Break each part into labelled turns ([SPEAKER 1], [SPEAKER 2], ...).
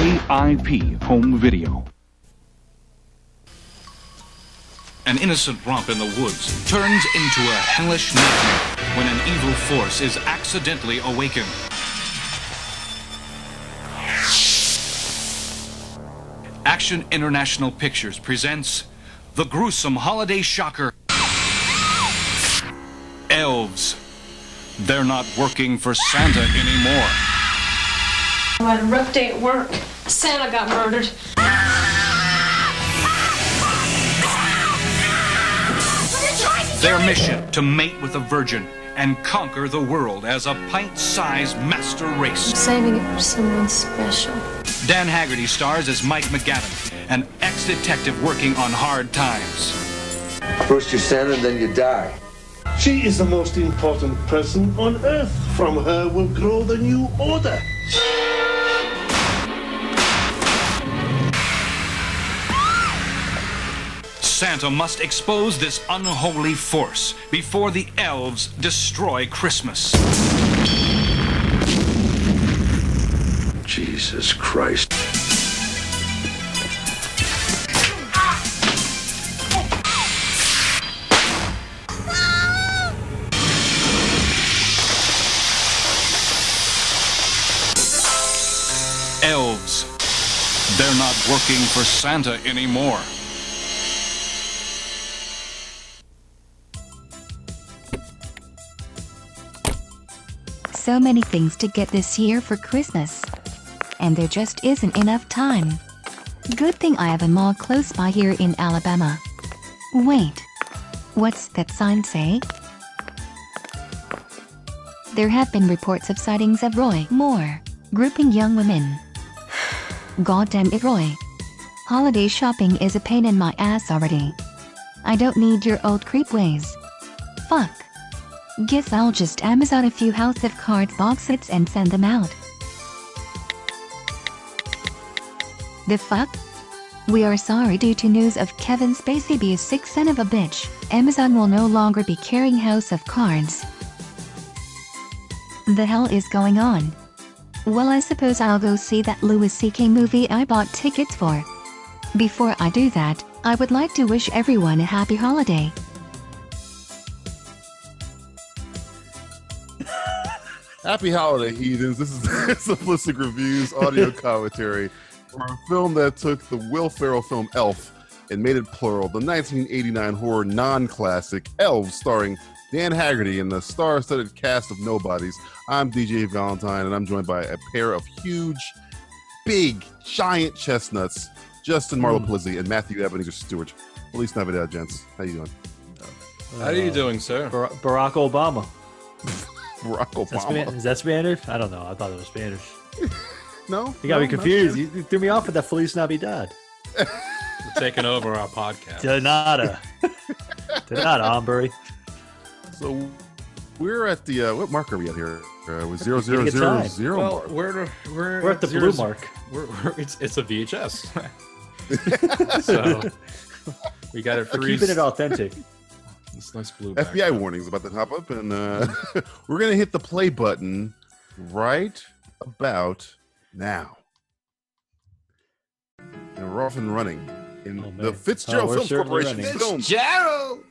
[SPEAKER 1] VIP Home Video.
[SPEAKER 2] An innocent romp in the woods turns into a hellish nightmare when an evil force is accidentally awakened. Action International Pictures presents the gruesome holiday shocker Elves. They're not working for Santa anymore.
[SPEAKER 3] I had a rough day at work. Santa got murdered.
[SPEAKER 2] Their mission to mate with a virgin and conquer the world as a pint sized master race.
[SPEAKER 3] Saving it for someone special.
[SPEAKER 2] Dan Haggerty stars as Mike McGavin, an ex detective working on hard times.
[SPEAKER 4] First you're Santa, then you die.
[SPEAKER 5] She is the most important person on Earth. From her will grow the new order.
[SPEAKER 2] Santa must expose this unholy force before the elves destroy Christmas.
[SPEAKER 4] Jesus Christ.
[SPEAKER 2] Elves. They're not working for Santa anymore.
[SPEAKER 6] so many things to get this year for Christmas. And there just isn't enough time. Good thing I have a mall close by here in Alabama. Wait. What's that sign say? There have been reports of sightings of Roy Moore, grouping young women. Goddamn it, Roy. Holiday shopping is a pain in my ass already. I don't need your old creep ways. Fuck. Guess I'll just Amazon a few House of Cards box sets and send them out. The fuck? We are sorry due to news of Kevin Spacey being sick son of a bitch, Amazon will no longer be carrying House of Cards. The hell is going on? Well I suppose I'll go see that Louis C.K. movie I bought tickets for. Before I do that, I would like to wish everyone a happy holiday.
[SPEAKER 7] Happy holiday, heathens. This is Simplistic Reviews audio commentary for a film that took the Will Ferrell film Elf and made it plural, the 1989 horror non classic Elves, starring Dan Haggerty and the star studded cast of Nobodies. I'm DJ Valentine, and I'm joined by a pair of huge, big, giant chestnuts, Justin
[SPEAKER 8] Hmm.
[SPEAKER 7] Marlowe Plizzi and Matthew Ebenezer Stewart. Feliz Navidad, gents. How you doing?
[SPEAKER 9] How are you doing, sir?
[SPEAKER 8] Bar- Barack Obama.
[SPEAKER 7] Barack
[SPEAKER 8] That's
[SPEAKER 7] Obama.
[SPEAKER 8] Span- is that Spanish? I don't know. I thought it was Spanish.
[SPEAKER 7] no?
[SPEAKER 8] You got
[SPEAKER 7] no,
[SPEAKER 8] me
[SPEAKER 7] not
[SPEAKER 8] confused. You, you threw me off with that Feliz Navidad.
[SPEAKER 9] You're taking over our podcast.
[SPEAKER 8] De nada. De nada, hombre.
[SPEAKER 7] So we're at the uh, what mark are we at here? Uh, with zero zero
[SPEAKER 8] beginning of
[SPEAKER 7] zero
[SPEAKER 8] time.
[SPEAKER 7] zero
[SPEAKER 9] Well,
[SPEAKER 7] mark.
[SPEAKER 9] we're, we're
[SPEAKER 8] We're at the blue
[SPEAKER 9] zeros-
[SPEAKER 8] mark.
[SPEAKER 9] We're, we're, it's, it's a VHS. so we got it
[SPEAKER 8] We're
[SPEAKER 9] free.
[SPEAKER 8] keeping it authentic.
[SPEAKER 9] This nice blue.
[SPEAKER 7] FBI
[SPEAKER 9] background.
[SPEAKER 7] warnings about to hop up, and uh, we're gonna hit the play button right about now. And we're off and running in
[SPEAKER 8] Oh,
[SPEAKER 7] the
[SPEAKER 8] man.
[SPEAKER 7] Fitzgerald
[SPEAKER 8] Oh, we're
[SPEAKER 7] Films
[SPEAKER 8] certainly
[SPEAKER 7] Corporation
[SPEAKER 8] running.
[SPEAKER 7] film.
[SPEAKER 10] Gerald,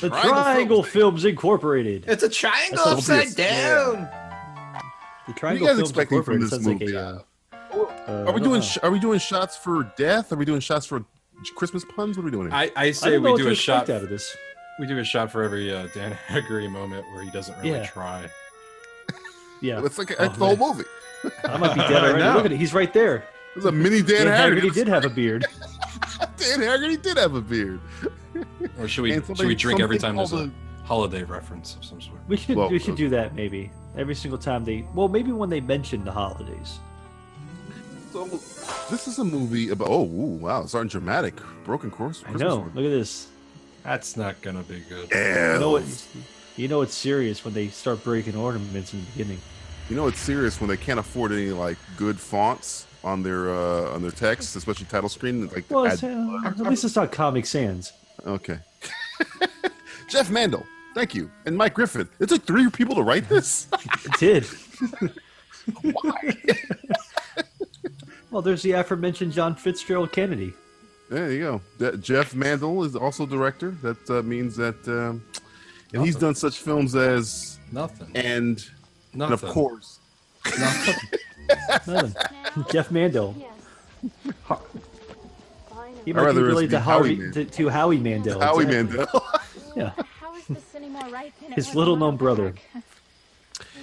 [SPEAKER 8] The
[SPEAKER 7] Triangle
[SPEAKER 8] Triangle Films Incorporated.
[SPEAKER 10] it's a triangle
[SPEAKER 8] That's
[SPEAKER 7] obvious.
[SPEAKER 10] upside down.
[SPEAKER 8] The
[SPEAKER 7] What are you
[SPEAKER 8] Triangle
[SPEAKER 7] guys
[SPEAKER 8] Films
[SPEAKER 7] expecting from
[SPEAKER 8] Incorporated
[SPEAKER 7] this
[SPEAKER 8] sounds like
[SPEAKER 7] movie?
[SPEAKER 8] a.
[SPEAKER 7] Uh,
[SPEAKER 8] Uh, uh,
[SPEAKER 7] are
[SPEAKER 8] I
[SPEAKER 7] we
[SPEAKER 8] don't know.
[SPEAKER 7] doing sh- Are we doing shots for death? Are we doing shots for Christmas puns? What are we doing? Here?
[SPEAKER 9] I, I
[SPEAKER 8] I
[SPEAKER 9] say
[SPEAKER 8] don't know
[SPEAKER 9] we
[SPEAKER 8] what
[SPEAKER 9] do
[SPEAKER 8] to
[SPEAKER 9] a
[SPEAKER 8] expect
[SPEAKER 9] shot.
[SPEAKER 8] out of this.
[SPEAKER 9] We do a shot for every uh, Dan Haggerty moment where he doesn't really
[SPEAKER 8] Yeah.
[SPEAKER 9] try.
[SPEAKER 8] Yeah,
[SPEAKER 7] it's like
[SPEAKER 9] Oh,
[SPEAKER 7] it's the whole
[SPEAKER 9] man.
[SPEAKER 7] movie.
[SPEAKER 8] I might be
[SPEAKER 9] I
[SPEAKER 8] dead already.
[SPEAKER 9] know.
[SPEAKER 8] Look at it. He's right there.
[SPEAKER 7] It's a mini
[SPEAKER 8] Dan
[SPEAKER 7] Dan,
[SPEAKER 8] Haggerty
[SPEAKER 7] Haggerty.
[SPEAKER 8] did have a beard.
[SPEAKER 7] Dan Haggerty did have a beard.
[SPEAKER 9] Or should we?
[SPEAKER 7] And
[SPEAKER 9] Should we
[SPEAKER 7] somebody-
[SPEAKER 9] drink every time
[SPEAKER 7] something
[SPEAKER 9] there's a
[SPEAKER 7] called
[SPEAKER 9] holiday reference of some sort?
[SPEAKER 8] We should
[SPEAKER 7] Well,
[SPEAKER 8] we should
[SPEAKER 7] uh,
[SPEAKER 8] do that maybe every single time they. Well, maybe when they mention the holidays.
[SPEAKER 7] So this is a movie about oh ooh, wow, it's starting dramatic. Broken course.
[SPEAKER 8] I
[SPEAKER 7] Christmas
[SPEAKER 8] know.
[SPEAKER 7] movie.
[SPEAKER 8] Look at this.
[SPEAKER 9] That's not gonna be good.
[SPEAKER 8] You
[SPEAKER 7] Elves.
[SPEAKER 8] know it's you know it's serious when they start breaking ornaments in the beginning.
[SPEAKER 7] You know it's serious when they can't afford any like good fonts on their uh on their text, especially title screen. It's Like
[SPEAKER 8] Well, it's,
[SPEAKER 7] add-
[SPEAKER 8] uh, at least it's not Comic Sans.
[SPEAKER 7] okay. Jeff Mandel, thank you, and Mike Griffin. It took three people to write this.
[SPEAKER 8] It did.
[SPEAKER 7] Why?
[SPEAKER 8] Well, there's the aforementioned John Fitzgerald Kennedy.
[SPEAKER 7] There you go. That- Jeff Mandel is also director. That uh, means that um, and he's done such films as
[SPEAKER 2] Nothing.
[SPEAKER 7] and and
[SPEAKER 2] Nothing.
[SPEAKER 7] of course
[SPEAKER 2] Nothing.
[SPEAKER 8] Nothing. Jeff Mandel. He
[SPEAKER 7] Or
[SPEAKER 8] might be
[SPEAKER 7] rather it's
[SPEAKER 8] related to
[SPEAKER 7] the Howie
[SPEAKER 8] Howie,
[SPEAKER 7] Man-
[SPEAKER 8] to, to Howie Mandel.
[SPEAKER 7] Howie
[SPEAKER 8] exactly.
[SPEAKER 7] Mandel.
[SPEAKER 8] Yeah.
[SPEAKER 11] How is this any more right than it
[SPEAKER 8] His
[SPEAKER 11] was
[SPEAKER 8] little
[SPEAKER 11] a
[SPEAKER 8] known
[SPEAKER 11] mile
[SPEAKER 8] brother.
[SPEAKER 11] back? I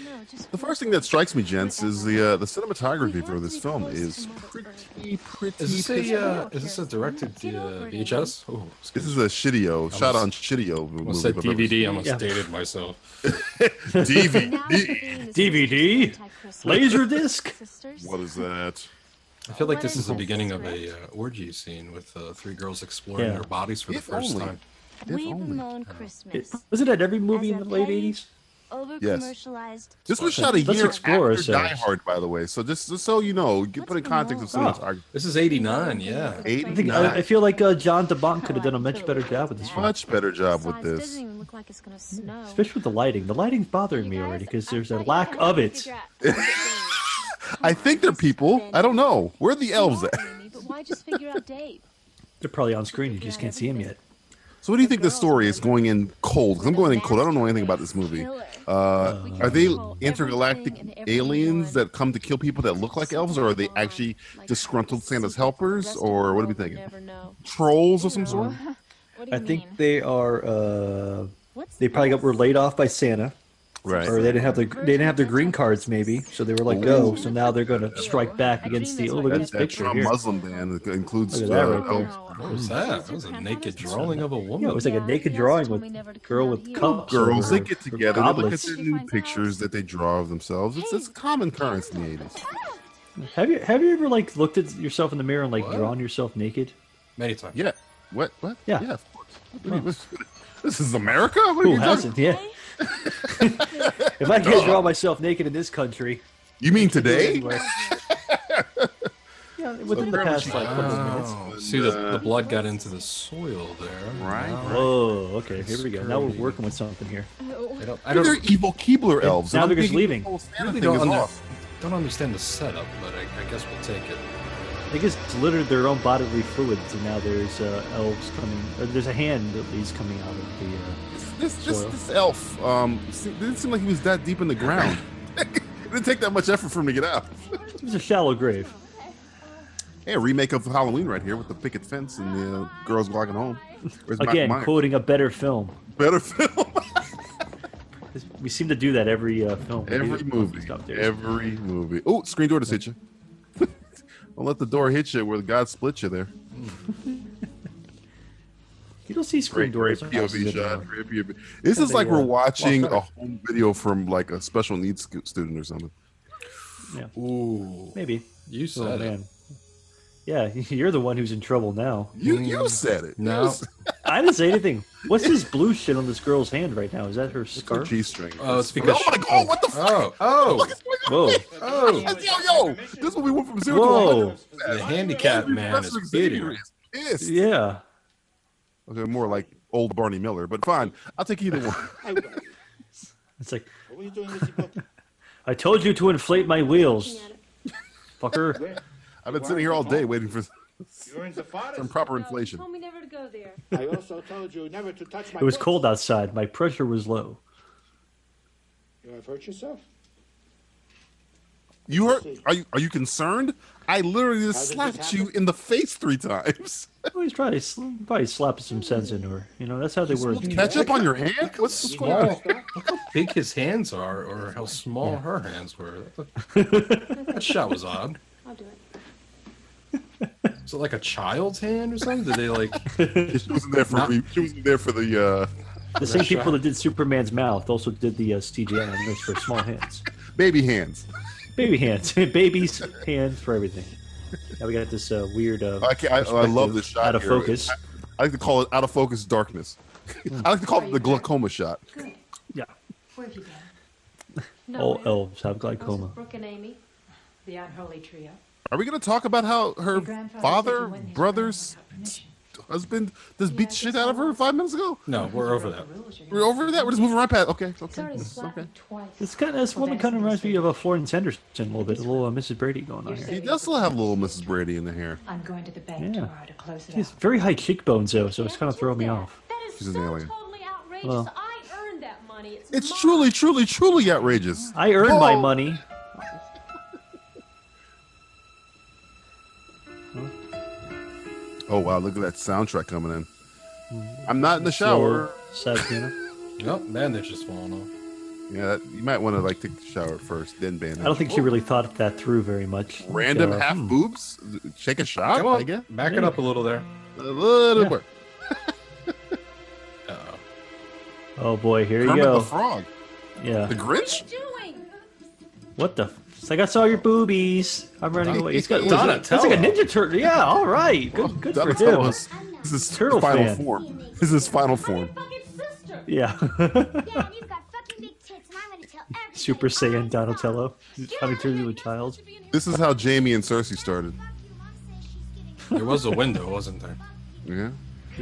[SPEAKER 11] know, just
[SPEAKER 7] The first thing that strikes me, gents, is the uh, the cinematography for this film is pretty pretty.
[SPEAKER 2] Is this
[SPEAKER 7] pitchy.
[SPEAKER 2] a, uh, is this a directed to, uh, VHS? Oh,
[SPEAKER 7] This is a shitio, shot on shitio movie.
[SPEAKER 2] almost said
[SPEAKER 7] if I've ever seen
[SPEAKER 2] DVD. Almost
[SPEAKER 8] Yeah.
[SPEAKER 2] dated myself.
[SPEAKER 7] it.
[SPEAKER 11] Now
[SPEAKER 7] DVD.
[SPEAKER 11] the bean is
[SPEAKER 8] DVD?
[SPEAKER 11] anti-Christmas.
[SPEAKER 8] Laser disc.
[SPEAKER 11] Sisters,
[SPEAKER 7] What is that?
[SPEAKER 2] I feel like this is the
[SPEAKER 11] Whatever.
[SPEAKER 2] beginning of a uh, orgy scene with uh, three girls exploring
[SPEAKER 8] Yeah.
[SPEAKER 2] their bodies for the
[SPEAKER 7] If
[SPEAKER 2] first
[SPEAKER 7] only.
[SPEAKER 2] time.
[SPEAKER 11] We've
[SPEAKER 7] only.
[SPEAKER 11] known Christmas.
[SPEAKER 8] It- was it at every movie in the
[SPEAKER 11] As a
[SPEAKER 8] late
[SPEAKER 11] petty-
[SPEAKER 8] 80s?
[SPEAKER 11] Over
[SPEAKER 7] Yes.
[SPEAKER 11] commercialized.
[SPEAKER 7] This was shot a
[SPEAKER 8] Let's
[SPEAKER 7] year
[SPEAKER 8] explore
[SPEAKER 7] after Die
[SPEAKER 8] ourselves.
[SPEAKER 7] Hard, by the way. So just, just so you know, you put in
[SPEAKER 11] What's
[SPEAKER 7] context of
[SPEAKER 8] going on?
[SPEAKER 7] cinematography.
[SPEAKER 2] This is '89. Yeah.
[SPEAKER 7] Eight,
[SPEAKER 8] I, think,
[SPEAKER 7] nine,
[SPEAKER 8] I, I feel like uh, John DeBont could have done a much better job with this one,
[SPEAKER 7] much better job with
[SPEAKER 11] Besides,
[SPEAKER 7] this.
[SPEAKER 11] doesn't even look like it's gonna snow.
[SPEAKER 8] especially with the lighting. The lighting's bothering
[SPEAKER 11] You
[SPEAKER 8] me already
[SPEAKER 11] guys,
[SPEAKER 8] because
[SPEAKER 11] I
[SPEAKER 8] there's a
[SPEAKER 11] thought you
[SPEAKER 8] lack
[SPEAKER 11] had
[SPEAKER 8] of
[SPEAKER 11] to
[SPEAKER 8] it.
[SPEAKER 11] figure out dates.
[SPEAKER 7] I think they're people. I don't know. Where are the elves at?
[SPEAKER 11] Sorry, Amy, But why just figure out date?
[SPEAKER 8] They're probably on screen. You just can't see them yet.
[SPEAKER 7] So what do you think the story is going in cold? 'Cause I'm going in cold. I don't know anything about this movie. Uh, are they
[SPEAKER 11] Um,
[SPEAKER 7] intergalactic aliens that come to kill people that look like elves, or are they actually disgruntled Santa's helpers, or what are we thinking? Trolls of some sort?
[SPEAKER 11] What do you
[SPEAKER 8] I think
[SPEAKER 11] mean?
[SPEAKER 8] they are. Uh,
[SPEAKER 11] What's
[SPEAKER 8] they probably got, were
[SPEAKER 11] this?
[SPEAKER 8] laid off by Santa, or
[SPEAKER 7] Right.
[SPEAKER 8] they didn't have their they didn't have their green cards maybe, so they were let go. So now they're going to strike back against the. Oh, look at
[SPEAKER 7] That,
[SPEAKER 8] this
[SPEAKER 7] that
[SPEAKER 8] picture
[SPEAKER 7] Trump
[SPEAKER 8] here.
[SPEAKER 7] Muslim band that includes
[SPEAKER 8] Look
[SPEAKER 7] uh,
[SPEAKER 8] at that right
[SPEAKER 7] elves.
[SPEAKER 2] What was that? That was a naked drawing of a
[SPEAKER 8] Yeah,
[SPEAKER 2] woman.
[SPEAKER 8] it was like a
[SPEAKER 11] Yeah,
[SPEAKER 8] naked
[SPEAKER 11] he also
[SPEAKER 8] drawing
[SPEAKER 11] told
[SPEAKER 8] with
[SPEAKER 11] me never to come
[SPEAKER 8] girl
[SPEAKER 11] out
[SPEAKER 8] with
[SPEAKER 11] here.
[SPEAKER 8] cups.
[SPEAKER 7] Girls, they
[SPEAKER 8] over
[SPEAKER 7] get
[SPEAKER 8] her
[SPEAKER 7] together, they look at
[SPEAKER 8] goblets.
[SPEAKER 7] their new pictures that they draw of themselves. It's, it's common currents in the 80s.
[SPEAKER 8] Have you have you ever like looked at yourself in the mirror and like
[SPEAKER 2] What?
[SPEAKER 8] drawn yourself naked?
[SPEAKER 2] Many times.
[SPEAKER 7] Yeah. What? What?
[SPEAKER 8] Yeah.
[SPEAKER 7] Yeah, of course. What do you- what's- This is America? What are
[SPEAKER 8] Who
[SPEAKER 7] you talking
[SPEAKER 8] hasn't? Yeah. if I can't draw myself naked in this country,
[SPEAKER 7] You mean today?
[SPEAKER 8] anywhere. yeah, within the
[SPEAKER 7] apparently
[SPEAKER 8] past
[SPEAKER 7] she-
[SPEAKER 8] like. couple of minutes.
[SPEAKER 2] Wow. See, the, the blood got into the soil there.
[SPEAKER 7] Right,
[SPEAKER 2] Wow.
[SPEAKER 8] Whoa. Okay. Here we go. Now we're working with something here.
[SPEAKER 2] I don't, I
[SPEAKER 7] Maybe
[SPEAKER 2] don't,
[SPEAKER 7] they're evil Keebler elves.
[SPEAKER 8] now
[SPEAKER 7] and I'm
[SPEAKER 8] they're just
[SPEAKER 7] thinking
[SPEAKER 8] leaving.
[SPEAKER 7] the whole Santa
[SPEAKER 2] really
[SPEAKER 7] thing
[SPEAKER 2] don't,
[SPEAKER 7] is
[SPEAKER 2] under,
[SPEAKER 7] off.
[SPEAKER 2] don't understand the setup, but I, I guess we'll take it.
[SPEAKER 8] They just littered their own bodily fluids, and now there's uh, elves coming. Or there's a hand at least coming out of the. Uh,
[SPEAKER 7] This, this,
[SPEAKER 8] Soil.
[SPEAKER 7] this elf um, se- didn't seem like he was that deep in the ground. it didn't take that much effort for him to get out.
[SPEAKER 8] it was a shallow grave.
[SPEAKER 7] Hey, a remake of Halloween right here with the picket fence and the uh, girls walking home. Where's Michael
[SPEAKER 8] Again,
[SPEAKER 7] Myers?
[SPEAKER 8] quoting a better film.
[SPEAKER 7] Better film.
[SPEAKER 8] This- We seem to do that every uh, film. We do
[SPEAKER 7] Every
[SPEAKER 8] it.
[SPEAKER 7] movie.
[SPEAKER 8] Stop there.
[SPEAKER 7] Every movie. Oh, screen door just hit you. Don't let the door hit you where God split you there.
[SPEAKER 8] you don't see screen
[SPEAKER 7] Great, great
[SPEAKER 8] doors. on
[SPEAKER 7] POV
[SPEAKER 8] houses
[SPEAKER 7] shot.
[SPEAKER 8] anymore.
[SPEAKER 7] Great POV. This is
[SPEAKER 8] they,
[SPEAKER 7] like we're
[SPEAKER 8] uh,
[SPEAKER 7] watching a home video from like a special needs scu- student or something.
[SPEAKER 2] Ooh.
[SPEAKER 8] Maybe.
[SPEAKER 2] You said
[SPEAKER 8] Oh
[SPEAKER 2] it.
[SPEAKER 8] man. Yeah, you're the one who's in trouble now.
[SPEAKER 7] You
[SPEAKER 8] Mm.
[SPEAKER 7] you said it.
[SPEAKER 2] No.
[SPEAKER 7] You said-
[SPEAKER 8] I didn't say anything. What's this blue shit on this girl's hand right now? Is that her
[SPEAKER 7] It's a
[SPEAKER 8] scarf?
[SPEAKER 7] G string.
[SPEAKER 2] Oh, it's because-
[SPEAKER 7] Oh my god! What the fuck?
[SPEAKER 2] Oh, oh,
[SPEAKER 8] Whoa.
[SPEAKER 2] oh.
[SPEAKER 7] Yo, yo, this is what we went from zero to
[SPEAKER 8] Whoa.
[SPEAKER 2] The handicap man is bidding.
[SPEAKER 7] Yes.
[SPEAKER 8] Yeah.
[SPEAKER 7] Okay, more like old Barney Miller, but fine. I'll take either one.
[SPEAKER 8] It's like,
[SPEAKER 5] What are you doing with your book?
[SPEAKER 8] I told you to inflate my wheels. Fucker.
[SPEAKER 7] I've been sitting here all day waiting for
[SPEAKER 5] You're in the
[SPEAKER 7] some
[SPEAKER 5] forest.
[SPEAKER 7] proper inflation.
[SPEAKER 12] told me never to go there.
[SPEAKER 5] I also told you never to touch my
[SPEAKER 8] It was
[SPEAKER 5] book.
[SPEAKER 8] cold outside. My pressure was low.
[SPEAKER 5] You have hurt yourself.
[SPEAKER 7] You hurt? Are you are you concerned? I literally just
[SPEAKER 5] How did this
[SPEAKER 7] slapped you in the face three times.
[SPEAKER 8] Well, he's probably, probably slapping some sense into her. You know, that's how they were.
[SPEAKER 7] Ketchup on your hand? What's what's going on?
[SPEAKER 2] Small. Look how big his hands are, or how small her hands were. That shot was odd.
[SPEAKER 12] I'll do it.
[SPEAKER 2] Is it like a child's hand or something? Did they like?
[SPEAKER 7] She wasn't there for
[SPEAKER 2] Not-
[SPEAKER 7] re- she wasn't there for the uh,
[SPEAKER 8] The same
[SPEAKER 2] That's
[SPEAKER 8] people
[SPEAKER 2] right.
[SPEAKER 8] that did Superman's mouth also did the uh, CGI on this for small hands.
[SPEAKER 7] baby hands.
[SPEAKER 8] Baby hands. Baby's hands for everything. Now we got this uh, weird. Uh,
[SPEAKER 7] I, can't, I, I love this shot.
[SPEAKER 8] Out of
[SPEAKER 7] here.
[SPEAKER 8] focus. Hmm.
[SPEAKER 7] I like to call it out of focus darkness. I like to call it the glaucoma shot.
[SPEAKER 8] Yeah.
[SPEAKER 12] Where have you been?
[SPEAKER 8] All elves have glaucoma.
[SPEAKER 12] Brooke and Amy, the unholy trio.
[SPEAKER 7] Are we going to talk about how her father, brothers, husband just beat the shit out of her five minutes ago?
[SPEAKER 2] No, we're over that.
[SPEAKER 7] We're over that. We're just moving right past. Okay, it's okay.
[SPEAKER 11] Sorry,
[SPEAKER 7] It's
[SPEAKER 11] slapped
[SPEAKER 7] okay.
[SPEAKER 11] me twice.
[SPEAKER 8] This kind of this woman kind of reminds me of a Florence Henderson a little bit, a little uh, Mrs. Brady going on
[SPEAKER 7] He
[SPEAKER 8] here.
[SPEAKER 7] does still have little Mrs. Brady in the hair.
[SPEAKER 3] Uh,
[SPEAKER 11] I'm going to the bank
[SPEAKER 8] Yeah.
[SPEAKER 11] tomorrow to close it
[SPEAKER 8] She's
[SPEAKER 11] up.
[SPEAKER 8] very high cheekbones though, so it's kind of throwing me off.
[SPEAKER 12] That is
[SPEAKER 7] She's an
[SPEAKER 12] so
[SPEAKER 7] alien.
[SPEAKER 12] totally outrageous.
[SPEAKER 8] Well.
[SPEAKER 12] I earned that money. It's,
[SPEAKER 7] It's
[SPEAKER 12] mine.
[SPEAKER 7] truly, truly, truly outrageous. Oh.
[SPEAKER 8] I earned my
[SPEAKER 7] Whoa!
[SPEAKER 8] money.
[SPEAKER 7] Oh wow, look at that soundtrack coming in. I'm not in the shower.
[SPEAKER 8] Sad piano.
[SPEAKER 2] Nope, bandage is falling off.
[SPEAKER 7] Yeah, that, you might want to like take the shower first, then bandage.
[SPEAKER 8] I don't think she really thought that through very much. Like,
[SPEAKER 7] random
[SPEAKER 8] uh,
[SPEAKER 7] half
[SPEAKER 8] hmm.
[SPEAKER 7] boobs. Shake a shot.
[SPEAKER 2] Come
[SPEAKER 7] I guess.
[SPEAKER 2] on, back it up a little there.
[SPEAKER 7] A little
[SPEAKER 8] Yeah.
[SPEAKER 7] more.
[SPEAKER 2] Uh-oh.
[SPEAKER 8] Oh boy, here you
[SPEAKER 7] Kermit the
[SPEAKER 8] go.
[SPEAKER 7] Frog,
[SPEAKER 8] Yeah.
[SPEAKER 7] the Grinch.
[SPEAKER 12] Doing.
[SPEAKER 8] What the? F- it's like I saw your boobies. I'm running away. He's got
[SPEAKER 7] Donatello.
[SPEAKER 8] That's like a Ninja Turtle. Yeah. All right. Good. Good for him.
[SPEAKER 7] Donatello's- This is his
[SPEAKER 8] Turtle
[SPEAKER 7] final
[SPEAKER 8] fan.
[SPEAKER 7] form. This is his final form.
[SPEAKER 12] Fucking sister.
[SPEAKER 8] Yeah.
[SPEAKER 13] Yeah, and you've got fucking big tits, and I'm gonna tell everybody.
[SPEAKER 8] Super Saiyan
[SPEAKER 13] I'm the
[SPEAKER 8] Donatello. He's
[SPEAKER 12] Get out
[SPEAKER 8] trying
[SPEAKER 12] of
[SPEAKER 8] to turn
[SPEAKER 12] here.
[SPEAKER 8] into a
[SPEAKER 12] You're not
[SPEAKER 8] child.
[SPEAKER 12] supposed to be in here.
[SPEAKER 7] This is how Jamie and Cersei started.
[SPEAKER 13] mom. Fuck you, mom says she's getting
[SPEAKER 2] There was a window, wasn't there?
[SPEAKER 7] Yeah,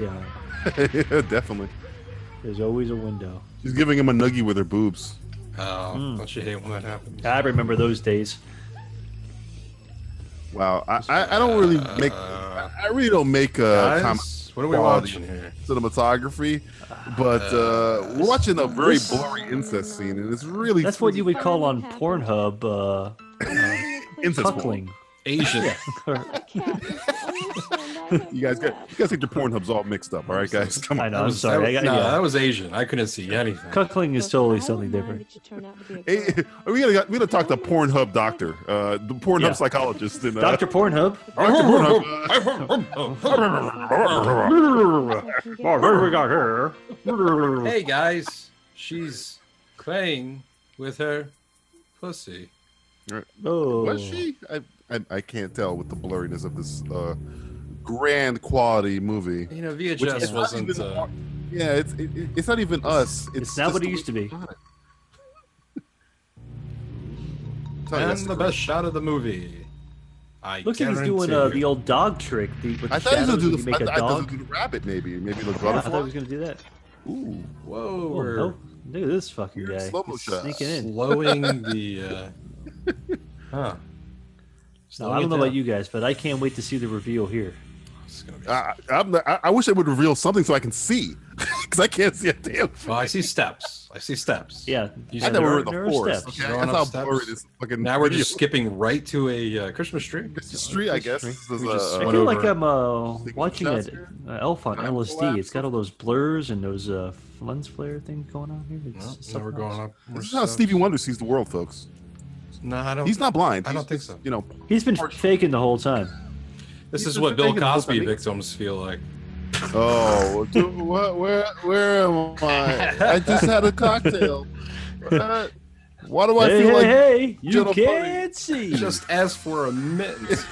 [SPEAKER 8] Yeah.
[SPEAKER 7] definitely.
[SPEAKER 8] There's always a window.
[SPEAKER 7] She's giving him a nuggie with her boobs.
[SPEAKER 2] Oh, don't you hate when that happens?
[SPEAKER 8] I remember those days.
[SPEAKER 7] Wow, I, I, I don't really make I I really don't make uh, comments
[SPEAKER 2] Guys, what are we
[SPEAKER 7] quality.
[SPEAKER 2] watching here?
[SPEAKER 7] cinematography, but uh, we're watching a very blurry incest scene, and it's really
[SPEAKER 8] That's what you would call on Pornhub uh,
[SPEAKER 7] incest porn.
[SPEAKER 8] cuckling.
[SPEAKER 2] Asian.
[SPEAKER 7] You guys got you guys get your porn hubs all mixed up, all right, guys? Come
[SPEAKER 8] I
[SPEAKER 7] on.
[SPEAKER 8] know. I'm sorry. I
[SPEAKER 2] That,
[SPEAKER 8] got,
[SPEAKER 2] no, that
[SPEAKER 8] yeah.
[SPEAKER 2] was Asian. I couldn't see anything.
[SPEAKER 8] Cuckling is totally something different.
[SPEAKER 7] Hey, we gotta we gotta talk to Pornhub doctor, uh, the Pornhub
[SPEAKER 8] Yeah.
[SPEAKER 7] psychologist, and uh,
[SPEAKER 8] Doctor Pornhub.
[SPEAKER 7] Dr. Pornhub.
[SPEAKER 8] we got her.
[SPEAKER 2] hey guys, she's playing with her pussy.
[SPEAKER 8] Oh.
[SPEAKER 7] Was she? I, I I can't tell with the blurriness of this uh, grand quality movie.
[SPEAKER 2] You know,
[SPEAKER 7] Which is
[SPEAKER 2] VHS
[SPEAKER 7] not
[SPEAKER 2] wasn't.
[SPEAKER 7] even
[SPEAKER 2] Uh,
[SPEAKER 7] our- yeah, it's it, it- it's not even us. It's,
[SPEAKER 8] It's not
[SPEAKER 7] just
[SPEAKER 8] what
[SPEAKER 7] the
[SPEAKER 8] it used to
[SPEAKER 7] way
[SPEAKER 8] be.
[SPEAKER 7] it's done it. Tell you,
[SPEAKER 2] and
[SPEAKER 7] that's
[SPEAKER 2] the
[SPEAKER 7] great.
[SPEAKER 2] best shot of the movie. I
[SPEAKER 8] Looks like he's doing
[SPEAKER 2] guarantee
[SPEAKER 8] uh,
[SPEAKER 2] you.
[SPEAKER 8] the old dog trick. The, with
[SPEAKER 7] I
[SPEAKER 8] the
[SPEAKER 7] thought he
[SPEAKER 8] shadows,
[SPEAKER 7] was gonna do
[SPEAKER 8] when you
[SPEAKER 7] the,
[SPEAKER 8] make a
[SPEAKER 7] I, thought he was
[SPEAKER 8] dog.
[SPEAKER 7] gonna do the rabbit, maybe, maybe
[SPEAKER 8] Yeah,
[SPEAKER 7] the
[SPEAKER 8] I thought he
[SPEAKER 7] butterfly.
[SPEAKER 8] was going to do that.
[SPEAKER 7] Ooh,
[SPEAKER 2] Whoa,
[SPEAKER 8] Oh,
[SPEAKER 2] we're
[SPEAKER 8] no. Look at this fucking
[SPEAKER 7] Weird
[SPEAKER 8] guy.
[SPEAKER 7] slow-mo
[SPEAKER 8] He's
[SPEAKER 7] shot.
[SPEAKER 8] sneaking in.
[SPEAKER 2] slowing the. Uh, huh.
[SPEAKER 8] No,
[SPEAKER 2] Slowing
[SPEAKER 8] I
[SPEAKER 2] it
[SPEAKER 8] don't know
[SPEAKER 2] down.
[SPEAKER 8] about you guys, but I can't wait to see the reveal here.
[SPEAKER 2] It's gonna be-
[SPEAKER 7] I, I, I'm not- I, I wish they would reveal something so I can see, because I can't see a damn.
[SPEAKER 2] Well, I see steps. I see steps.
[SPEAKER 8] Yeah.
[SPEAKER 2] You
[SPEAKER 7] I
[SPEAKER 2] said
[SPEAKER 7] know
[SPEAKER 2] there
[SPEAKER 7] we're
[SPEAKER 2] are
[SPEAKER 7] in the
[SPEAKER 8] no
[SPEAKER 7] forest.
[SPEAKER 8] steps.
[SPEAKER 7] Okay,
[SPEAKER 2] Going
[SPEAKER 7] that's
[SPEAKER 2] up
[SPEAKER 7] how
[SPEAKER 2] steps.
[SPEAKER 7] blurry this fucking.
[SPEAKER 2] Now we're just
[SPEAKER 7] video-
[SPEAKER 2] skipping right to a uh, Christmas tree.
[SPEAKER 7] It's the street, I guess. This is,
[SPEAKER 2] We just
[SPEAKER 7] uh,
[SPEAKER 8] I
[SPEAKER 2] went
[SPEAKER 8] feel
[SPEAKER 2] over
[SPEAKER 8] like
[SPEAKER 2] it.
[SPEAKER 8] I'm uh,
[SPEAKER 7] Thinking
[SPEAKER 8] watching
[SPEAKER 7] shots
[SPEAKER 8] it.
[SPEAKER 7] here?
[SPEAKER 8] Uh, Elf on
[SPEAKER 7] Time
[SPEAKER 8] LSD.
[SPEAKER 7] collapse.
[SPEAKER 8] It's got all those blurs and those uh, lens flare things going on here. It's
[SPEAKER 2] No, now
[SPEAKER 8] something
[SPEAKER 2] we're going
[SPEAKER 8] else.
[SPEAKER 2] up. more
[SPEAKER 7] This is how
[SPEAKER 2] steps.
[SPEAKER 7] Stevie Wonder sees the world, folks.
[SPEAKER 2] No, I don't.
[SPEAKER 7] He's not blind.
[SPEAKER 2] I
[SPEAKER 7] He's
[SPEAKER 2] don't think
[SPEAKER 7] just,
[SPEAKER 2] so.
[SPEAKER 7] You know,
[SPEAKER 8] He's been faking the whole time.
[SPEAKER 2] This
[SPEAKER 7] He's
[SPEAKER 2] is
[SPEAKER 7] just
[SPEAKER 2] what Bill
[SPEAKER 7] thinking about
[SPEAKER 2] Cosby
[SPEAKER 7] me.
[SPEAKER 2] victims feel like.
[SPEAKER 7] Oh, do, what, where where am I? I just had a cocktail. Uh, why do I
[SPEAKER 8] hey,
[SPEAKER 7] feel
[SPEAKER 8] hey,
[SPEAKER 7] like
[SPEAKER 8] hey, you
[SPEAKER 7] Jennifer-
[SPEAKER 8] can't see.
[SPEAKER 2] Just ask for a mittens.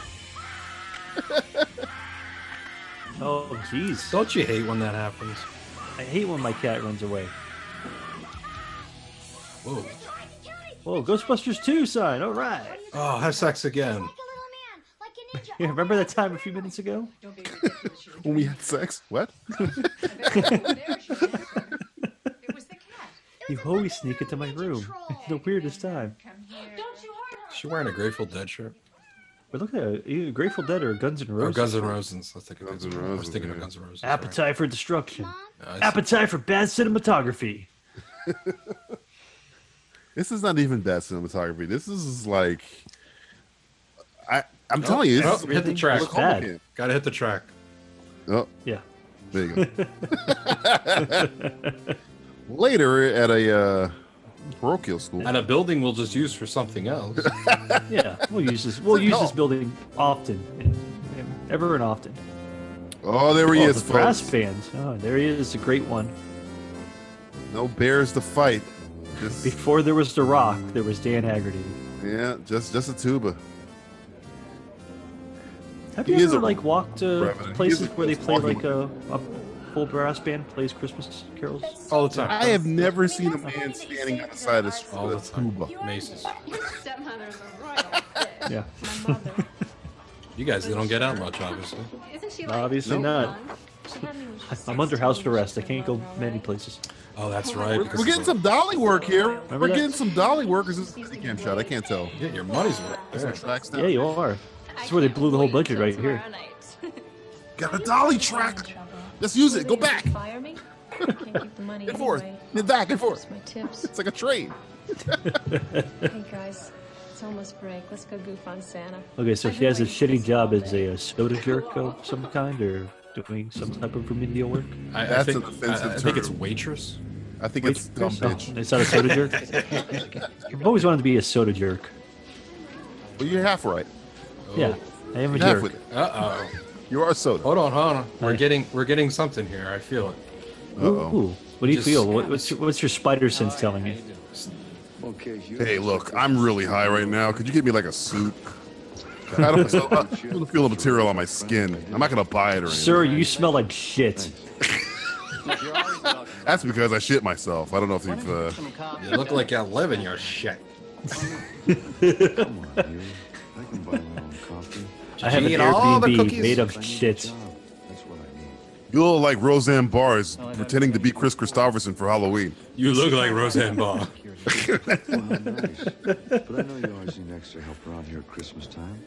[SPEAKER 8] Oh, jeez.
[SPEAKER 2] Don't you hate when that happens?
[SPEAKER 8] I hate when my cat runs away.
[SPEAKER 2] Whoa.
[SPEAKER 8] Whoa, Ghostbusters 2 sign. All right.
[SPEAKER 2] Oh, have sex
[SPEAKER 13] like
[SPEAKER 2] again.
[SPEAKER 13] a little man, like a ninja.
[SPEAKER 8] Yeah, remember that time a few minutes ago?
[SPEAKER 7] when we had sex? What?
[SPEAKER 8] You always sneak into my room. It's the weirdest time.
[SPEAKER 12] Don't you hurt her.
[SPEAKER 2] Is she wearing a Grateful Dead shirt?
[SPEAKER 8] But look at that. Either Grateful Dead or Guns N'
[SPEAKER 2] Or
[SPEAKER 8] Roses.
[SPEAKER 2] Guns N' Roses. I think of
[SPEAKER 7] Guns
[SPEAKER 2] Guns N' Roses.
[SPEAKER 7] N'
[SPEAKER 2] I was
[SPEAKER 7] Roses,
[SPEAKER 2] thinking
[SPEAKER 7] yeah.
[SPEAKER 2] of Guns N' Roses. sorry.
[SPEAKER 8] Appetite for destruction.
[SPEAKER 2] Uh, it's-
[SPEAKER 8] Appetite for bad cinematography.
[SPEAKER 7] This is not even bad cinematography. This is like, I I'm telling you,
[SPEAKER 2] oh,
[SPEAKER 7] this is
[SPEAKER 2] hit the track.
[SPEAKER 7] Look
[SPEAKER 8] Bad.
[SPEAKER 7] home
[SPEAKER 2] Gotta hit the track.
[SPEAKER 7] again. Oh,
[SPEAKER 8] Yeah.
[SPEAKER 7] there you go. Later at a uh, parochial school.
[SPEAKER 2] And a building we'll just use for something else.
[SPEAKER 8] Yeah. We'll use this. We'll use this building often. Ever and often.
[SPEAKER 7] Oh, there he
[SPEAKER 8] oh,
[SPEAKER 7] is,
[SPEAKER 8] the brass
[SPEAKER 7] folks.
[SPEAKER 8] bands. Oh, there he is. A great one.
[SPEAKER 7] No bears to fight. Just,
[SPEAKER 8] Before there was The Rock, there was Dan Haggerty.
[SPEAKER 7] yeah, just just a tuba.
[SPEAKER 8] Have
[SPEAKER 7] He
[SPEAKER 8] you
[SPEAKER 7] is
[SPEAKER 8] ever
[SPEAKER 7] a
[SPEAKER 8] like walked to
[SPEAKER 7] revenant. He
[SPEAKER 8] places
[SPEAKER 7] is a
[SPEAKER 8] where they play
[SPEAKER 7] walking
[SPEAKER 8] like a, a full brass band plays Christmas carols?
[SPEAKER 2] All the time.
[SPEAKER 7] I have never seen a man standing on the side of the street
[SPEAKER 2] All the
[SPEAKER 7] with a tuba.
[SPEAKER 2] time. Maces.
[SPEAKER 12] Your stepmother's a royal.
[SPEAKER 8] Yeah.
[SPEAKER 12] My mother.
[SPEAKER 2] You guys, they don't get out much, obviously.
[SPEAKER 12] Isn't she
[SPEAKER 8] Obviously
[SPEAKER 7] No.
[SPEAKER 8] not. I'm under house arrest. I can't go many places.
[SPEAKER 2] Oh, that's right.
[SPEAKER 7] We're,
[SPEAKER 2] because
[SPEAKER 7] we're
[SPEAKER 2] it's
[SPEAKER 7] getting some dolly work here. we're
[SPEAKER 8] that?
[SPEAKER 7] getting some dolly work. Is this a cam shot? I can't tell.
[SPEAKER 2] a- yeah, your money's worth.
[SPEAKER 7] There's some tracks now.
[SPEAKER 8] Yeah, you are. That's where they blew the whole budget right here.
[SPEAKER 7] Got a dolly track. Let's use it. Go back
[SPEAKER 11] Fire me? Can't keep the money
[SPEAKER 7] and forth.
[SPEAKER 11] anyway.
[SPEAKER 7] And back and forth.
[SPEAKER 11] Just my tips.
[SPEAKER 7] It's like a trade.
[SPEAKER 11] hey guys, it's almost break. Let's go goof on Santa.
[SPEAKER 8] Okay, so
[SPEAKER 11] I've
[SPEAKER 8] she
[SPEAKER 11] been
[SPEAKER 8] has a
[SPEAKER 11] waiting for
[SPEAKER 8] shitty
[SPEAKER 11] this
[SPEAKER 8] job
[SPEAKER 11] all
[SPEAKER 8] as
[SPEAKER 11] day.
[SPEAKER 8] a, uh soda jerk of some kind, or doing some type of remedial work.
[SPEAKER 2] I,
[SPEAKER 7] That's
[SPEAKER 2] I think,
[SPEAKER 7] an offensive
[SPEAKER 2] I, I think it's
[SPEAKER 7] term.
[SPEAKER 2] waitress.
[SPEAKER 7] I think it's dumb bitch.
[SPEAKER 8] Oh, it's not a soda jerk. I've always wanted to be a soda jerk.
[SPEAKER 2] Oh.
[SPEAKER 7] Well, you're half right.
[SPEAKER 8] Yeah, I am a
[SPEAKER 7] You're half
[SPEAKER 8] jerk.
[SPEAKER 7] with it.
[SPEAKER 2] Uh oh.
[SPEAKER 7] You are soda. Uh
[SPEAKER 2] Hold on, hold on. We're getting we're getting something here. I feel it.
[SPEAKER 7] oh.
[SPEAKER 8] Ooh, what do you
[SPEAKER 2] Just-
[SPEAKER 8] feel? What, what's your- what's your spider sense telling you?
[SPEAKER 4] Okay, you.
[SPEAKER 7] Hey, look, I'm really high right now. Could you get me like a suit? I don't, so, I don't feel the material on my skin. I'm not gonna buy it or anything.
[SPEAKER 8] Sir, you smell like shit.
[SPEAKER 7] That's because I shit myself. I don't know if you've. Uh,
[SPEAKER 2] You look like you're living your shit.
[SPEAKER 4] Come on, you. I can buy my own coffee.
[SPEAKER 8] I have an
[SPEAKER 2] Eat all the
[SPEAKER 8] Airbnb
[SPEAKER 2] cookies.
[SPEAKER 8] made
[SPEAKER 4] I
[SPEAKER 8] of
[SPEAKER 4] need a
[SPEAKER 8] shit.
[SPEAKER 4] job. That's what I need.
[SPEAKER 7] you look like Roseanne Barr is pretending to be Chris Christopherson for Halloween.
[SPEAKER 2] You look like Roseanne Barr.
[SPEAKER 4] Well, nice. But I know you always need extra help around here at Christmas time.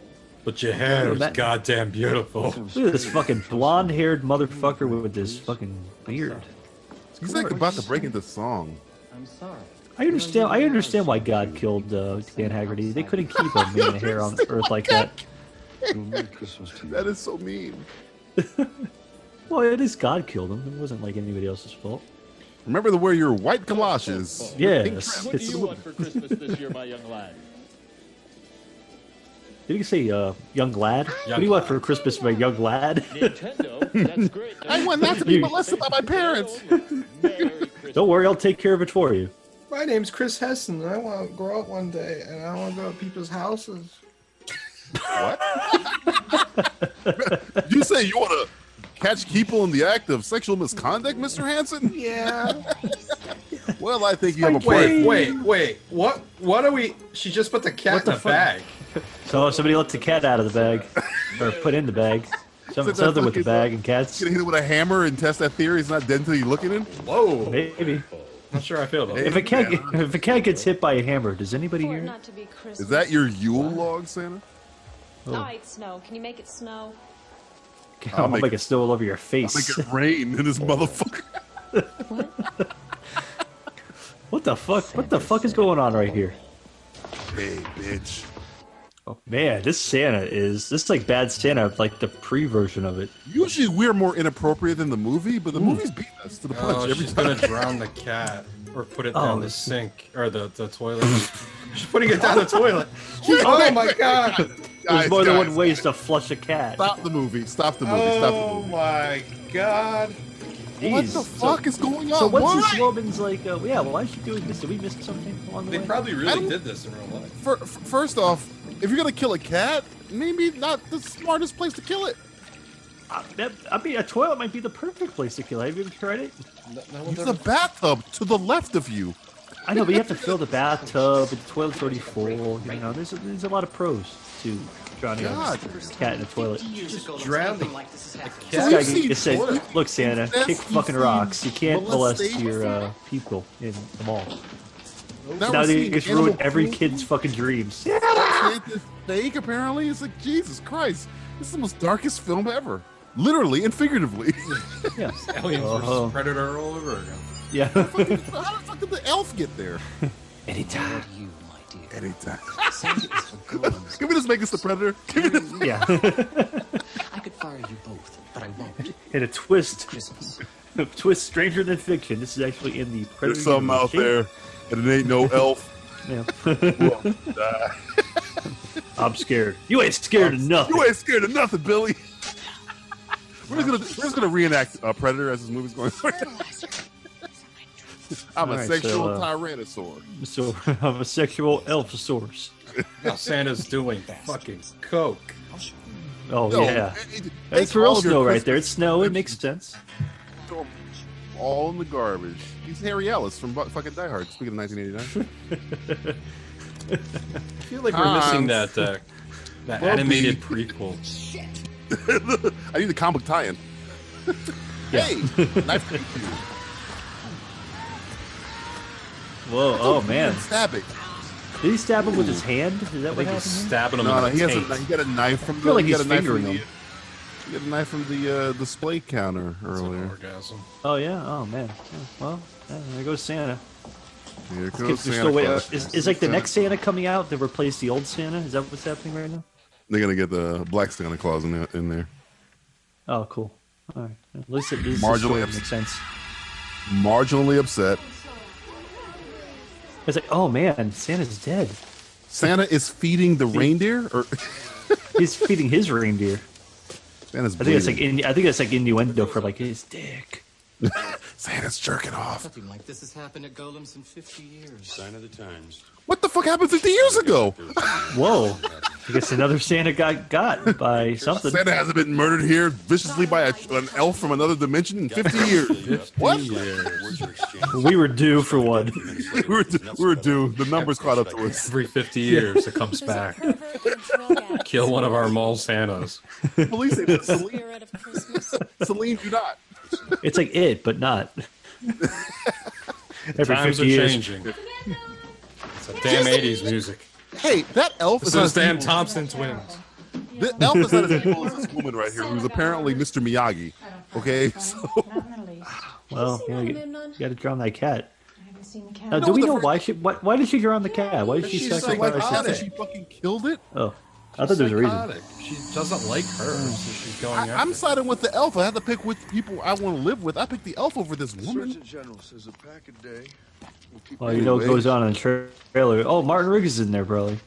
[SPEAKER 2] But your hair is
[SPEAKER 8] That-
[SPEAKER 2] goddamn beautiful.
[SPEAKER 4] Come
[SPEAKER 8] Look at this
[SPEAKER 4] straight.
[SPEAKER 8] fucking blonde-haired motherfucker with this fucking beard.
[SPEAKER 7] He's like about to break into song.
[SPEAKER 8] I understand. I understand why God killed uh, Dan Haggerty. They couldn't keep a man of hair on Earth like that.
[SPEAKER 4] Well, Merry Christmas to you.
[SPEAKER 7] That is so mean.
[SPEAKER 8] Well, it is God killed him. It wasn't like anybody else's fault.
[SPEAKER 7] Remember to wear your white galoshes.
[SPEAKER 8] Yes. It's, did
[SPEAKER 14] for Christmas this year, my young lad?
[SPEAKER 8] you say uh, young lad? what
[SPEAKER 2] Young
[SPEAKER 8] do you want for Christmas, my young lad?
[SPEAKER 14] Nintendo? That's great.
[SPEAKER 7] I want not to be molested by my parents.
[SPEAKER 8] Don't worry, I'll take care of it for you.
[SPEAKER 15] My name's Chris Heston, and I want to grow up one day, and I want to go to people's houses.
[SPEAKER 7] You say you want to catch people in the act of sexual misconduct, Mr. Hanson?
[SPEAKER 15] Yeah.
[SPEAKER 7] Well, I think you have a point.
[SPEAKER 15] wait, wait, wait. What? What are we? She just put the cat in the bag.
[SPEAKER 8] So somebody let the cat out of the bag, or put in the bag. Some,
[SPEAKER 7] Is it that
[SPEAKER 8] something with the
[SPEAKER 7] fucking-
[SPEAKER 8] bag and cats.
[SPEAKER 7] Gonna hit it with a hammer and test that theory. It's not dentally looking in.
[SPEAKER 2] Whoa.
[SPEAKER 8] Maybe.
[SPEAKER 2] Not sure I feel about
[SPEAKER 8] If
[SPEAKER 2] it.
[SPEAKER 8] a cat get- if a cat gets hit by a hammer, does anybody
[SPEAKER 11] For it
[SPEAKER 8] hear?
[SPEAKER 11] not to be Christmas.
[SPEAKER 7] Is that your Yule log, Santa? Oh.
[SPEAKER 11] All right, snow. Can you make it snow?
[SPEAKER 8] I'll
[SPEAKER 7] make
[SPEAKER 8] make it snow all over your
[SPEAKER 7] Make
[SPEAKER 8] face.
[SPEAKER 7] it rain in this motherfucker.
[SPEAKER 8] What the fuck? What the fuck is going on right here? Oh,
[SPEAKER 7] Hey, bitch.
[SPEAKER 8] Man, this Santa is this is like bad Santa, like the pre version of it.
[SPEAKER 7] Usually we're more inappropriate than the movie, but the movie's beating us to the punch
[SPEAKER 2] Oh,
[SPEAKER 7] every
[SPEAKER 2] she's
[SPEAKER 7] time.
[SPEAKER 2] gonna drown the cat or put it
[SPEAKER 8] Oh,
[SPEAKER 2] down the
[SPEAKER 8] this-
[SPEAKER 2] sink or the, the toilet. she's putting it down the toilet.
[SPEAKER 15] Oh my god.
[SPEAKER 7] Guys,
[SPEAKER 8] There's more than
[SPEAKER 7] guys,
[SPEAKER 8] one ways to flush a cat.
[SPEAKER 7] Stop the movie. Stop the movie. Stop the
[SPEAKER 15] Oh
[SPEAKER 7] movie.
[SPEAKER 15] my god.
[SPEAKER 7] What
[SPEAKER 8] Jeez. So-
[SPEAKER 7] the fuck is going on?
[SPEAKER 8] So
[SPEAKER 7] Why?
[SPEAKER 8] what's this woman's like? Uh, yeah, why is she doing this? Did we miss something along the
[SPEAKER 2] They
[SPEAKER 8] way?
[SPEAKER 2] probably
[SPEAKER 7] I don't-
[SPEAKER 2] really did this in real life.
[SPEAKER 7] Fir- f- first off, if you're gonna kill a cat, maybe not the smartest place to kill it.
[SPEAKER 8] I, Uh, that, I mean, a toilet might be the perfect place to kill. it. Have you ever tried it?
[SPEAKER 2] No, no one's
[SPEAKER 7] There's
[SPEAKER 2] ever
[SPEAKER 7] a bathtub to the left of you.
[SPEAKER 8] I know, but you have to fill the bathtub. The toilet's already full. You know, there's a, there's a lot of pros to drowning a
[SPEAKER 7] God.
[SPEAKER 8] cat in a toilet.
[SPEAKER 2] drowned the
[SPEAKER 8] This
[SPEAKER 2] cat.
[SPEAKER 8] guy
[SPEAKER 7] We've seen
[SPEAKER 8] just said,
[SPEAKER 7] toilet
[SPEAKER 8] "Look, Santa,
[SPEAKER 7] incest,
[SPEAKER 8] kick
[SPEAKER 7] we've
[SPEAKER 8] fucking
[SPEAKER 7] seen
[SPEAKER 8] rocks. You can't molest
[SPEAKER 7] molestation."
[SPEAKER 8] your uh, people in the mall."
[SPEAKER 7] Now
[SPEAKER 8] now
[SPEAKER 7] we're
[SPEAKER 8] they
[SPEAKER 7] seeing
[SPEAKER 8] just
[SPEAKER 7] animal
[SPEAKER 8] ruined every
[SPEAKER 7] cruelty.
[SPEAKER 8] kid's fucking dreams.
[SPEAKER 7] Snake is Snake, apparently. It's like, Jesus Christ. This is the most darkest film ever. Literally and figuratively.
[SPEAKER 8] Yeah.
[SPEAKER 2] Aliens
[SPEAKER 8] Oh.
[SPEAKER 2] versus Predator all over again.
[SPEAKER 8] yeah.
[SPEAKER 7] How the fuck did the elf get there?
[SPEAKER 8] Anytime.
[SPEAKER 7] Anytime. Can we just make us the predator? Can we just-
[SPEAKER 8] Yeah.
[SPEAKER 14] I could fire you both, but I won't.
[SPEAKER 8] In a twist, a twist stranger than fiction. This is actually in the Predator.
[SPEAKER 7] There's some out there, and it ain't no elf.
[SPEAKER 8] Yeah.
[SPEAKER 7] Well, die.
[SPEAKER 8] I'm scared. You ain't scared of nothing.
[SPEAKER 7] You ain't scared of nothing, Billy. We're just gonna we're just gonna reenact uh, Predator as this movie's going. I'm a
[SPEAKER 8] All right, so,
[SPEAKER 7] sexual
[SPEAKER 8] uh,
[SPEAKER 7] tyrannosaur.
[SPEAKER 8] So I'm a sexual elf source.
[SPEAKER 2] Now Santa's doing fucking coke.
[SPEAKER 8] Oh
[SPEAKER 7] No,
[SPEAKER 8] yeah.
[SPEAKER 7] it- it-
[SPEAKER 8] That's
[SPEAKER 7] take
[SPEAKER 8] real
[SPEAKER 7] all of your
[SPEAKER 8] snow right
[SPEAKER 7] Christmas
[SPEAKER 8] there. It's snow. It makes sense.
[SPEAKER 7] Throw 'em all in the garbage. He's Harry Ellis from bu- fucking Die Hard. Speaking of 1989,
[SPEAKER 2] I feel like we're missing that uh, that
[SPEAKER 7] Well,
[SPEAKER 2] animated
[SPEAKER 7] the-
[SPEAKER 2] prequel.
[SPEAKER 7] I need the comic tie-in. hey, knife to you.
[SPEAKER 8] Whoa! Oh man!
[SPEAKER 7] Stab it.
[SPEAKER 8] Did he stab him with his hand? Is that what
[SPEAKER 2] think
[SPEAKER 8] happened?
[SPEAKER 2] he's
[SPEAKER 8] here?
[SPEAKER 2] stabbing him
[SPEAKER 7] No,
[SPEAKER 2] in
[SPEAKER 7] no,
[SPEAKER 2] the
[SPEAKER 7] he has
[SPEAKER 2] taint.
[SPEAKER 7] a, he got a knife from
[SPEAKER 8] I
[SPEAKER 7] the
[SPEAKER 8] feel like
[SPEAKER 7] he got
[SPEAKER 8] he's
[SPEAKER 7] a knife from
[SPEAKER 8] fingering
[SPEAKER 7] the, he got a knife from the uh, display counter earlier.
[SPEAKER 2] Orgasm.
[SPEAKER 8] Oh yeah. Oh man. Yeah, Well, yeah, there goes Santa.
[SPEAKER 7] Here
[SPEAKER 8] These kids
[SPEAKER 7] goes
[SPEAKER 8] are
[SPEAKER 7] Santa
[SPEAKER 8] still waiting.
[SPEAKER 7] Claus.
[SPEAKER 8] uh, Is, is like the
[SPEAKER 7] Santa-
[SPEAKER 8] next Santa coming out to replace the old Santa? Is that what's happening right now?
[SPEAKER 7] They're gonna get the black Santa Claus in there. In there.
[SPEAKER 8] Oh, cool. All right. At least it is. Marginally
[SPEAKER 7] Marginally upset.
[SPEAKER 8] makes sense.
[SPEAKER 7] Marginally upset.
[SPEAKER 8] It's like, oh man, Santa's dead.
[SPEAKER 7] Santa is feeding the reindeer, or
[SPEAKER 8] He's feeding his reindeer.
[SPEAKER 7] Santa's.
[SPEAKER 8] I think it's like
[SPEAKER 7] bleeding.
[SPEAKER 8] in, I think it's like innuendo for like his dick.
[SPEAKER 7] Santa's jerking off.
[SPEAKER 14] Nothing like this has happened at Golems in 50 years. Sign of the times.
[SPEAKER 7] What the fuck happened 50 years ago?
[SPEAKER 8] Whoa! I guess another Santa got got by something.
[SPEAKER 7] Santa hasn't been murdered here viciously by a, an elf from another dimension in 50 years. what?
[SPEAKER 8] We were due for one.
[SPEAKER 7] we, were, we were due. The numbers caught up to us.
[SPEAKER 2] Every 50 years, it comes back. Kill one of our mall Santas.
[SPEAKER 7] Police say, Celine, Celine, do not.
[SPEAKER 8] It's like it, but not. Every
[SPEAKER 2] Times are
[SPEAKER 8] 50 years.
[SPEAKER 2] changing. It's a damn 80s music.
[SPEAKER 7] Hey, that elf
[SPEAKER 2] This
[SPEAKER 7] is not
[SPEAKER 2] is
[SPEAKER 7] as
[SPEAKER 2] damn
[SPEAKER 7] evil.
[SPEAKER 2] Thompson twins.
[SPEAKER 7] The elf is not as evil as this woman right here, who's apparently Mr. Miyagi. Okay, so
[SPEAKER 8] Well, you, know, Oh, you- you gotta drown that cat. Now,
[SPEAKER 7] No,
[SPEAKER 8] do we
[SPEAKER 7] the
[SPEAKER 8] know
[SPEAKER 7] first-
[SPEAKER 8] why she why, why did she drown the cat? Why did she
[SPEAKER 7] she's
[SPEAKER 8] sacrifice
[SPEAKER 7] psychotic.
[SPEAKER 8] herself?
[SPEAKER 7] She fucking killed it.
[SPEAKER 8] Oh, I thought there was a reason.
[SPEAKER 2] Psychotic. She doesn't like her, so she's going
[SPEAKER 7] I,
[SPEAKER 2] after
[SPEAKER 7] I'm siding with the elf. I had to pick which people I want to live with. I picked the elf over this woman.
[SPEAKER 4] Surgeon General says a pack a day. will keep
[SPEAKER 8] Well, you know what
[SPEAKER 7] Anyway.
[SPEAKER 8] goes on in the tra- trailer. Oh, Martin Riggs is in there, probably.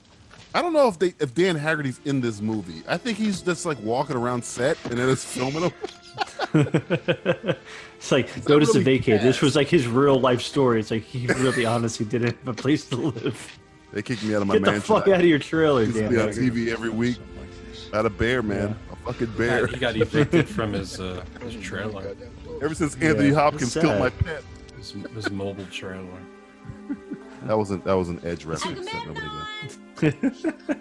[SPEAKER 7] I don't know if they if Dan Haggerty's in this movie. I think he's just like walking around set and then it's filming him.
[SPEAKER 8] It's like notice to
[SPEAKER 7] really
[SPEAKER 8] vacate. This
[SPEAKER 7] fast.
[SPEAKER 8] was like his real life story. It's like he really honestly didn't have a place to live.
[SPEAKER 7] They kicked me out of my
[SPEAKER 8] Get the
[SPEAKER 7] mansion.
[SPEAKER 8] fuck out of your trailer,
[SPEAKER 7] Used to
[SPEAKER 8] damn
[SPEAKER 7] be on
[SPEAKER 8] it.
[SPEAKER 7] TV every week. Out of bear, man. A fucking bear.
[SPEAKER 2] He got evicted from his, uh, his trailer,
[SPEAKER 7] Ever since Anthony
[SPEAKER 8] Yeah,
[SPEAKER 7] Hopkins
[SPEAKER 8] that's
[SPEAKER 7] killed my
[SPEAKER 8] sad.
[SPEAKER 7] pet.
[SPEAKER 2] his, his mobile trailer.
[SPEAKER 7] That was an that was an edge reference that nobody did.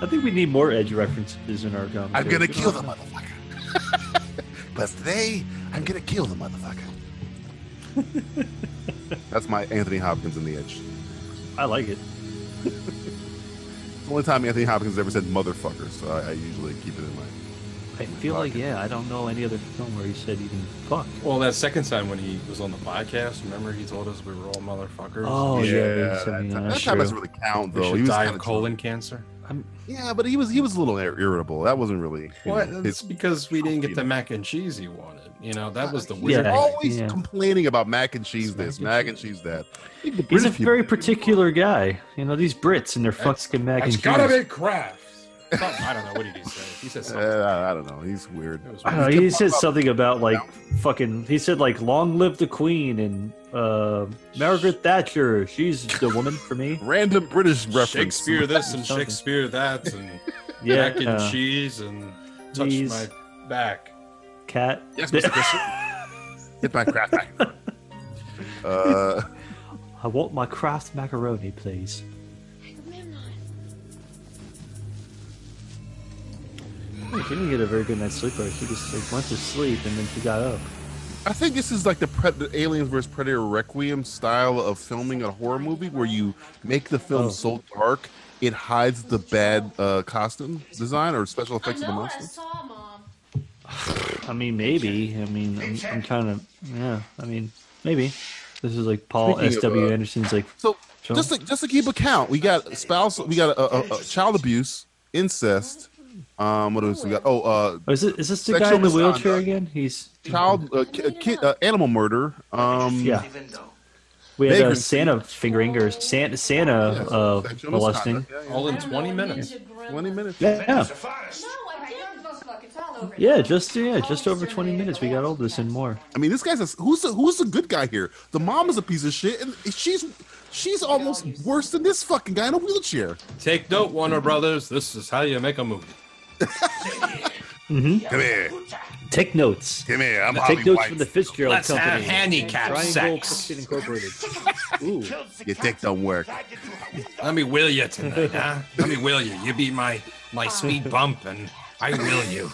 [SPEAKER 8] I think we need more Edge references in our comedy.
[SPEAKER 7] I'm gonna kill the motherfucker. but today I'm gonna kill the motherfucker. That's my Anthony Hopkins in the edge.
[SPEAKER 8] I like it.
[SPEAKER 7] It's the only time Anthony Hopkins ever said motherfucker, so I, I usually keep it in mind.
[SPEAKER 8] I feel like yeah. I don't know any other film where he said even fuck.
[SPEAKER 2] Well, that second time when he was on the podcast, remember he told us we were all motherfuckers?
[SPEAKER 8] Oh yeah,
[SPEAKER 7] that,
[SPEAKER 8] that's, I
[SPEAKER 7] time-
[SPEAKER 8] mean,
[SPEAKER 7] that
[SPEAKER 8] that's
[SPEAKER 7] time
[SPEAKER 8] true.
[SPEAKER 7] doesn't really count
[SPEAKER 2] We
[SPEAKER 7] though.
[SPEAKER 2] should
[SPEAKER 7] He was
[SPEAKER 2] die
[SPEAKER 7] kind
[SPEAKER 2] of colon cancer.
[SPEAKER 8] I'm,
[SPEAKER 7] Yeah, but he was he was a little ir- irritable. That wasn't really you
[SPEAKER 2] What?
[SPEAKER 7] know,
[SPEAKER 2] It's
[SPEAKER 7] his-
[SPEAKER 2] because we didn't get the mac and cheese he wanted. You know, that was the
[SPEAKER 7] He's
[SPEAKER 2] weird.
[SPEAKER 8] Yeah.
[SPEAKER 2] thing.
[SPEAKER 7] always
[SPEAKER 8] yeah.
[SPEAKER 7] complaining about mac and cheese this, mac and cheese that. The
[SPEAKER 8] he's
[SPEAKER 7] British
[SPEAKER 8] a
[SPEAKER 7] people-
[SPEAKER 8] very particular guy. You know these Brits and their fucking mac and
[SPEAKER 2] It's
[SPEAKER 8] cheese.
[SPEAKER 2] gotta be Kraft. Something- I don't know. What did he say? He said
[SPEAKER 7] Uh,
[SPEAKER 2] something.
[SPEAKER 7] I I don't know. He's weird.
[SPEAKER 2] It was
[SPEAKER 8] I don't know, he said something about like fucking. He said like "Long live the Queen" and uh, Margaret Thatcher. She's the woman for me.
[SPEAKER 7] Random British reference.
[SPEAKER 2] Shakespeare this and
[SPEAKER 8] Something.
[SPEAKER 2] Shakespeare that and
[SPEAKER 8] Yeah,
[SPEAKER 2] mac and
[SPEAKER 8] uh,
[SPEAKER 2] cheese and touch
[SPEAKER 8] these-
[SPEAKER 2] my back.
[SPEAKER 8] Cat.
[SPEAKER 7] Yes, Mr. Bishop. Hit my craft back. Uh,
[SPEAKER 8] I want my Kraft macaroni, please. Hey, She didn't get a very good night's sleep. Or she just like, went to sleep and then she got up.
[SPEAKER 7] I think this is like the, pre- the Aliens vs Predator Requiem style of filming a horror movie where you make the film
[SPEAKER 8] Oh.
[SPEAKER 7] so dark it hides the bad uh, costume design or special effects of the monster.
[SPEAKER 12] saw Mom.
[SPEAKER 8] I mean, maybe. I mean, I'm, I'm trying to. Yeah. I mean, maybe. This is like Paul
[SPEAKER 7] Speaking of,
[SPEAKER 8] S. W.
[SPEAKER 7] uh,
[SPEAKER 8] Anderson's like.
[SPEAKER 7] So
[SPEAKER 8] Sure.
[SPEAKER 7] just to, just to keep account, we got spouse, we got a, a, a child abuse, incest. Um, what else we got? Oh, uh,
[SPEAKER 8] Oh, is, it, is this the
[SPEAKER 7] Sexual
[SPEAKER 8] guy in the wheelchair
[SPEAKER 7] misconduct.
[SPEAKER 8] again? He's
[SPEAKER 7] child, uh, ki- uh, kid, uh, animal murder. Um,
[SPEAKER 8] yeah. We had uh,
[SPEAKER 7] Vagrancy.
[SPEAKER 8] Santa fingering or Santa Santa
[SPEAKER 7] yes,
[SPEAKER 8] uh,
[SPEAKER 7] sexual
[SPEAKER 8] molesting.
[SPEAKER 7] misconduct, yeah, yeah.
[SPEAKER 2] All in 20 minutes.
[SPEAKER 7] Twenty minutes.
[SPEAKER 8] Yeah, yeah,
[SPEAKER 13] Yeah.
[SPEAKER 8] yeah, just yeah, just over twenty minutes. We got all this and more.
[SPEAKER 7] I mean, this guy's a, who's the, who's the good guy here? The mom is a piece of shit, and she's she's almost worse than this fucking guy in a wheelchair.
[SPEAKER 2] Take note, Warner Brothers. This is how you make a movie.
[SPEAKER 7] Come here,
[SPEAKER 8] Take notes.
[SPEAKER 7] come here. I'm
[SPEAKER 8] Take notes from the Fitzgerald
[SPEAKER 2] Let's
[SPEAKER 8] Company.
[SPEAKER 2] have handicap
[SPEAKER 8] Triangle
[SPEAKER 2] sex.
[SPEAKER 8] Christian Incorporated. Ooh,
[SPEAKER 7] Your dick don't work.
[SPEAKER 2] Let me will you tonight, huh? Let me will you. You be my my speed bump, and
[SPEAKER 16] I will you.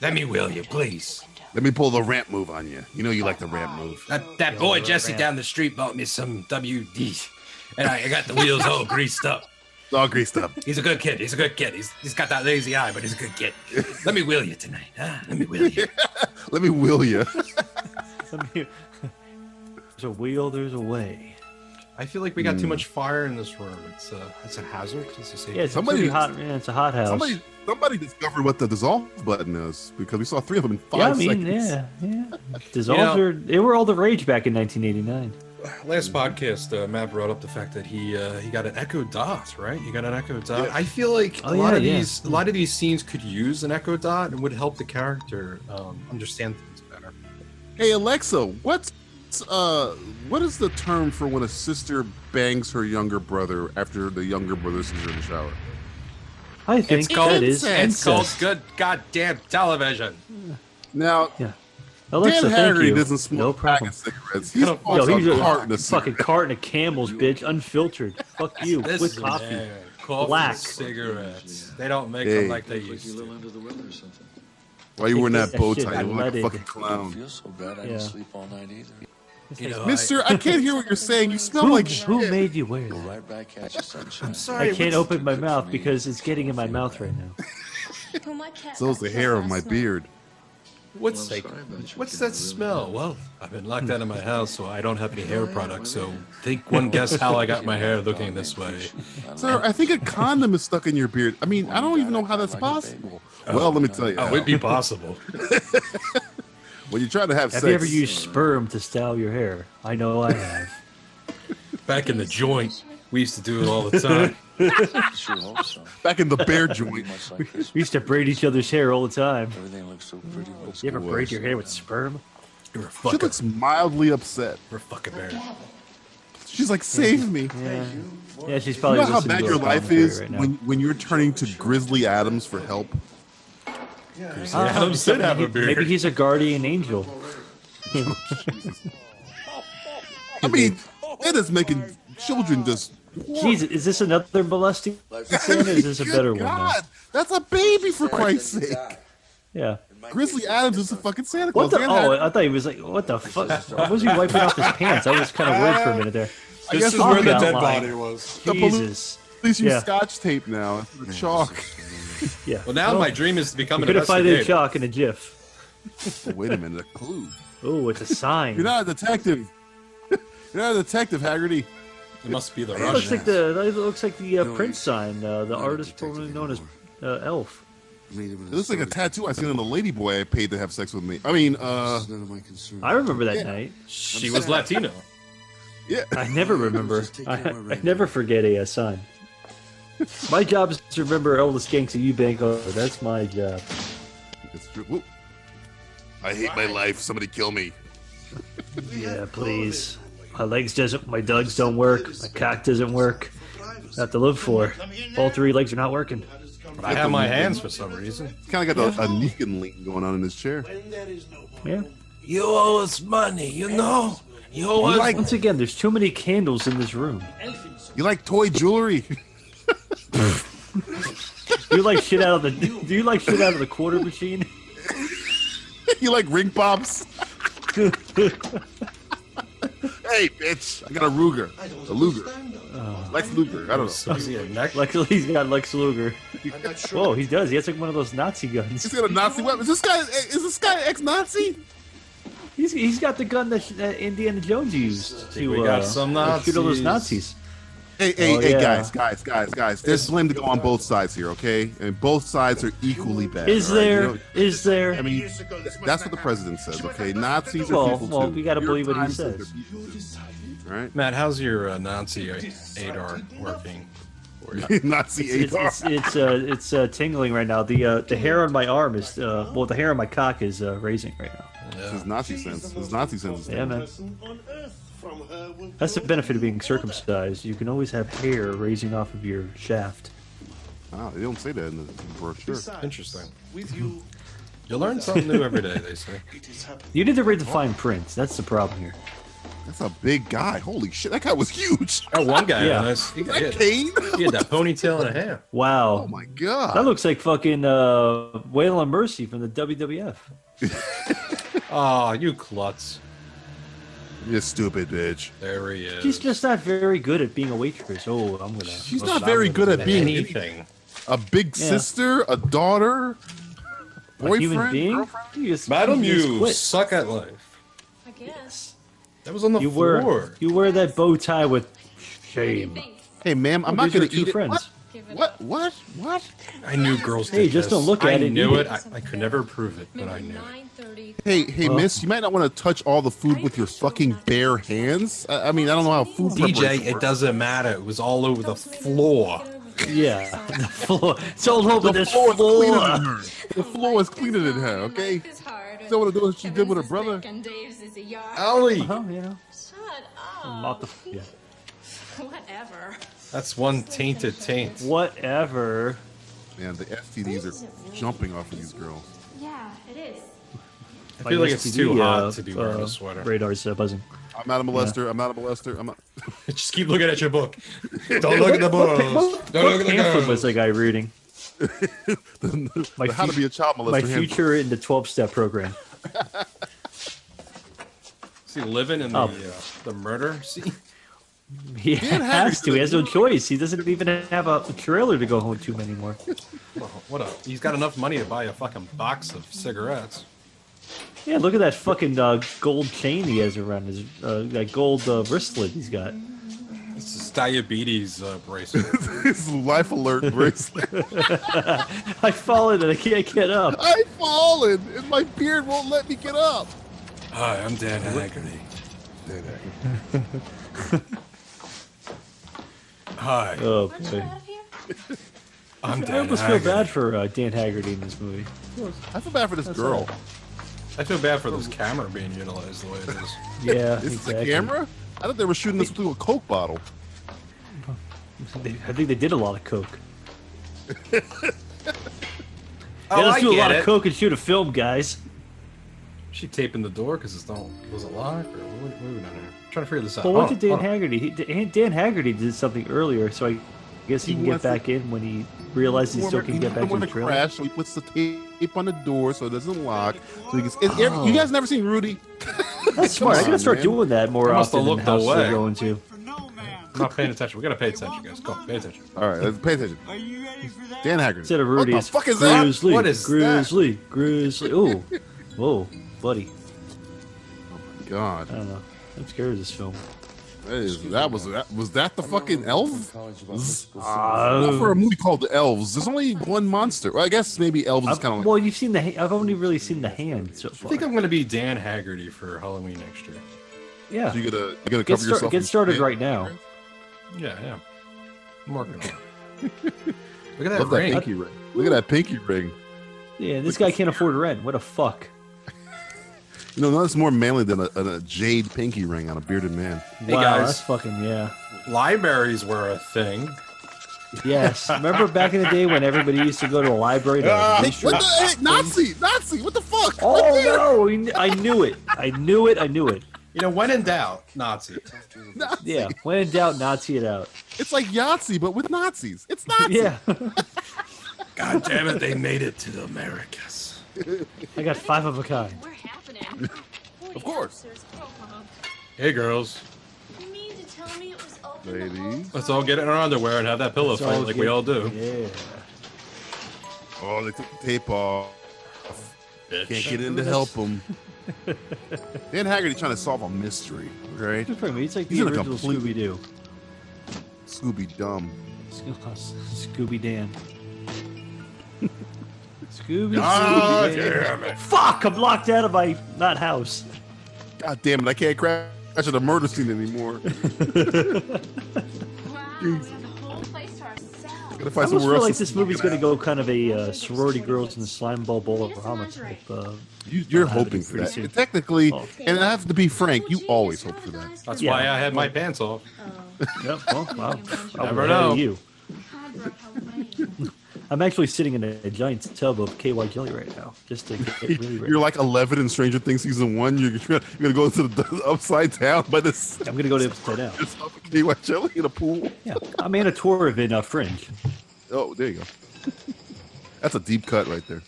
[SPEAKER 16] Let me will you, please.
[SPEAKER 7] Let me pull the ramp move on you. You know you like the ramp move.
[SPEAKER 16] That, that boy Jesse down the street bought me some WD, and I, I got the wheels all greased up.
[SPEAKER 7] It's all greased up.
[SPEAKER 16] He's a good kid. He's a good kid. He's, he's got that lazy eye, but he's a good kid. Let me will you tonight. Huh? Let me will you.
[SPEAKER 7] Let me will you.
[SPEAKER 8] Let me- there's a wheel, there's a way.
[SPEAKER 2] I feel like we got too much fire in this room. It's a it's a hazard. It's a safety.
[SPEAKER 8] Yeah, it's somebody hot. Yeah, it's a hot house.
[SPEAKER 7] Somebody, somebody discovered what the dissolve button is because we saw three of them in five
[SPEAKER 8] yeah, I mean,
[SPEAKER 7] seconds.
[SPEAKER 8] yeah, yeah. Dissolves
[SPEAKER 2] You know-
[SPEAKER 8] are they were all the rage back in 1989.
[SPEAKER 2] Last podcast, uh, Matt brought up the fact that he uh, he got an Echo Dot, right? You got an Echo Dot. I feel like a
[SPEAKER 8] Oh,
[SPEAKER 2] lot
[SPEAKER 8] yeah,
[SPEAKER 2] of
[SPEAKER 8] yeah.
[SPEAKER 2] these a lot of these scenes could use an Echo Dot and would help the character um, understand things better.
[SPEAKER 7] Hey Alexa, what's uh what is the term for when a sister bangs her younger brother after the younger brother sees her in the shower?
[SPEAKER 8] I
[SPEAKER 7] think
[SPEAKER 16] it's called,
[SPEAKER 7] that is
[SPEAKER 16] It's called
[SPEAKER 7] incest.
[SPEAKER 16] good goddamn television.
[SPEAKER 7] Now
[SPEAKER 8] Alexa,
[SPEAKER 7] Dan
[SPEAKER 8] thank
[SPEAKER 7] Haggerty
[SPEAKER 8] you.
[SPEAKER 7] doesn't smoke
[SPEAKER 8] No problem.
[SPEAKER 7] packets of cigarettes. He
[SPEAKER 8] Yo,
[SPEAKER 7] smokes
[SPEAKER 8] he's
[SPEAKER 7] a
[SPEAKER 8] a
[SPEAKER 7] carton of
[SPEAKER 8] fucking carton of Camels, bitch, unfiltered. Fuck you
[SPEAKER 16] This
[SPEAKER 8] with
[SPEAKER 16] is-
[SPEAKER 8] coffee,
[SPEAKER 16] yeah, coffee,
[SPEAKER 8] black.
[SPEAKER 16] cigarettes. They don't make
[SPEAKER 7] Hey.
[SPEAKER 16] them like they used to.
[SPEAKER 7] Why you wearing that
[SPEAKER 8] That
[SPEAKER 7] bow
[SPEAKER 8] shit
[SPEAKER 7] tie? You look like a
[SPEAKER 8] unleaded.
[SPEAKER 7] fucking clown.
[SPEAKER 4] so bad I
[SPEAKER 8] Yeah.
[SPEAKER 4] didn't sleep all night either.
[SPEAKER 16] You know,
[SPEAKER 7] Mister, I can't hear what you're saying. You smell
[SPEAKER 8] Who,
[SPEAKER 7] like
[SPEAKER 8] who
[SPEAKER 7] Oh, shit.
[SPEAKER 8] made you wear that?
[SPEAKER 4] Right back at you, sunshine.
[SPEAKER 8] I'm
[SPEAKER 4] sorry,
[SPEAKER 8] I
[SPEAKER 4] what's-
[SPEAKER 8] can't open my mouth because it's getting in my mouth right now.
[SPEAKER 7] So's the hair of my beard.
[SPEAKER 2] What's what's that smell? Well, I've been locked out of my house, so I don't have any hair products. So think one guess how I got my hair looking this way.
[SPEAKER 7] Sir, I think a condom is stuck in your beard. I mean, I don't even know how that's possible. Well, let me tell you.
[SPEAKER 2] Oh, it'd be possible.
[SPEAKER 7] When you try to have
[SPEAKER 8] Have
[SPEAKER 7] sex,
[SPEAKER 8] you ever used sperm to style your hair? I know I have.
[SPEAKER 2] Back in the joint, we used to do it all the time.
[SPEAKER 4] Sure hope so.
[SPEAKER 7] back in the bear joint.
[SPEAKER 4] Much like Christmas.
[SPEAKER 8] We used to braid each other's hair all the time.
[SPEAKER 4] Everything looks so pretty.
[SPEAKER 8] You ever braid your hair with sperm?
[SPEAKER 2] You're a
[SPEAKER 7] She
[SPEAKER 2] fucker.
[SPEAKER 7] looks mildly upset.
[SPEAKER 2] You're a fucking bear.
[SPEAKER 7] She's like, save me.
[SPEAKER 8] Yeah, yeah she's
[SPEAKER 7] You
[SPEAKER 8] probably
[SPEAKER 7] know how
[SPEAKER 8] Oh, listening
[SPEAKER 7] bad
[SPEAKER 8] to
[SPEAKER 7] your
[SPEAKER 8] our
[SPEAKER 7] life
[SPEAKER 8] commentary
[SPEAKER 7] is
[SPEAKER 8] right now.
[SPEAKER 7] when, when you're turning to Grizzly Adams for help.
[SPEAKER 8] Uh,
[SPEAKER 2] Adams did have a
[SPEAKER 8] maybe-
[SPEAKER 2] beard.
[SPEAKER 8] Maybe he's a guardian angel.
[SPEAKER 7] I mean, that is making children just.
[SPEAKER 8] Jesus, is this another molesting sin, or is this a better one? now?
[SPEAKER 7] God, that's a baby for Christ's sake.
[SPEAKER 8] Yeah.
[SPEAKER 7] Grizzly Adams is a fucking Santa Claus.
[SPEAKER 8] What the?
[SPEAKER 7] Dan
[SPEAKER 8] Oh,
[SPEAKER 7] Hag-
[SPEAKER 8] I thought he was like, what the fuck? Why was he wiping off his pants? I was kind of worried for a minute there. Talk
[SPEAKER 7] guess is where the
[SPEAKER 8] about
[SPEAKER 7] dead
[SPEAKER 8] lying.
[SPEAKER 7] body
[SPEAKER 2] was.
[SPEAKER 7] The police-
[SPEAKER 8] Jesus.
[SPEAKER 7] Please use
[SPEAKER 8] Yeah.
[SPEAKER 7] scotch tape now. instead of Chalk.
[SPEAKER 8] Yeah.
[SPEAKER 2] Well, now my dream is to become
[SPEAKER 8] You're
[SPEAKER 2] an
[SPEAKER 8] gonna find a
[SPEAKER 2] investigator.
[SPEAKER 8] chalk and a GIF.
[SPEAKER 7] Oh, wait a minute, a clue.
[SPEAKER 8] Oh, it's a sign.
[SPEAKER 7] You're not a detective. You're not a detective, Haggerty.
[SPEAKER 2] It must be the
[SPEAKER 8] That
[SPEAKER 2] Russian.
[SPEAKER 8] looks like the that looks like the uh, Prince sign. Uh, the artist formerly known as uh, Elf.
[SPEAKER 7] It looks like a tattoo I seen on the lady boy I paid to have sex with me. I mean, uh,
[SPEAKER 4] none of my concern.
[SPEAKER 8] I remember that night.
[SPEAKER 2] She was Latino.
[SPEAKER 7] yeah.
[SPEAKER 8] I never remember. I, I never forget a uh, sign. My job is to remember all the skanks that you bank over. Oh, That's my job.
[SPEAKER 7] It's true. Whoop. I hate my life. Somebody kill me.
[SPEAKER 8] Yeah, please. My legs doesn't. My dugs don't work. My cock doesn't work. Have to live for. All three legs are not working.
[SPEAKER 2] I have my hands for some reason.
[SPEAKER 7] Kind of got the, a Negan lean going on in his chair.
[SPEAKER 8] Yeah.
[SPEAKER 16] You owe us money, you know? You owe us
[SPEAKER 8] Like, once again, there's too many candles in this room.
[SPEAKER 7] You like toy jewelry?
[SPEAKER 8] Do you like shit out of the? Do you like shit out of the quarter machine?
[SPEAKER 7] you like ring pops? hey, bitch! I got a Ruger. A Luger.
[SPEAKER 8] Oh.
[SPEAKER 7] Lex Luger. I don't know.
[SPEAKER 2] Is he a neck?
[SPEAKER 8] Luckily, he's got Lex Luger. Whoa, he does. He has like one of those Nazi guns.
[SPEAKER 7] He's got a Nazi weapon. Is this guy? Is this guy ex-Nazi?
[SPEAKER 8] He's, he's got the gun that uh, Indiana Jones used to
[SPEAKER 2] we got
[SPEAKER 8] uh,
[SPEAKER 2] some
[SPEAKER 8] shoot all those
[SPEAKER 2] Nazis.
[SPEAKER 8] Nazis.
[SPEAKER 7] Hey, hey,
[SPEAKER 8] Oh,
[SPEAKER 7] hey,
[SPEAKER 8] yeah.
[SPEAKER 7] guys, guys, guys, guys. There's blame to go on both sides here, okay? And both sides are equally bad.
[SPEAKER 8] Is
[SPEAKER 7] all right? You
[SPEAKER 8] there? Is
[SPEAKER 7] know-
[SPEAKER 8] there?
[SPEAKER 7] I mean, that's what the president says, okay? Nazis are
[SPEAKER 8] Well,
[SPEAKER 7] people
[SPEAKER 8] well,
[SPEAKER 7] too.
[SPEAKER 8] we gotta
[SPEAKER 7] Your
[SPEAKER 8] believe what he
[SPEAKER 7] Times says
[SPEAKER 8] says.
[SPEAKER 7] they're people too, All right?
[SPEAKER 2] Matt, how's your uh, Nazi ADAR working?
[SPEAKER 7] Nazi
[SPEAKER 8] it's,
[SPEAKER 7] ADAR.
[SPEAKER 8] it's, it's, uh, it's uh, tingling right now. The uh, the hair on my arm is uh, well, the hair on my cock is uh, raising right now.
[SPEAKER 7] This is Nazi sense. This is Nazi sense.
[SPEAKER 8] Yeah, man.
[SPEAKER 5] Person on earth from her will
[SPEAKER 8] That's the
[SPEAKER 5] grow
[SPEAKER 8] benefit of being
[SPEAKER 5] new order.
[SPEAKER 8] circumcised. You can always have hair raising off of your shaft.
[SPEAKER 7] Wow, they don't say that in the brochure.
[SPEAKER 5] Besides,
[SPEAKER 2] Interesting.
[SPEAKER 5] With you,
[SPEAKER 2] You learn something new every day, they say.
[SPEAKER 5] it is happening.
[SPEAKER 8] You need to read the fine print. That's the problem here.
[SPEAKER 7] That's a big guy. Holy shit, that guy was huge.
[SPEAKER 2] Oh, one guy.
[SPEAKER 8] Yeah.
[SPEAKER 2] nice. He,
[SPEAKER 7] That
[SPEAKER 2] he had-
[SPEAKER 7] cane?
[SPEAKER 2] he had that ponytail and a hair.
[SPEAKER 8] Wow.
[SPEAKER 7] Oh my god.
[SPEAKER 8] That looks like fucking uh, Waylon Mercy from the WWF.
[SPEAKER 2] Oh, you klutz.
[SPEAKER 7] You stupid bitch.
[SPEAKER 2] There he is.
[SPEAKER 8] She's just not very good at being a waitress. Oh, I'm gonna.
[SPEAKER 7] She's not very good at being
[SPEAKER 2] anything.
[SPEAKER 7] A big
[SPEAKER 8] Yeah.
[SPEAKER 7] sister, a daughter,
[SPEAKER 8] A
[SPEAKER 7] boyfriend,
[SPEAKER 8] human being?
[SPEAKER 7] girlfriend.
[SPEAKER 8] You just-
[SPEAKER 2] Madam,
[SPEAKER 8] you just
[SPEAKER 2] you
[SPEAKER 8] quit.
[SPEAKER 2] suck at life.
[SPEAKER 12] I guess.
[SPEAKER 2] That was on the
[SPEAKER 8] You
[SPEAKER 2] floor.
[SPEAKER 8] wear you wear that bow tie with shame.
[SPEAKER 7] Hey, ma'am, I'm
[SPEAKER 8] Oh,
[SPEAKER 7] not
[SPEAKER 8] these are
[SPEAKER 7] going to
[SPEAKER 8] two
[SPEAKER 7] eat it.
[SPEAKER 8] friends.
[SPEAKER 7] What? What? What? What?
[SPEAKER 2] I knew girls did
[SPEAKER 8] Hey, just
[SPEAKER 2] this.
[SPEAKER 8] don't look
[SPEAKER 2] I
[SPEAKER 8] at it,
[SPEAKER 2] knew
[SPEAKER 8] eat
[SPEAKER 2] it.
[SPEAKER 8] it.
[SPEAKER 2] I, I could never prove it, but I knew it.
[SPEAKER 7] Hey, hey,
[SPEAKER 2] Well-
[SPEAKER 7] miss, you might not want to touch all the food with your fucking bare hands. I, I mean, I don't know how food
[SPEAKER 2] DJ,
[SPEAKER 7] preparation
[SPEAKER 2] it
[SPEAKER 7] works.
[SPEAKER 2] doesn't matter. It was all over the floor.
[SPEAKER 8] Yeah, the floor. It's all over
[SPEAKER 7] The
[SPEAKER 8] this
[SPEAKER 7] floor
[SPEAKER 8] floor.
[SPEAKER 7] is cleaner than her. The floor is cleaner than her, okay? She don't want to do what she did with her brother.
[SPEAKER 11] And Dave's is a yard.
[SPEAKER 7] Allie!
[SPEAKER 8] Oh, you know.
[SPEAKER 11] Shut
[SPEAKER 3] Oh,
[SPEAKER 11] up.
[SPEAKER 8] Not the, yeah.
[SPEAKER 11] Whatever.
[SPEAKER 2] That's one tainted taint.
[SPEAKER 8] Whatever.
[SPEAKER 7] Man, the STDs are jumping off of these girls.
[SPEAKER 11] Yeah, it is.
[SPEAKER 2] I feel like it's too hot to be wearing
[SPEAKER 8] uh,
[SPEAKER 2] a sweater.
[SPEAKER 8] Radar's uh, buzzing.
[SPEAKER 7] I'm not a molester. I'm not a molester. I'm not.
[SPEAKER 2] Just keep looking at your book. Don't look at the
[SPEAKER 8] What-
[SPEAKER 2] books.
[SPEAKER 8] What,
[SPEAKER 2] Don't
[SPEAKER 8] what
[SPEAKER 2] look at the
[SPEAKER 8] pamphlet
[SPEAKER 2] girls.
[SPEAKER 8] was that guy reading?
[SPEAKER 7] The how to
[SPEAKER 8] fut-
[SPEAKER 7] be a child molester.
[SPEAKER 8] My
[SPEAKER 7] handbook.
[SPEAKER 8] future in the 12-step program.
[SPEAKER 2] Is he living in the
[SPEAKER 8] Oh.
[SPEAKER 2] uh, the murder scene?
[SPEAKER 8] He
[SPEAKER 7] Harry
[SPEAKER 8] has to. He
[SPEAKER 7] said-
[SPEAKER 8] has no choice. He doesn't even have a trailer to go home to anymore.
[SPEAKER 2] Well, What a he's got enough money to buy a fucking box of cigarettes.
[SPEAKER 8] Yeah, look at that fucking uh, gold chain he has around his uh, that gold uh, wristlet he's got.
[SPEAKER 2] It's just diabetes uh, bracelet.
[SPEAKER 7] It's life alert bracelet.
[SPEAKER 8] I fallen and I can't get up.
[SPEAKER 7] I've fallen, and my beard won't let me get up.
[SPEAKER 2] Hi, Ah, I'm Dan Haggerty. Hi,
[SPEAKER 8] Oh boy.
[SPEAKER 2] I'm Dan
[SPEAKER 8] I almost feel
[SPEAKER 2] Haggerty.
[SPEAKER 8] bad for uh, Dan Haggerty in this movie.
[SPEAKER 7] I feel bad for this girl.
[SPEAKER 2] I feel bad for this camera being utilized the way it is.
[SPEAKER 8] Yeah,
[SPEAKER 7] This
[SPEAKER 8] exactly.
[SPEAKER 7] is a camera? I thought they were shooting this through a Coke bottle.
[SPEAKER 8] They- I think they did a lot of coke.
[SPEAKER 2] Oh,
[SPEAKER 8] yeah, let's
[SPEAKER 2] I
[SPEAKER 8] do a
[SPEAKER 2] get
[SPEAKER 8] lot
[SPEAKER 2] it.
[SPEAKER 8] of coke and shoot a film, guys.
[SPEAKER 2] She taping the door because it's not was it locked or what, what are we doing here? I'm trying to figure this out.
[SPEAKER 8] Well, what
[SPEAKER 2] Hold
[SPEAKER 8] did Dan
[SPEAKER 2] on, hold
[SPEAKER 8] Haggerty? He, Dan Dan Haggerty did something earlier, so I guess he,
[SPEAKER 7] He
[SPEAKER 8] can get
[SPEAKER 7] wants to-
[SPEAKER 8] back in when he realizes he still can get back in the
[SPEAKER 7] to
[SPEAKER 8] trailer.
[SPEAKER 7] crash, so he puts the tape on the door so it doesn't lock. So he can, it's every-
[SPEAKER 8] Oh.
[SPEAKER 7] you guys never seen Rudy?
[SPEAKER 8] That's smart. I
[SPEAKER 7] on,
[SPEAKER 8] gotta start
[SPEAKER 7] man.
[SPEAKER 8] doing that more
[SPEAKER 2] I must have
[SPEAKER 8] often. in
[SPEAKER 2] looked
[SPEAKER 8] houses I
[SPEAKER 2] away.
[SPEAKER 8] go into.
[SPEAKER 2] on. I'm not paying attention. We gotta pay attention, guys. Go on, pay attention.
[SPEAKER 7] All right, let's pay attention. Dan Haggerty.
[SPEAKER 8] Instead of Rudy,
[SPEAKER 7] what
[SPEAKER 8] it's
[SPEAKER 7] the fuck is that?
[SPEAKER 8] Grizzly,
[SPEAKER 2] What is
[SPEAKER 8] Grizzly, Grizzly. Ooh, whoa, buddy. I
[SPEAKER 7] God,
[SPEAKER 8] don't know. I'm scared of this film.
[SPEAKER 7] that, is, that was that was that the fucking elf?
[SPEAKER 4] Zzz.
[SPEAKER 8] Uh,
[SPEAKER 7] Not
[SPEAKER 8] Oh.
[SPEAKER 7] for a movie called The Elves, there's only one monster. Well, I guess maybe elves is
[SPEAKER 8] I've-
[SPEAKER 7] kind of like
[SPEAKER 8] well, you've seen the. ha- I've only really seen the hand so
[SPEAKER 2] I
[SPEAKER 8] far.
[SPEAKER 2] think I'm gonna be Dan Haggerty for Halloween next year.
[SPEAKER 8] yeah.
[SPEAKER 7] So you gotta you
[SPEAKER 8] Get,
[SPEAKER 7] gotta cover
[SPEAKER 8] start-
[SPEAKER 7] yourself.
[SPEAKER 8] get
[SPEAKER 7] in
[SPEAKER 8] started
[SPEAKER 7] shit.
[SPEAKER 8] right now.
[SPEAKER 2] Yeah, yeah. I'm working on it. Look at that
[SPEAKER 7] Love that
[SPEAKER 2] ring.
[SPEAKER 7] pinky ring. Look at that pinky ring.
[SPEAKER 8] Yeah, this guy can't afford rent. What a fuck.
[SPEAKER 7] You know, nothing's more manly than a, than a jade pinky ring on a bearded man.
[SPEAKER 2] Hey,
[SPEAKER 8] wow,
[SPEAKER 2] guys.
[SPEAKER 8] that's fucking yeah.
[SPEAKER 2] Libraries were a thing.
[SPEAKER 8] Yes. Remember back in the day when everybody used to go to the library to
[SPEAKER 7] Hey, what the hey, Nazi? Nazi? What the fuck?
[SPEAKER 8] Oh
[SPEAKER 7] Right there.
[SPEAKER 8] no! we kn- I knew it. I knew it. I knew it.
[SPEAKER 2] You know, when in doubt, Nazi.
[SPEAKER 8] Yeah. When in doubt, Nazi it out.
[SPEAKER 7] It's like Yahtzee, but with Nazis. It's Nazi.
[SPEAKER 8] Yeah.
[SPEAKER 2] God damn it, they made it to the Americas.
[SPEAKER 8] I got five of a kind.
[SPEAKER 11] We're happening. Oh,
[SPEAKER 7] Of course.
[SPEAKER 2] Hey, girls.
[SPEAKER 11] You mean to tell me it was open?
[SPEAKER 7] Ladies.
[SPEAKER 2] Let's all get in our underwear and have that pillow
[SPEAKER 8] Let's
[SPEAKER 2] fight
[SPEAKER 8] all
[SPEAKER 2] like we
[SPEAKER 8] get-
[SPEAKER 2] all do.
[SPEAKER 8] Yeah.
[SPEAKER 7] Oh, they took the tape off. Can't get in to help them. Dan Haggerty trying to solve a mystery, right?
[SPEAKER 8] Good for me. It's like
[SPEAKER 7] He's
[SPEAKER 8] the
[SPEAKER 7] in a
[SPEAKER 8] original
[SPEAKER 7] complete-
[SPEAKER 8] Scooby Doo.
[SPEAKER 7] Scooby dumb.
[SPEAKER 8] Scooby Dan. Scooby
[SPEAKER 7] Ah,
[SPEAKER 8] Scooby Dan. Fuck! I'm locked out of my not house.
[SPEAKER 7] God damn it! I can't crash at a murder scene anymore.
[SPEAKER 11] Wow, we have the whole place to ourselves.
[SPEAKER 7] Gotta
[SPEAKER 8] I
[SPEAKER 7] find
[SPEAKER 8] almost
[SPEAKER 7] somewhere
[SPEAKER 8] feel
[SPEAKER 7] else.
[SPEAKER 8] like
[SPEAKER 7] to
[SPEAKER 8] this
[SPEAKER 7] sneak
[SPEAKER 8] movie's
[SPEAKER 7] it
[SPEAKER 8] gonna
[SPEAKER 7] out.
[SPEAKER 8] go kind of a uh, sorority girls in the slime ball bowl of Bahamas. type, uh,
[SPEAKER 7] You, you're
[SPEAKER 8] Well,
[SPEAKER 7] hoping for
[SPEAKER 8] pretty
[SPEAKER 7] that.
[SPEAKER 8] soon.
[SPEAKER 7] Technically,
[SPEAKER 8] Oh.
[SPEAKER 7] and I have to be frank, you always hope for that.
[SPEAKER 2] That's
[SPEAKER 8] Yeah.
[SPEAKER 2] why I had my pants off.
[SPEAKER 8] Yep. Well, wow. I
[SPEAKER 2] Never
[SPEAKER 8] would
[SPEAKER 2] know.
[SPEAKER 8] You. I'm actually sitting in a giant tub of KY jelly right now, just to get really ready.
[SPEAKER 7] You're like 11 in Stranger Things season one. You're, you're gonna go into the upside down by this.
[SPEAKER 8] I'm gonna go to upside down.
[SPEAKER 7] KY jelly in a pool.
[SPEAKER 8] Yeah, I'm in a tour of in uh, Fringe.
[SPEAKER 7] Oh, there you go. That's a deep cut right there.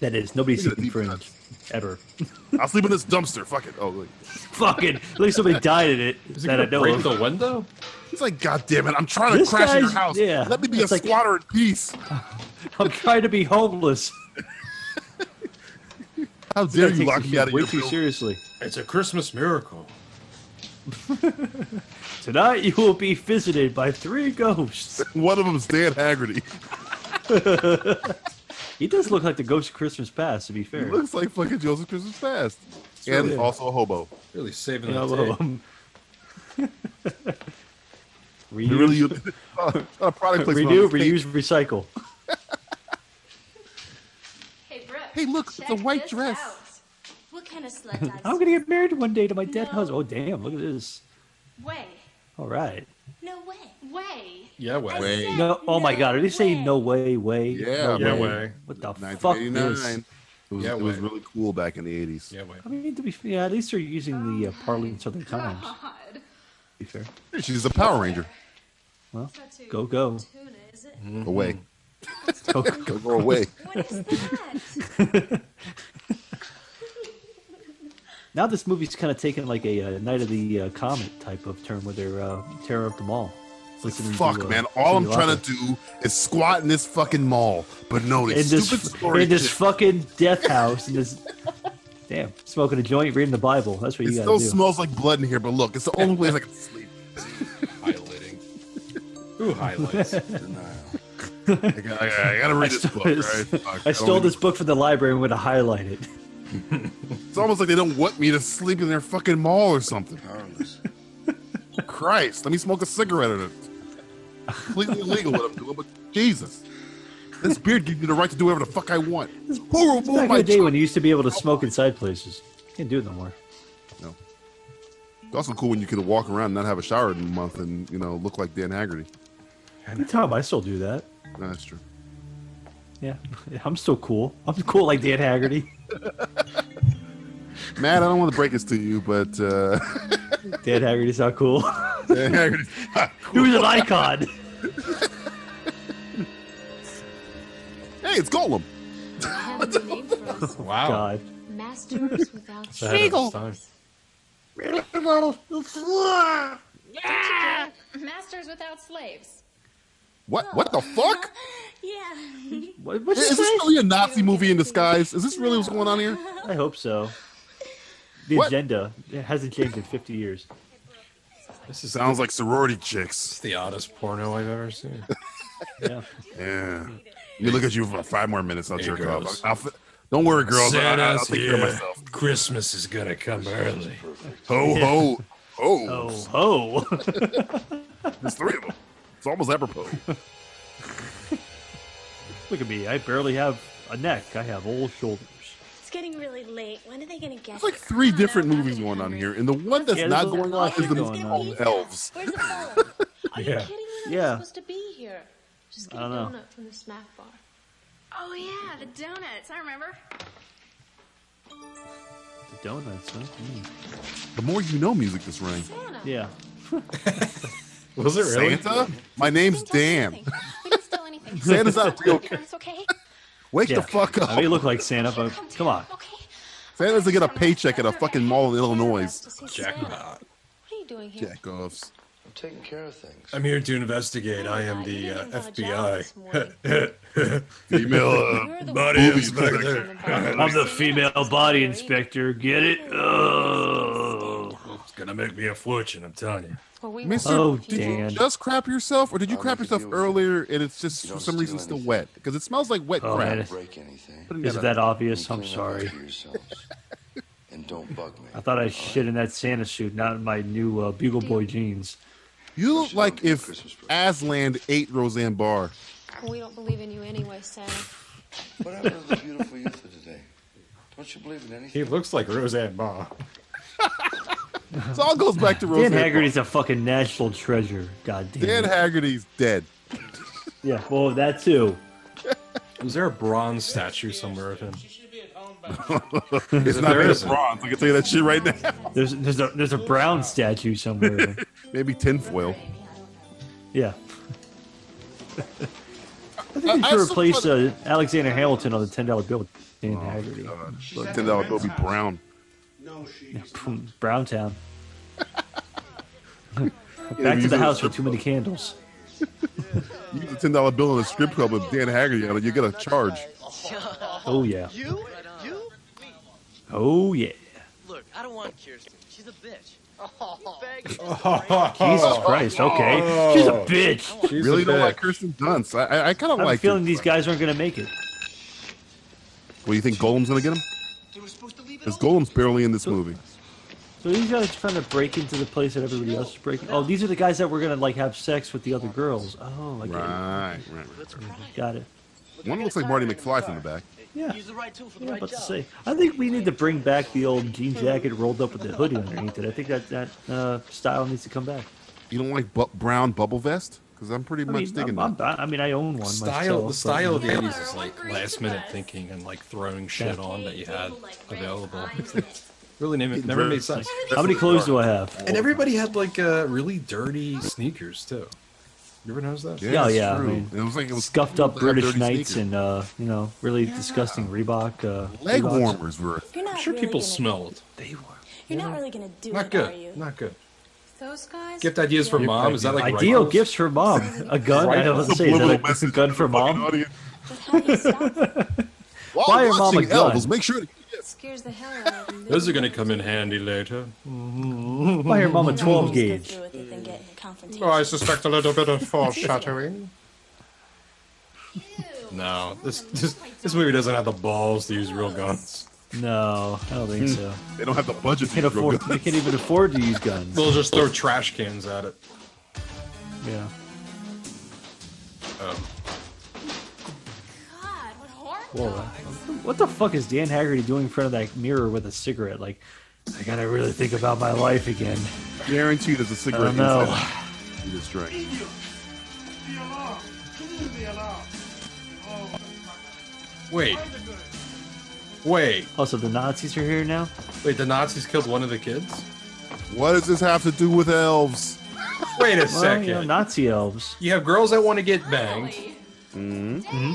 [SPEAKER 8] That is nobody's
[SPEAKER 7] Look at the
[SPEAKER 8] seen
[SPEAKER 7] deep
[SPEAKER 8] Fringe
[SPEAKER 7] cuts.
[SPEAKER 8] ever.
[SPEAKER 7] I'll sleep in this dumpster. Fuck it. Oh, wait.
[SPEAKER 8] Fucking, at least somebody died in it
[SPEAKER 7] Is it
[SPEAKER 8] that I
[SPEAKER 7] gonna
[SPEAKER 8] know
[SPEAKER 7] break
[SPEAKER 8] of.
[SPEAKER 7] the
[SPEAKER 2] window?
[SPEAKER 7] He's like, God damn it! I'm trying to
[SPEAKER 8] This
[SPEAKER 7] crash in your
[SPEAKER 8] guy's-
[SPEAKER 7] house.
[SPEAKER 8] yeah.
[SPEAKER 7] Let me be
[SPEAKER 8] It's
[SPEAKER 7] a
[SPEAKER 8] like-
[SPEAKER 7] squatter in peace.
[SPEAKER 8] I'm trying to be homeless.
[SPEAKER 7] How
[SPEAKER 8] This guy
[SPEAKER 7] dare you
[SPEAKER 8] takes
[SPEAKER 7] lock
[SPEAKER 8] this
[SPEAKER 7] me out of
[SPEAKER 8] way
[SPEAKER 7] your
[SPEAKER 8] too
[SPEAKER 7] building.
[SPEAKER 8] seriously.
[SPEAKER 2] It's a Christmas miracle.
[SPEAKER 8] Tonight you will be visited by three ghosts.
[SPEAKER 7] One of them's Dan Haggerty.
[SPEAKER 8] he does look like the ghost of Christmas past, to be
[SPEAKER 7] He
[SPEAKER 8] fair.
[SPEAKER 7] looks like fucking Joseph Christmas Past,
[SPEAKER 8] It's
[SPEAKER 7] and
[SPEAKER 8] really-
[SPEAKER 7] also a hobo.
[SPEAKER 2] Really saving
[SPEAKER 8] Yeah,
[SPEAKER 2] the
[SPEAKER 8] well,
[SPEAKER 2] day.
[SPEAKER 8] um,
[SPEAKER 7] You
[SPEAKER 8] reuse,
[SPEAKER 7] really, not a product placement.
[SPEAKER 8] renew,
[SPEAKER 7] on this tape.
[SPEAKER 8] reuse, recycle.
[SPEAKER 13] Hey, Brooke.
[SPEAKER 7] Hey, look, it's a white dress.
[SPEAKER 13] What kind of slut dive?
[SPEAKER 8] I'm gonna get married one day to my dead husband. Oh damn! Look at this.
[SPEAKER 13] Way.
[SPEAKER 8] All right.
[SPEAKER 13] No way. Way.
[SPEAKER 2] Yeah, way.
[SPEAKER 8] No. Oh my God. Are they saying no way? Way.
[SPEAKER 7] Yeah,
[SPEAKER 8] no
[SPEAKER 7] man.
[SPEAKER 8] What the fuck?
[SPEAKER 7] 1989.
[SPEAKER 8] Is?
[SPEAKER 7] It was,
[SPEAKER 2] Yeah,
[SPEAKER 7] it was
[SPEAKER 2] way.
[SPEAKER 7] really cool back in the 80s.
[SPEAKER 2] Yeah, way.
[SPEAKER 8] I mean, to be fair, yeah, at least they're using the uh, parlance of their times. To be fair.
[SPEAKER 7] She's a Power Ranger.
[SPEAKER 8] Well, go go.
[SPEAKER 7] Away.
[SPEAKER 8] Go,
[SPEAKER 7] Go, go away.
[SPEAKER 13] What is
[SPEAKER 8] that? now this movie's kind of taken like a uh, Night of the uh, Comet type of turn where they're uh, tearing up the mall. Listening to,
[SPEAKER 7] Fuck,
[SPEAKER 8] uh,
[SPEAKER 7] man. All I'm
[SPEAKER 8] Cyndi
[SPEAKER 7] trying
[SPEAKER 8] Lauper.
[SPEAKER 7] to do is squat in this fucking mall. But no,
[SPEAKER 8] in
[SPEAKER 7] this stupid
[SPEAKER 8] this
[SPEAKER 7] story.
[SPEAKER 8] in this
[SPEAKER 7] shit.
[SPEAKER 8] fucking death house in this damn smoking a joint reading the bible that's what
[SPEAKER 7] it
[SPEAKER 8] you
[SPEAKER 7] still
[SPEAKER 8] gotta do
[SPEAKER 7] smells like blood in here, but look, it's the only place I can sleep.
[SPEAKER 2] Who highlights?
[SPEAKER 7] I gotta, I gotta read this book, right? Fuck,
[SPEAKER 8] I
[SPEAKER 7] I
[SPEAKER 8] stole
[SPEAKER 7] don't
[SPEAKER 8] this book from the library and went to highlight it
[SPEAKER 7] It's almost like they don't want me to sleep in their fucking mall or something. Christ, let me smoke a cigarette in it. Completely illegal what I'm doing, but Jesus. This beard gives me the right to do whatever the fuck I want. This poor
[SPEAKER 8] it's back in the day when you used to be able to smoke inside places can't do it no more
[SPEAKER 7] No. It's also cool when you can walk around and not have a shower in a month and, you know, look like Dan Haggerty.
[SPEAKER 8] Tom I still do that
[SPEAKER 7] No, that's true.
[SPEAKER 8] yeah I'm still cool I'm cool like Dan Haggerty
[SPEAKER 7] Matt, I don't want to break this to you, but uh,
[SPEAKER 8] Dan Haggerty's not cool
[SPEAKER 7] Dan Haggerty.
[SPEAKER 8] he was an icon
[SPEAKER 7] Hey, it's Golem.
[SPEAKER 11] have a name for us.
[SPEAKER 2] Wow.
[SPEAKER 8] God
[SPEAKER 11] Masters without
[SPEAKER 2] It's ahead of its time.
[SPEAKER 11] Yeah. Masters without slaves.
[SPEAKER 7] What? What the fuck?
[SPEAKER 11] Yeah.
[SPEAKER 8] what,
[SPEAKER 7] Is
[SPEAKER 8] what's
[SPEAKER 7] this
[SPEAKER 8] his name?
[SPEAKER 7] really a Nazi movie in disguise? Is this really what's going on here?
[SPEAKER 8] I hope so the
[SPEAKER 7] What?
[SPEAKER 8] agenda it hasn't changed in 50 years
[SPEAKER 2] This is
[SPEAKER 7] Sounds like sorority chicks.
[SPEAKER 2] the oddest porno I've ever seen.
[SPEAKER 8] yeah
[SPEAKER 7] Yeah. Let me look at you for five more minutes. I'll
[SPEAKER 2] Hey,
[SPEAKER 7] jerk
[SPEAKER 2] girls.
[SPEAKER 7] off. I'll, fi- don't worry, girls. I, I, I'll
[SPEAKER 2] Santa's
[SPEAKER 7] take care of
[SPEAKER 2] here.
[SPEAKER 7] myself.
[SPEAKER 2] Christmas is gonna come early.
[SPEAKER 7] Ho, ho, ho.
[SPEAKER 8] oh ho
[SPEAKER 7] There's three of them. It's almost apropos.
[SPEAKER 8] Look at me. I barely have a neck. I have old shoulders.
[SPEAKER 13] It's getting really late. When are they gonna get
[SPEAKER 7] It's like three different movies going on here, and the one that's
[SPEAKER 8] Yeah, there's
[SPEAKER 7] not
[SPEAKER 8] a
[SPEAKER 7] going on
[SPEAKER 8] lot
[SPEAKER 7] is the
[SPEAKER 8] going
[SPEAKER 7] movie
[SPEAKER 8] on.
[SPEAKER 7] called Elves.
[SPEAKER 13] Where's the bowl? Are you
[SPEAKER 2] Yeah.
[SPEAKER 13] kidding me? I'm
[SPEAKER 8] Yeah.
[SPEAKER 13] supposed to be here.
[SPEAKER 11] Just get
[SPEAKER 8] I
[SPEAKER 11] a
[SPEAKER 8] don't know.
[SPEAKER 11] donut from the snack bar.
[SPEAKER 13] Oh yeah, the donuts. I remember.
[SPEAKER 8] The donuts, huh? Mm.
[SPEAKER 7] The more you know, music this rang.
[SPEAKER 13] Santa.
[SPEAKER 8] Yeah.
[SPEAKER 2] Was it really?
[SPEAKER 7] Santa, my name's Dan.
[SPEAKER 13] We didn't steal anything.
[SPEAKER 7] Santa's not real.
[SPEAKER 13] It's okay.
[SPEAKER 7] Wake
[SPEAKER 8] yeah.
[SPEAKER 7] the fuck
[SPEAKER 8] I mean,
[SPEAKER 7] up.
[SPEAKER 8] you look like Santa, but come on.
[SPEAKER 13] Okay.
[SPEAKER 7] Santa doesn't get a paycheck at a fucking mall in Illinois.
[SPEAKER 13] To see
[SPEAKER 2] Jack-
[SPEAKER 13] Santa. What are you doing here?
[SPEAKER 7] Jack offs.
[SPEAKER 4] I'm taking care of things.
[SPEAKER 2] I'm here to investigate. I am the uh, FBI.
[SPEAKER 7] Female. uh,
[SPEAKER 13] You're the
[SPEAKER 2] Body
[SPEAKER 13] one who
[SPEAKER 2] inspector.
[SPEAKER 13] told us on the
[SPEAKER 8] I'm the female body inspector. Get it? Oh.
[SPEAKER 2] It's gonna make me a fortune, I'm telling you.
[SPEAKER 13] Well, we
[SPEAKER 7] Mister,
[SPEAKER 8] Oh,
[SPEAKER 7] did
[SPEAKER 8] Dan.
[SPEAKER 7] you just crap yourself, or did you
[SPEAKER 4] I'll
[SPEAKER 7] crap
[SPEAKER 4] make a
[SPEAKER 7] yourself
[SPEAKER 4] deal with you.
[SPEAKER 7] earlier and it's just
[SPEAKER 4] You
[SPEAKER 7] for
[SPEAKER 4] don't
[SPEAKER 7] some reason
[SPEAKER 4] steal
[SPEAKER 7] still wet? Because it smells like wet
[SPEAKER 8] Oh,
[SPEAKER 7] crap.
[SPEAKER 8] man.
[SPEAKER 4] Break anything.
[SPEAKER 7] Putting
[SPEAKER 8] Is
[SPEAKER 7] that
[SPEAKER 8] that
[SPEAKER 7] up.
[SPEAKER 8] obvious?
[SPEAKER 4] You
[SPEAKER 8] I'm
[SPEAKER 4] clean up after
[SPEAKER 8] sorry.
[SPEAKER 4] yourselves. and don't bug me.
[SPEAKER 8] I thought
[SPEAKER 4] all
[SPEAKER 8] I
[SPEAKER 4] right?
[SPEAKER 8] shit in that Santa suit, not in my new uh, Bugle Boy jeans.
[SPEAKER 7] You look like if
[SPEAKER 4] Christmas present.
[SPEAKER 7] Aslan ate Roseanne Barr.
[SPEAKER 11] We don't believe in you anyway, Santa.
[SPEAKER 4] What happened to the beautiful youth of today? Don't you believe in anything?
[SPEAKER 2] He looks like Roseanne Barr.
[SPEAKER 7] It all goes back to
[SPEAKER 8] Dan
[SPEAKER 7] Roseanne.
[SPEAKER 8] Haggerty's a fucking national treasure. God
[SPEAKER 7] Barr.
[SPEAKER 8] damn
[SPEAKER 7] Dan
[SPEAKER 8] it.
[SPEAKER 7] Haggerty's dead.
[SPEAKER 8] Yeah, well, that too.
[SPEAKER 2] Was there a bronze statue somewhere of him? If
[SPEAKER 7] it's not
[SPEAKER 2] there
[SPEAKER 7] made of
[SPEAKER 2] isn't-
[SPEAKER 7] bronze. I can tell you that shit right now.
[SPEAKER 8] There's there's a there's a brown statue somewhere.
[SPEAKER 7] Maybe tinfoil.
[SPEAKER 8] Yeah. I
[SPEAKER 7] I-
[SPEAKER 8] think they
[SPEAKER 7] I
[SPEAKER 8] should
[SPEAKER 7] still
[SPEAKER 8] replace
[SPEAKER 7] thought-
[SPEAKER 8] uh, Alexander Hamilton on the ten dollar bill with Dan
[SPEAKER 7] Oh,
[SPEAKER 8] Haggerty.
[SPEAKER 7] Look, ten dollar Kobe Brown.
[SPEAKER 8] Yeah, from Brown Town.
[SPEAKER 7] Yeah,
[SPEAKER 8] Back to
[SPEAKER 7] use it
[SPEAKER 8] the
[SPEAKER 7] as
[SPEAKER 8] house
[SPEAKER 7] strip
[SPEAKER 8] with too many candles.
[SPEAKER 7] You use a ten dollar bill in a strip club with Dan Haggerty on it, you get a charge.
[SPEAKER 17] Uh-huh.
[SPEAKER 8] Oh yeah. Oh yeah.
[SPEAKER 17] Look, I don't want Kirsten. She's a bitch.
[SPEAKER 7] Oh.
[SPEAKER 8] Jesus Christ. Okay. She's a bitch.
[SPEAKER 7] really don't like Kirsten Dunst. I, I, I kind of
[SPEAKER 8] I'm
[SPEAKER 7] Oh. like. her.
[SPEAKER 8] feeling these guys aren't gonna make it.
[SPEAKER 7] What do you think Golem's gonna get him? Because Golem's barely in this movie.
[SPEAKER 8] So these guys are trying to break into the place that everybody else is breaking. Oh, these are the guys that were gonna like have sex with the other girls. Oh, I get
[SPEAKER 7] Right, right,
[SPEAKER 8] it. Got it.
[SPEAKER 7] right. One looks like Marty McFly from the back.
[SPEAKER 8] Yeah. Yeah, about to say. I think we need to bring back the old jean jacket rolled up with the hoodie underneath it. I think that that uh, style needs to come back.
[SPEAKER 7] You don't like bu- brown bubble vest? Because I'm pretty
[SPEAKER 8] I
[SPEAKER 7] much
[SPEAKER 8] mean,
[SPEAKER 7] digging
[SPEAKER 8] I'm-
[SPEAKER 7] that.
[SPEAKER 8] I mean, I own one.
[SPEAKER 2] Style, the
[SPEAKER 8] myself,
[SPEAKER 2] style of the
[SPEAKER 8] but-
[SPEAKER 2] 80s is like last minute thinking and like throwing shit
[SPEAKER 8] Yeah.
[SPEAKER 2] on that you had available. It's like, really never,
[SPEAKER 8] It
[SPEAKER 2] never made
[SPEAKER 8] works.
[SPEAKER 2] sense.
[SPEAKER 8] How many clothes do I have?
[SPEAKER 2] And everybody had like uh, really dirty sneakers too. You ever notice that?
[SPEAKER 8] Yeah, yeah. I mean,
[SPEAKER 7] it was like it was
[SPEAKER 8] scuffed up
[SPEAKER 2] like dirty
[SPEAKER 8] British Knights
[SPEAKER 2] sneakers.
[SPEAKER 8] and uh, you know really disgusting Reebok. Uh,
[SPEAKER 2] Leg
[SPEAKER 8] Reeboks.
[SPEAKER 2] warmers
[SPEAKER 7] were.
[SPEAKER 3] You're not
[SPEAKER 2] I'm sure
[SPEAKER 3] really
[SPEAKER 2] people
[SPEAKER 3] gonna-
[SPEAKER 2] smelled. They were.
[SPEAKER 3] You're not really gonna do
[SPEAKER 2] Not
[SPEAKER 3] it, are
[SPEAKER 2] good.
[SPEAKER 3] you?
[SPEAKER 2] Not good.
[SPEAKER 3] Those guys.
[SPEAKER 2] Gift ideas for mom? Is that like
[SPEAKER 8] ideal
[SPEAKER 2] rifles?
[SPEAKER 8] gifts for mom? A gun? I don't know what to say. Is that a- a gun for mom? Why are mom a gun?
[SPEAKER 7] make sure.
[SPEAKER 3] Scares the hell out of them.
[SPEAKER 2] Those are gonna come in handy later.
[SPEAKER 8] Buy your mom a 12 gauge.
[SPEAKER 15] I suspect a little bit of foreshadowing.
[SPEAKER 2] No, this this this movie doesn't have the balls to use real guns.
[SPEAKER 8] No, I don't think so.
[SPEAKER 7] They don't have the budget.
[SPEAKER 8] They can't afford. They can't even afford to use guns.
[SPEAKER 2] They'll just throw trash cans at it.
[SPEAKER 8] Yeah.
[SPEAKER 2] Um,
[SPEAKER 8] Whoa. What the fuck is Dan Haggerty doing in front of that mirror with a cigarette? Like, I gotta really think about my life again.
[SPEAKER 7] Guaranteed there's a cigarette
[SPEAKER 8] I don't know.
[SPEAKER 7] inside. You just drank.
[SPEAKER 2] wait. Wait.
[SPEAKER 8] Also, the Nazis are here now.
[SPEAKER 2] Wait, the Nazis killed one of the kids?
[SPEAKER 7] What does this have to do with elves?
[SPEAKER 2] Wait a
[SPEAKER 8] Well,
[SPEAKER 2] second.
[SPEAKER 8] you
[SPEAKER 2] You,
[SPEAKER 8] know, Nazi elves.
[SPEAKER 2] have girls that want to get banged.
[SPEAKER 8] Mm-hmm.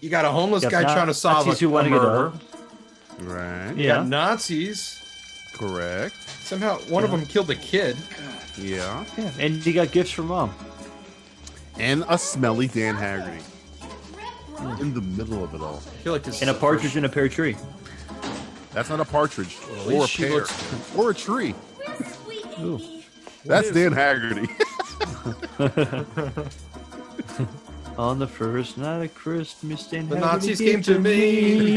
[SPEAKER 2] You got a homeless
[SPEAKER 8] Got
[SPEAKER 2] guy
[SPEAKER 8] Na-
[SPEAKER 2] trying to solve
[SPEAKER 8] Nazis
[SPEAKER 2] a,
[SPEAKER 8] who wanna
[SPEAKER 2] a
[SPEAKER 8] get
[SPEAKER 2] murder.
[SPEAKER 7] Right.
[SPEAKER 2] You got Nazis.
[SPEAKER 7] Correct.
[SPEAKER 2] Somehow one of
[SPEAKER 8] Yeah.
[SPEAKER 2] them killed a kid.
[SPEAKER 7] Yeah.
[SPEAKER 8] Yeah. And he got gifts for mom.
[SPEAKER 7] And a smelly Dan Haggerty.
[SPEAKER 8] Mm.
[SPEAKER 7] In the middle of it all.
[SPEAKER 2] I feel like this
[SPEAKER 8] And a
[SPEAKER 2] is the
[SPEAKER 8] partridge in a pear tree.
[SPEAKER 7] That's not a partridge
[SPEAKER 2] at
[SPEAKER 7] or a
[SPEAKER 2] least she
[SPEAKER 7] pear
[SPEAKER 2] looks-
[SPEAKER 7] or a tree.
[SPEAKER 8] Ooh.
[SPEAKER 7] That's
[SPEAKER 8] is
[SPEAKER 7] Dan Haggerty.
[SPEAKER 8] On the first night of Christmas, Dan
[SPEAKER 2] The
[SPEAKER 8] Haggerty
[SPEAKER 2] Nazis
[SPEAKER 8] gave
[SPEAKER 2] came to me.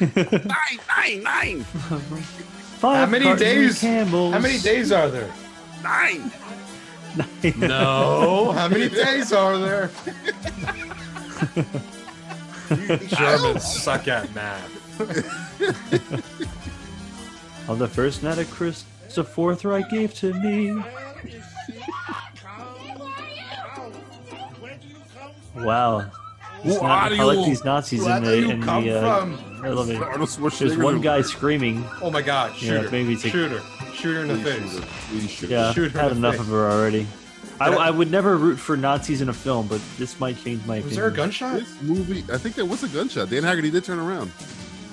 [SPEAKER 7] nine, nine, nine.
[SPEAKER 2] How
[SPEAKER 8] Five
[SPEAKER 2] many
[SPEAKER 8] cartons of
[SPEAKER 2] days?
[SPEAKER 8] Campbell's.
[SPEAKER 2] How many days are there?
[SPEAKER 7] Nine.
[SPEAKER 2] No. How many days are there? Germans suck at math.
[SPEAKER 8] On the first night of Christmas, the fourth right gave to me. Wow.
[SPEAKER 7] Who
[SPEAKER 8] It's
[SPEAKER 7] are
[SPEAKER 8] I like
[SPEAKER 7] you?
[SPEAKER 8] these Nazis
[SPEAKER 2] Where
[SPEAKER 8] in
[SPEAKER 2] do
[SPEAKER 8] the
[SPEAKER 2] you
[SPEAKER 8] in
[SPEAKER 2] come
[SPEAKER 8] the. Uh,
[SPEAKER 2] from?
[SPEAKER 8] I love
[SPEAKER 7] Arnold
[SPEAKER 8] it.
[SPEAKER 7] Schwarzenegger.
[SPEAKER 8] There's one guy screaming.
[SPEAKER 2] Oh my God!
[SPEAKER 8] Yeah,
[SPEAKER 2] Shooter.
[SPEAKER 8] maybe it's a-
[SPEAKER 2] shooter. Shooter in the face.
[SPEAKER 8] Yeah,
[SPEAKER 2] Shoot her
[SPEAKER 8] had
[SPEAKER 2] in the
[SPEAKER 8] enough
[SPEAKER 2] face.
[SPEAKER 8] of her already. I,
[SPEAKER 2] That-
[SPEAKER 8] I would never root for Nazis in a film, but this might change my opinion.
[SPEAKER 2] Was there a gunshot?
[SPEAKER 7] This movie, I think there was a gunshot. Dan Haggerty did turn around.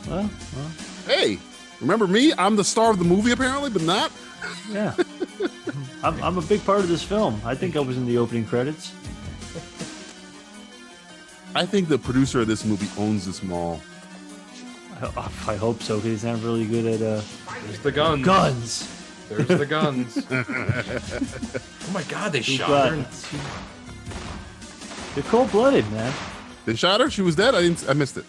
[SPEAKER 8] Well, well,
[SPEAKER 7] Hey, remember me? I'm the star of the movie apparently, but not.
[SPEAKER 8] yeah. I'm, I'm a big part of this film. I think I was in the opening credits.
[SPEAKER 7] I think the producer of this movie owns this mall.
[SPEAKER 8] I, I hope so, because he's not really good at uh,
[SPEAKER 2] There's the guns.
[SPEAKER 8] guns.
[SPEAKER 2] There's the guns. oh my God! They
[SPEAKER 8] We've
[SPEAKER 2] shot
[SPEAKER 8] got-
[SPEAKER 2] her.
[SPEAKER 8] They're cold blooded, man.
[SPEAKER 7] They shot her. She was dead. I didn't. I missed it.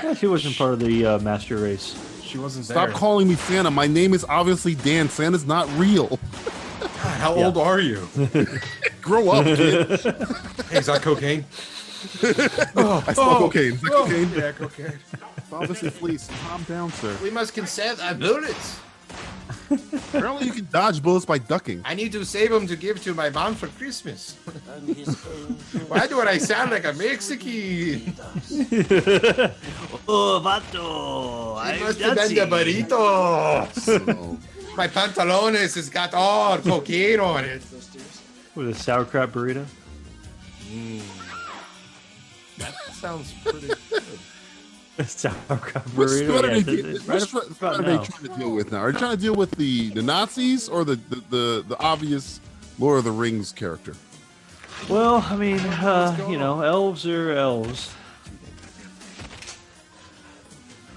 [SPEAKER 8] Yeah, she wasn't part of the uh, master race.
[SPEAKER 2] She wasn't
[SPEAKER 7] Stop
[SPEAKER 2] there.
[SPEAKER 7] calling me Santa. My name is obviously Dan. Santa's not real.
[SPEAKER 2] God, how
[SPEAKER 8] Yeah.
[SPEAKER 2] old are you?
[SPEAKER 7] Grow up, kid.
[SPEAKER 2] Hey, is that cocaine?
[SPEAKER 7] I smoke cocaine. Is that
[SPEAKER 2] oh,
[SPEAKER 7] cocaine?
[SPEAKER 2] Yeah, cocaine.
[SPEAKER 7] Obviously, please calm down, sir.
[SPEAKER 2] We must consent. I built it.
[SPEAKER 7] Apparently, you can dodge bullets by ducking.
[SPEAKER 18] I need to save them to give to my mom for Christmas. Why do I sound like a Mexican?
[SPEAKER 8] oh, vato.
[SPEAKER 18] I
[SPEAKER 8] I'm
[SPEAKER 18] must have been the
[SPEAKER 8] Nazi.
[SPEAKER 18] burritos. my pantalones has got all cocaine on it.
[SPEAKER 8] With a sauerkraut burrito?
[SPEAKER 18] That sounds pretty good.
[SPEAKER 8] sauerkraut
[SPEAKER 7] Which
[SPEAKER 8] burrito? Yeah,
[SPEAKER 7] threat, are, they,
[SPEAKER 8] th- th- right
[SPEAKER 7] which threat, threat
[SPEAKER 8] about
[SPEAKER 7] are they
[SPEAKER 8] now.
[SPEAKER 7] trying to deal with now? Are they trying to deal with the, the Nazis or the, the, the, the obvious Lord of the Rings character?
[SPEAKER 8] Well, I mean, uh, you know, elves are elves.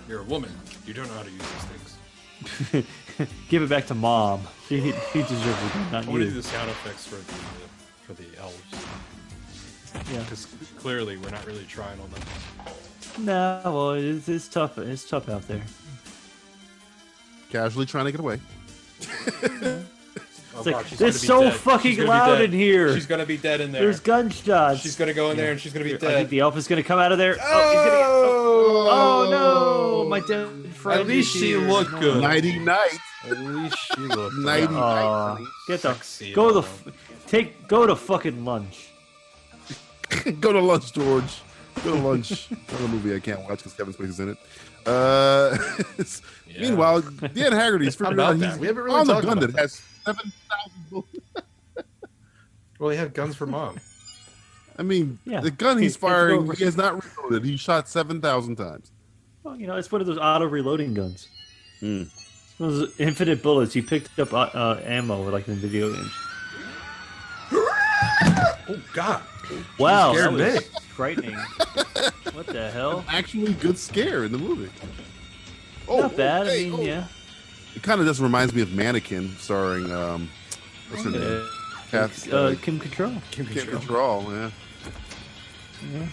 [SPEAKER 2] You're a woman. You don't know how to use these things.
[SPEAKER 8] Give it back to mom. She, she deserves it,
[SPEAKER 2] I
[SPEAKER 8] not
[SPEAKER 2] want to do
[SPEAKER 8] you.
[SPEAKER 2] the sound effects for the for the elves.
[SPEAKER 8] Yeah.
[SPEAKER 2] Because clearly we're not really trying on them.
[SPEAKER 8] No, well, it's, it's tough. It's tough out there.
[SPEAKER 7] Casually trying to get away.
[SPEAKER 2] Oh,
[SPEAKER 8] It's like,
[SPEAKER 2] God, she's
[SPEAKER 8] it's
[SPEAKER 2] gonna be
[SPEAKER 8] so
[SPEAKER 2] dead. She's
[SPEAKER 8] fucking
[SPEAKER 2] gonna be
[SPEAKER 8] loud
[SPEAKER 2] dead.
[SPEAKER 8] in here.
[SPEAKER 2] She's gonna be dead in there.
[SPEAKER 8] There's gunshots.
[SPEAKER 2] She's gonna go in there and she's gonna be
[SPEAKER 8] I
[SPEAKER 2] dead.
[SPEAKER 8] think the elf is gonna come out of there.
[SPEAKER 2] oh, he's gonna
[SPEAKER 8] Oh, no, my dead friend.
[SPEAKER 2] At least
[SPEAKER 8] is
[SPEAKER 2] she
[SPEAKER 8] here.
[SPEAKER 2] looked good.
[SPEAKER 7] Nighty night.
[SPEAKER 2] At least she looked
[SPEAKER 7] Nighty
[SPEAKER 8] Oh.
[SPEAKER 7] night.
[SPEAKER 8] Aw, get the
[SPEAKER 2] Sexy,
[SPEAKER 8] go the
[SPEAKER 2] though.
[SPEAKER 8] f- take go to fucking lunch.
[SPEAKER 7] Go to lunch, George. Go to lunch. Another movie I can't watch because Kevin Spacey's in it. Uh, Meanwhile, Dan Haggerty's
[SPEAKER 18] How
[SPEAKER 7] figured
[SPEAKER 18] about
[SPEAKER 7] out
[SPEAKER 18] that?
[SPEAKER 7] he's
[SPEAKER 18] We haven't really
[SPEAKER 7] on the
[SPEAKER 18] talked
[SPEAKER 7] gun
[SPEAKER 18] about
[SPEAKER 7] that has seven thousand bullets.
[SPEAKER 18] Well, he had guns for mom.
[SPEAKER 7] I mean,
[SPEAKER 8] Yeah.
[SPEAKER 7] the gun he's
[SPEAKER 8] He- he has to
[SPEAKER 7] firing,
[SPEAKER 8] go-
[SPEAKER 7] he has not reloaded. He shot seven thousand times.
[SPEAKER 8] Well, you know, it's one of those auto reloading guns. It's one of Those infinite bullets. You picked up uh, uh, ammo like in video games.
[SPEAKER 2] Oh God.
[SPEAKER 8] Wow, that
[SPEAKER 2] scared
[SPEAKER 8] was
[SPEAKER 2] me.
[SPEAKER 8] frightening. what the hell?
[SPEAKER 7] Actually, good scare in the movie.
[SPEAKER 2] Oh,
[SPEAKER 7] Oh,
[SPEAKER 8] Not bad. I mean, yeah.
[SPEAKER 7] It kind of just reminds me of Mannequin, starring um, what's her
[SPEAKER 8] Uh,
[SPEAKER 7] name? Kath,
[SPEAKER 2] Oh,
[SPEAKER 8] Uh, Kim Cattrall.
[SPEAKER 7] Kim Cattrall. Yeah.
[SPEAKER 8] Yeah.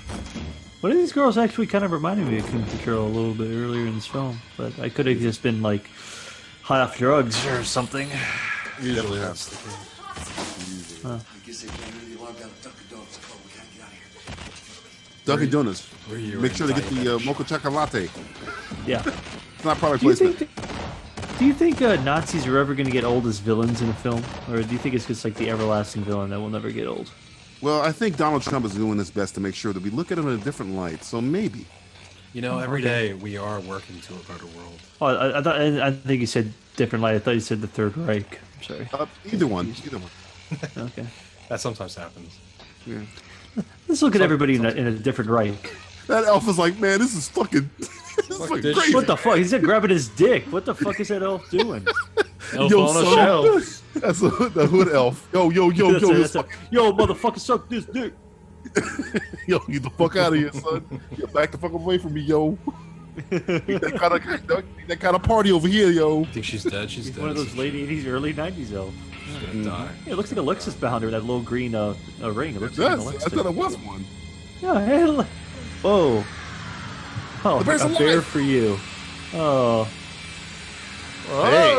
[SPEAKER 8] One of these girls actually kind of reminded me of Kim Cattrall a little bit earlier in this film, but I could have just been like high off drugs or something.
[SPEAKER 2] Usually that's the case.
[SPEAKER 8] Huh.
[SPEAKER 4] I guess they can't really log out Dunkin' Donuts. Come on, we gotta get out of here.
[SPEAKER 7] Dunkin' Donuts.
[SPEAKER 2] where you
[SPEAKER 7] Make sure to get
[SPEAKER 2] anxiety.
[SPEAKER 7] the uh, mocha chocolate latte.
[SPEAKER 8] Yeah.
[SPEAKER 7] It's not product
[SPEAKER 8] Do you
[SPEAKER 7] placement.
[SPEAKER 8] think? do you think uh, Nazis are ever going to get old as villains in a film, or do you think it's just like the everlasting villain that will never get old?
[SPEAKER 7] Well, I think Donald Trump is doing his best to make sure that we look at him in a different light. So maybe.
[SPEAKER 2] You know, every
[SPEAKER 8] Okay.
[SPEAKER 2] day we are working to a better world.
[SPEAKER 8] Oh, I, I thought I, I think you said different light. I thought you said the Third Reich. I'm sorry.
[SPEAKER 7] Uh, either one. Either one.
[SPEAKER 8] Okay.
[SPEAKER 2] That sometimes happens.
[SPEAKER 7] Yeah.
[SPEAKER 8] Let's look at everybody in a, in a different Reich.
[SPEAKER 7] That elf is like, man, this is fucking. this is fucking crazy.
[SPEAKER 8] What the fuck? He's like grabbing his dick. What the fuck is that elf doing?
[SPEAKER 2] Elf
[SPEAKER 7] Yo,
[SPEAKER 2] on a
[SPEAKER 7] son.
[SPEAKER 2] shelf.
[SPEAKER 7] That's a, the hood elf. Yo, yo, yo,
[SPEAKER 8] That's
[SPEAKER 7] yo,
[SPEAKER 8] a-
[SPEAKER 7] this
[SPEAKER 8] that's a-
[SPEAKER 7] fuck-
[SPEAKER 8] yo, motherfucker, suck this dick.
[SPEAKER 7] yo, get the fuck out of here, son. Get back the fuck away from me, yo. Ain't that kind of ain't that kind of party over here, yo.
[SPEAKER 2] I think she's dead. She's
[SPEAKER 8] He's
[SPEAKER 2] dead.
[SPEAKER 8] one of those late '80s, early '90s elf.
[SPEAKER 2] She's gonna die.
[SPEAKER 8] It looks like a Lexus behind her. That little green uh, uh ring. It
[SPEAKER 7] It
[SPEAKER 8] looks like an
[SPEAKER 7] does. I
[SPEAKER 8] Lexus.
[SPEAKER 7] thought it was one.
[SPEAKER 8] Yeah, hell. Whoa. Oh,
[SPEAKER 7] The bear's
[SPEAKER 8] a
[SPEAKER 7] alive.
[SPEAKER 8] bear for you. Oh.
[SPEAKER 7] Hey.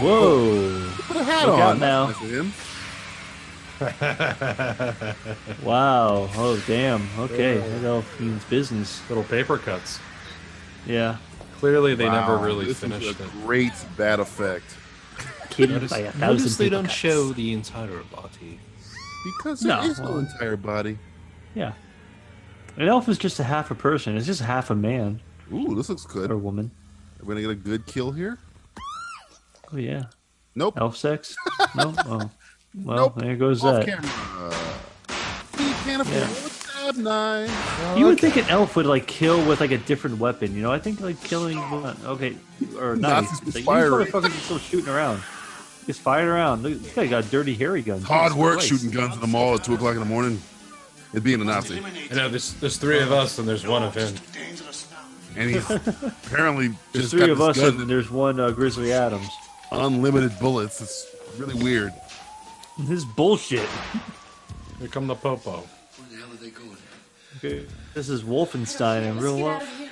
[SPEAKER 8] Whoa.
[SPEAKER 7] Put a hat
[SPEAKER 8] Look out
[SPEAKER 7] on.
[SPEAKER 8] now.
[SPEAKER 7] Oh. That's nice of him.
[SPEAKER 8] Wow. Oh, damn. Okay. That elf means business.
[SPEAKER 2] Little paper cuts.
[SPEAKER 8] Yeah.
[SPEAKER 2] Clearly, they
[SPEAKER 7] Wow,
[SPEAKER 2] never really
[SPEAKER 7] this is
[SPEAKER 2] finished it.
[SPEAKER 7] a great bad effect.
[SPEAKER 8] Killed
[SPEAKER 2] Notice,
[SPEAKER 8] by a thousand
[SPEAKER 2] notice they
[SPEAKER 8] paper
[SPEAKER 2] don't
[SPEAKER 8] cuts.
[SPEAKER 2] show the entire body.
[SPEAKER 7] Because
[SPEAKER 8] No,
[SPEAKER 7] there is no
[SPEAKER 8] well-
[SPEAKER 7] entire body.
[SPEAKER 8] Yeah. An elf is just a half a person. It's just half a man
[SPEAKER 7] Ooh, this looks good.
[SPEAKER 8] or a woman.
[SPEAKER 7] Are we gonna get a good kill here?
[SPEAKER 8] Oh, yeah.
[SPEAKER 7] Nope.
[SPEAKER 8] Elf sex? No? Oh. Well,
[SPEAKER 7] Nope.
[SPEAKER 8] there goes
[SPEAKER 7] Off
[SPEAKER 8] that.
[SPEAKER 7] camera. He can't afford a stab knife.
[SPEAKER 8] You would think an elf would like kill with like a different weapon, you know? I think like killing okay or not.
[SPEAKER 7] Nazis
[SPEAKER 8] Like, these
[SPEAKER 7] firing.
[SPEAKER 8] motherfuckers are still shooting around. He's firing around. Look, this guy got a dirty hairy gun.
[SPEAKER 7] Hard
[SPEAKER 8] Jesus
[SPEAKER 7] work
[SPEAKER 8] Christ.
[SPEAKER 7] shooting guns at the mall at two o'clock in the morning. And being a Nazi.
[SPEAKER 2] I know there's there's three of us and there's one of him.
[SPEAKER 7] And he's apparently
[SPEAKER 8] There's
[SPEAKER 7] just
[SPEAKER 8] three
[SPEAKER 7] got
[SPEAKER 8] of
[SPEAKER 7] this
[SPEAKER 8] us,
[SPEAKER 7] gun
[SPEAKER 8] and there's one uh, Grizzly Adams.
[SPEAKER 7] with unlimited bullets. It's really weird.
[SPEAKER 8] This is bullshit.
[SPEAKER 2] Here come the popo.
[SPEAKER 4] Where the hell are they going?
[SPEAKER 8] This is Wolfenstein in real life.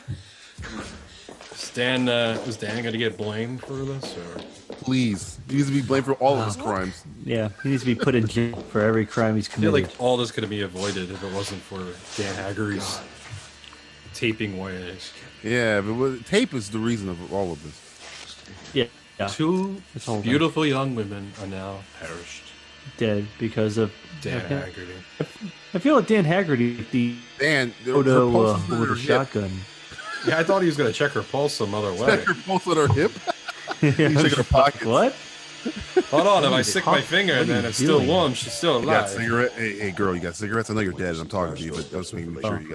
[SPEAKER 2] Is Dan uh, is Dan gonna get blamed for this or?
[SPEAKER 7] Please. He needs to be blamed for all of his crimes.
[SPEAKER 8] Yeah, he needs to be put in jail for every crime he's
[SPEAKER 2] I feel
[SPEAKER 8] committed.
[SPEAKER 2] like all this could have been avoided if it wasn't for Dan Haggerty's taping ways.
[SPEAKER 7] Yeah, but what- tape is the reason of all of this.
[SPEAKER 8] yeah, Yeah.
[SPEAKER 2] Two
[SPEAKER 8] This whole thing.
[SPEAKER 2] beautiful young women are now perished.
[SPEAKER 8] Dead because of
[SPEAKER 2] Dan
[SPEAKER 8] I can't-
[SPEAKER 2] Haggerty.
[SPEAKER 8] I, I feel like Dan Haggerty, the
[SPEAKER 7] Dan, there was
[SPEAKER 8] photo
[SPEAKER 7] her
[SPEAKER 8] uh,
[SPEAKER 7] pulse on
[SPEAKER 8] with
[SPEAKER 7] her
[SPEAKER 8] a
[SPEAKER 7] hip.
[SPEAKER 8] shotgun.
[SPEAKER 2] Yeah, I thought he was going to check her pulse some other
[SPEAKER 7] Is
[SPEAKER 2] way.
[SPEAKER 7] that your pulse on her hip? He's
[SPEAKER 8] I
[SPEAKER 7] like
[SPEAKER 8] was
[SPEAKER 7] in her pocket.
[SPEAKER 8] What?
[SPEAKER 2] Hold on, if I
[SPEAKER 8] Holy
[SPEAKER 2] stick
[SPEAKER 8] cock,
[SPEAKER 2] my finger
[SPEAKER 8] what
[SPEAKER 2] and
[SPEAKER 8] are
[SPEAKER 2] then
[SPEAKER 8] you
[SPEAKER 2] it's still
[SPEAKER 8] doing?
[SPEAKER 2] warm, she's still
[SPEAKER 7] You got
[SPEAKER 2] alive.
[SPEAKER 7] cigarette? Hey, hey, girl, you got cigarettes? I know you're dead as I'm talking to you, but I was making sure you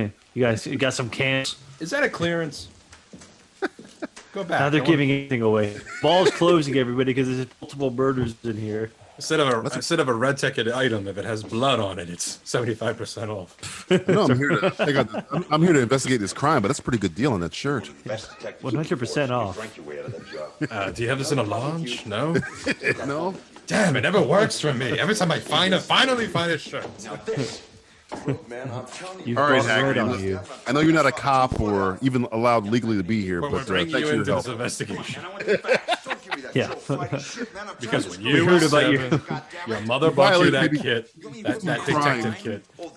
[SPEAKER 7] got.
[SPEAKER 8] you guys, you got some cans.
[SPEAKER 2] Is that a clearance? Go back.
[SPEAKER 8] Now
[SPEAKER 2] I
[SPEAKER 8] they're
[SPEAKER 2] want-
[SPEAKER 8] giving anything away. Ball's closing everybody because there's multiple murders in here.
[SPEAKER 2] Instead of a instead of a red ticket item, if it has blood on it, it's seventy five percent off.
[SPEAKER 7] No, I'm here to. I got the- I'm, I'm here to investigate this crime, but that's a pretty good deal on that shirt.
[SPEAKER 8] One hundred percent off.
[SPEAKER 2] Uh, do you have this in a lounge? No.
[SPEAKER 7] no.
[SPEAKER 2] Damn, it never works for me. Every time I find a finally find a shirt.
[SPEAKER 7] All right, Haggerty. listen, I know you're not a cop or even allowed legally to be here,
[SPEAKER 2] But
[SPEAKER 7] but,
[SPEAKER 2] we're
[SPEAKER 7] uh,
[SPEAKER 2] bringing
[SPEAKER 7] thanks for
[SPEAKER 2] you
[SPEAKER 7] your
[SPEAKER 2] into
[SPEAKER 7] help.
[SPEAKER 2] this investigation.
[SPEAKER 8] Yeah.
[SPEAKER 2] Because when
[SPEAKER 8] We
[SPEAKER 2] you
[SPEAKER 8] heard
[SPEAKER 2] were
[SPEAKER 8] about your-
[SPEAKER 2] seven, your mother
[SPEAKER 8] You
[SPEAKER 2] bought you that
[SPEAKER 8] violated
[SPEAKER 2] kit, that, that detective kit.
[SPEAKER 4] Oh,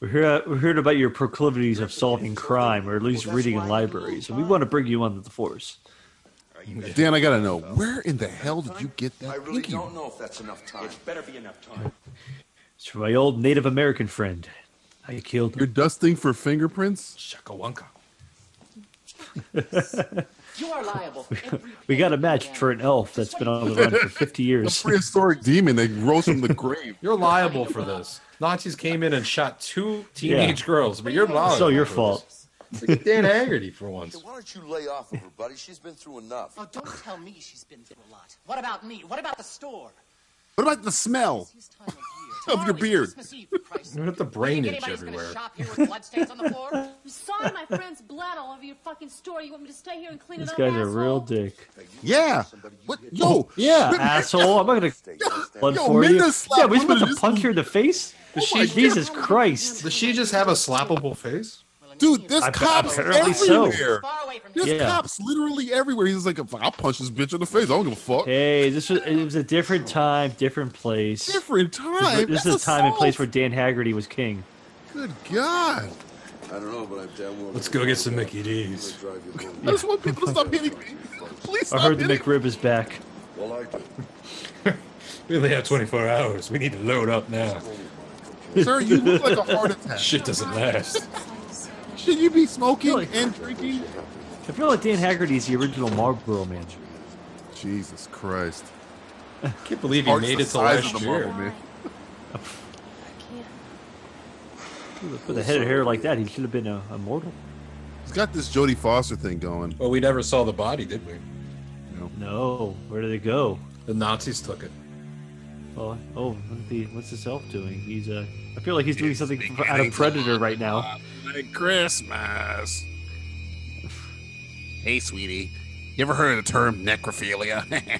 [SPEAKER 8] We're here, we're here about your proclivities of solving crime, or at least reading in libraries, and we want to bring you onto the force.
[SPEAKER 7] Dan, I gotta know where in the hell did you get that?
[SPEAKER 4] I really don't know if that's enough time. It better be enough time.
[SPEAKER 8] It's from my old Native American friend. I killed
[SPEAKER 7] You're
[SPEAKER 8] him.
[SPEAKER 7] dusting for fingerprints?
[SPEAKER 2] Shakawunka.
[SPEAKER 14] You are liable.
[SPEAKER 8] We got a match for an elf that's been on the run for 50 years.
[SPEAKER 7] A prehistoric demon that rose from the grave.
[SPEAKER 2] You're liable for this. Nazis came in and shot two teenage
[SPEAKER 8] Yeah.
[SPEAKER 2] girls, but you're liable.
[SPEAKER 8] It's all your
[SPEAKER 2] for
[SPEAKER 8] fault.
[SPEAKER 2] this. Look at Dan Haggerty for once.
[SPEAKER 4] Why don't you lay off of her, buddy? She's been through enough.
[SPEAKER 14] Oh, don't tell me she's been through a lot. What about me? What about the store?
[SPEAKER 7] What about the smell of your beard?
[SPEAKER 2] Look at the brain itch
[SPEAKER 14] Anybody's gonna
[SPEAKER 2] everywhere.
[SPEAKER 14] shop here with bloodstains on the floor?
[SPEAKER 3] I'm sorry, my friend's blood all over your fucking store. You want me to stay here and clean
[SPEAKER 8] This
[SPEAKER 3] it up?
[SPEAKER 8] guy's a
[SPEAKER 3] asshole?
[SPEAKER 8] real dick. Oh,
[SPEAKER 7] Yeah. What? Yo.
[SPEAKER 8] Yeah,
[SPEAKER 7] quit-
[SPEAKER 8] asshole. I'm not going to blood for you.
[SPEAKER 7] Minda
[SPEAKER 8] Yeah,
[SPEAKER 7] slapped
[SPEAKER 8] we're supposed
[SPEAKER 7] women
[SPEAKER 8] to
[SPEAKER 7] just- Oh
[SPEAKER 8] punch her in the face?
[SPEAKER 2] Does she-
[SPEAKER 8] Jesus Christ.
[SPEAKER 2] Does she just have a slappable face?
[SPEAKER 7] Dude, there's
[SPEAKER 8] I-
[SPEAKER 7] cops
[SPEAKER 8] apparently so.
[SPEAKER 7] everywhere. There's
[SPEAKER 8] Yeah.
[SPEAKER 7] cops literally everywhere. He's just like, I'll punch this bitch in the face. I don't give a fuck.
[SPEAKER 8] Hey, this was it was a different time, different place.
[SPEAKER 7] Different time.
[SPEAKER 8] This is a
[SPEAKER 7] That's
[SPEAKER 8] time and place
[SPEAKER 7] assault.
[SPEAKER 8] where Dan Haggerty was king.
[SPEAKER 7] Good God.
[SPEAKER 4] I don't know, but I'm damn well.
[SPEAKER 2] Let's go get some Mickey D's.
[SPEAKER 4] drive you home.
[SPEAKER 7] I just want people to stop hitting me. Please
[SPEAKER 8] I
[SPEAKER 7] stop
[SPEAKER 8] heard the
[SPEAKER 7] hitting me.
[SPEAKER 8] McRib is back.
[SPEAKER 4] Well, I do.
[SPEAKER 2] We only have 24 hours. We need to load up now.
[SPEAKER 7] Sir, you look like a heart attack.
[SPEAKER 2] Shit doesn't last.
[SPEAKER 7] Should you be smoking and drinking?
[SPEAKER 8] I feel like Dan Haggerty is the original Marlboro man.
[SPEAKER 7] Jesus Christ.
[SPEAKER 2] I can't believe he
[SPEAKER 7] Heart's
[SPEAKER 2] made
[SPEAKER 7] the
[SPEAKER 2] it to
[SPEAKER 7] size
[SPEAKER 2] last
[SPEAKER 7] of the marble,
[SPEAKER 2] year.
[SPEAKER 7] man.
[SPEAKER 8] With a head of hair like that, he should have been a, a mortal.
[SPEAKER 7] He's got this Jodie Foster thing going.
[SPEAKER 2] Well, we never saw the body, did we?
[SPEAKER 8] No, where did it go?
[SPEAKER 2] The Nazis took it.
[SPEAKER 8] Oh, oh, what's the what's this elf doing? He's uh, I feel like he's doing something f- out of Predator right now.
[SPEAKER 7] Merry Christmas. Hey, sweetie. You ever heard of the term necrophilia?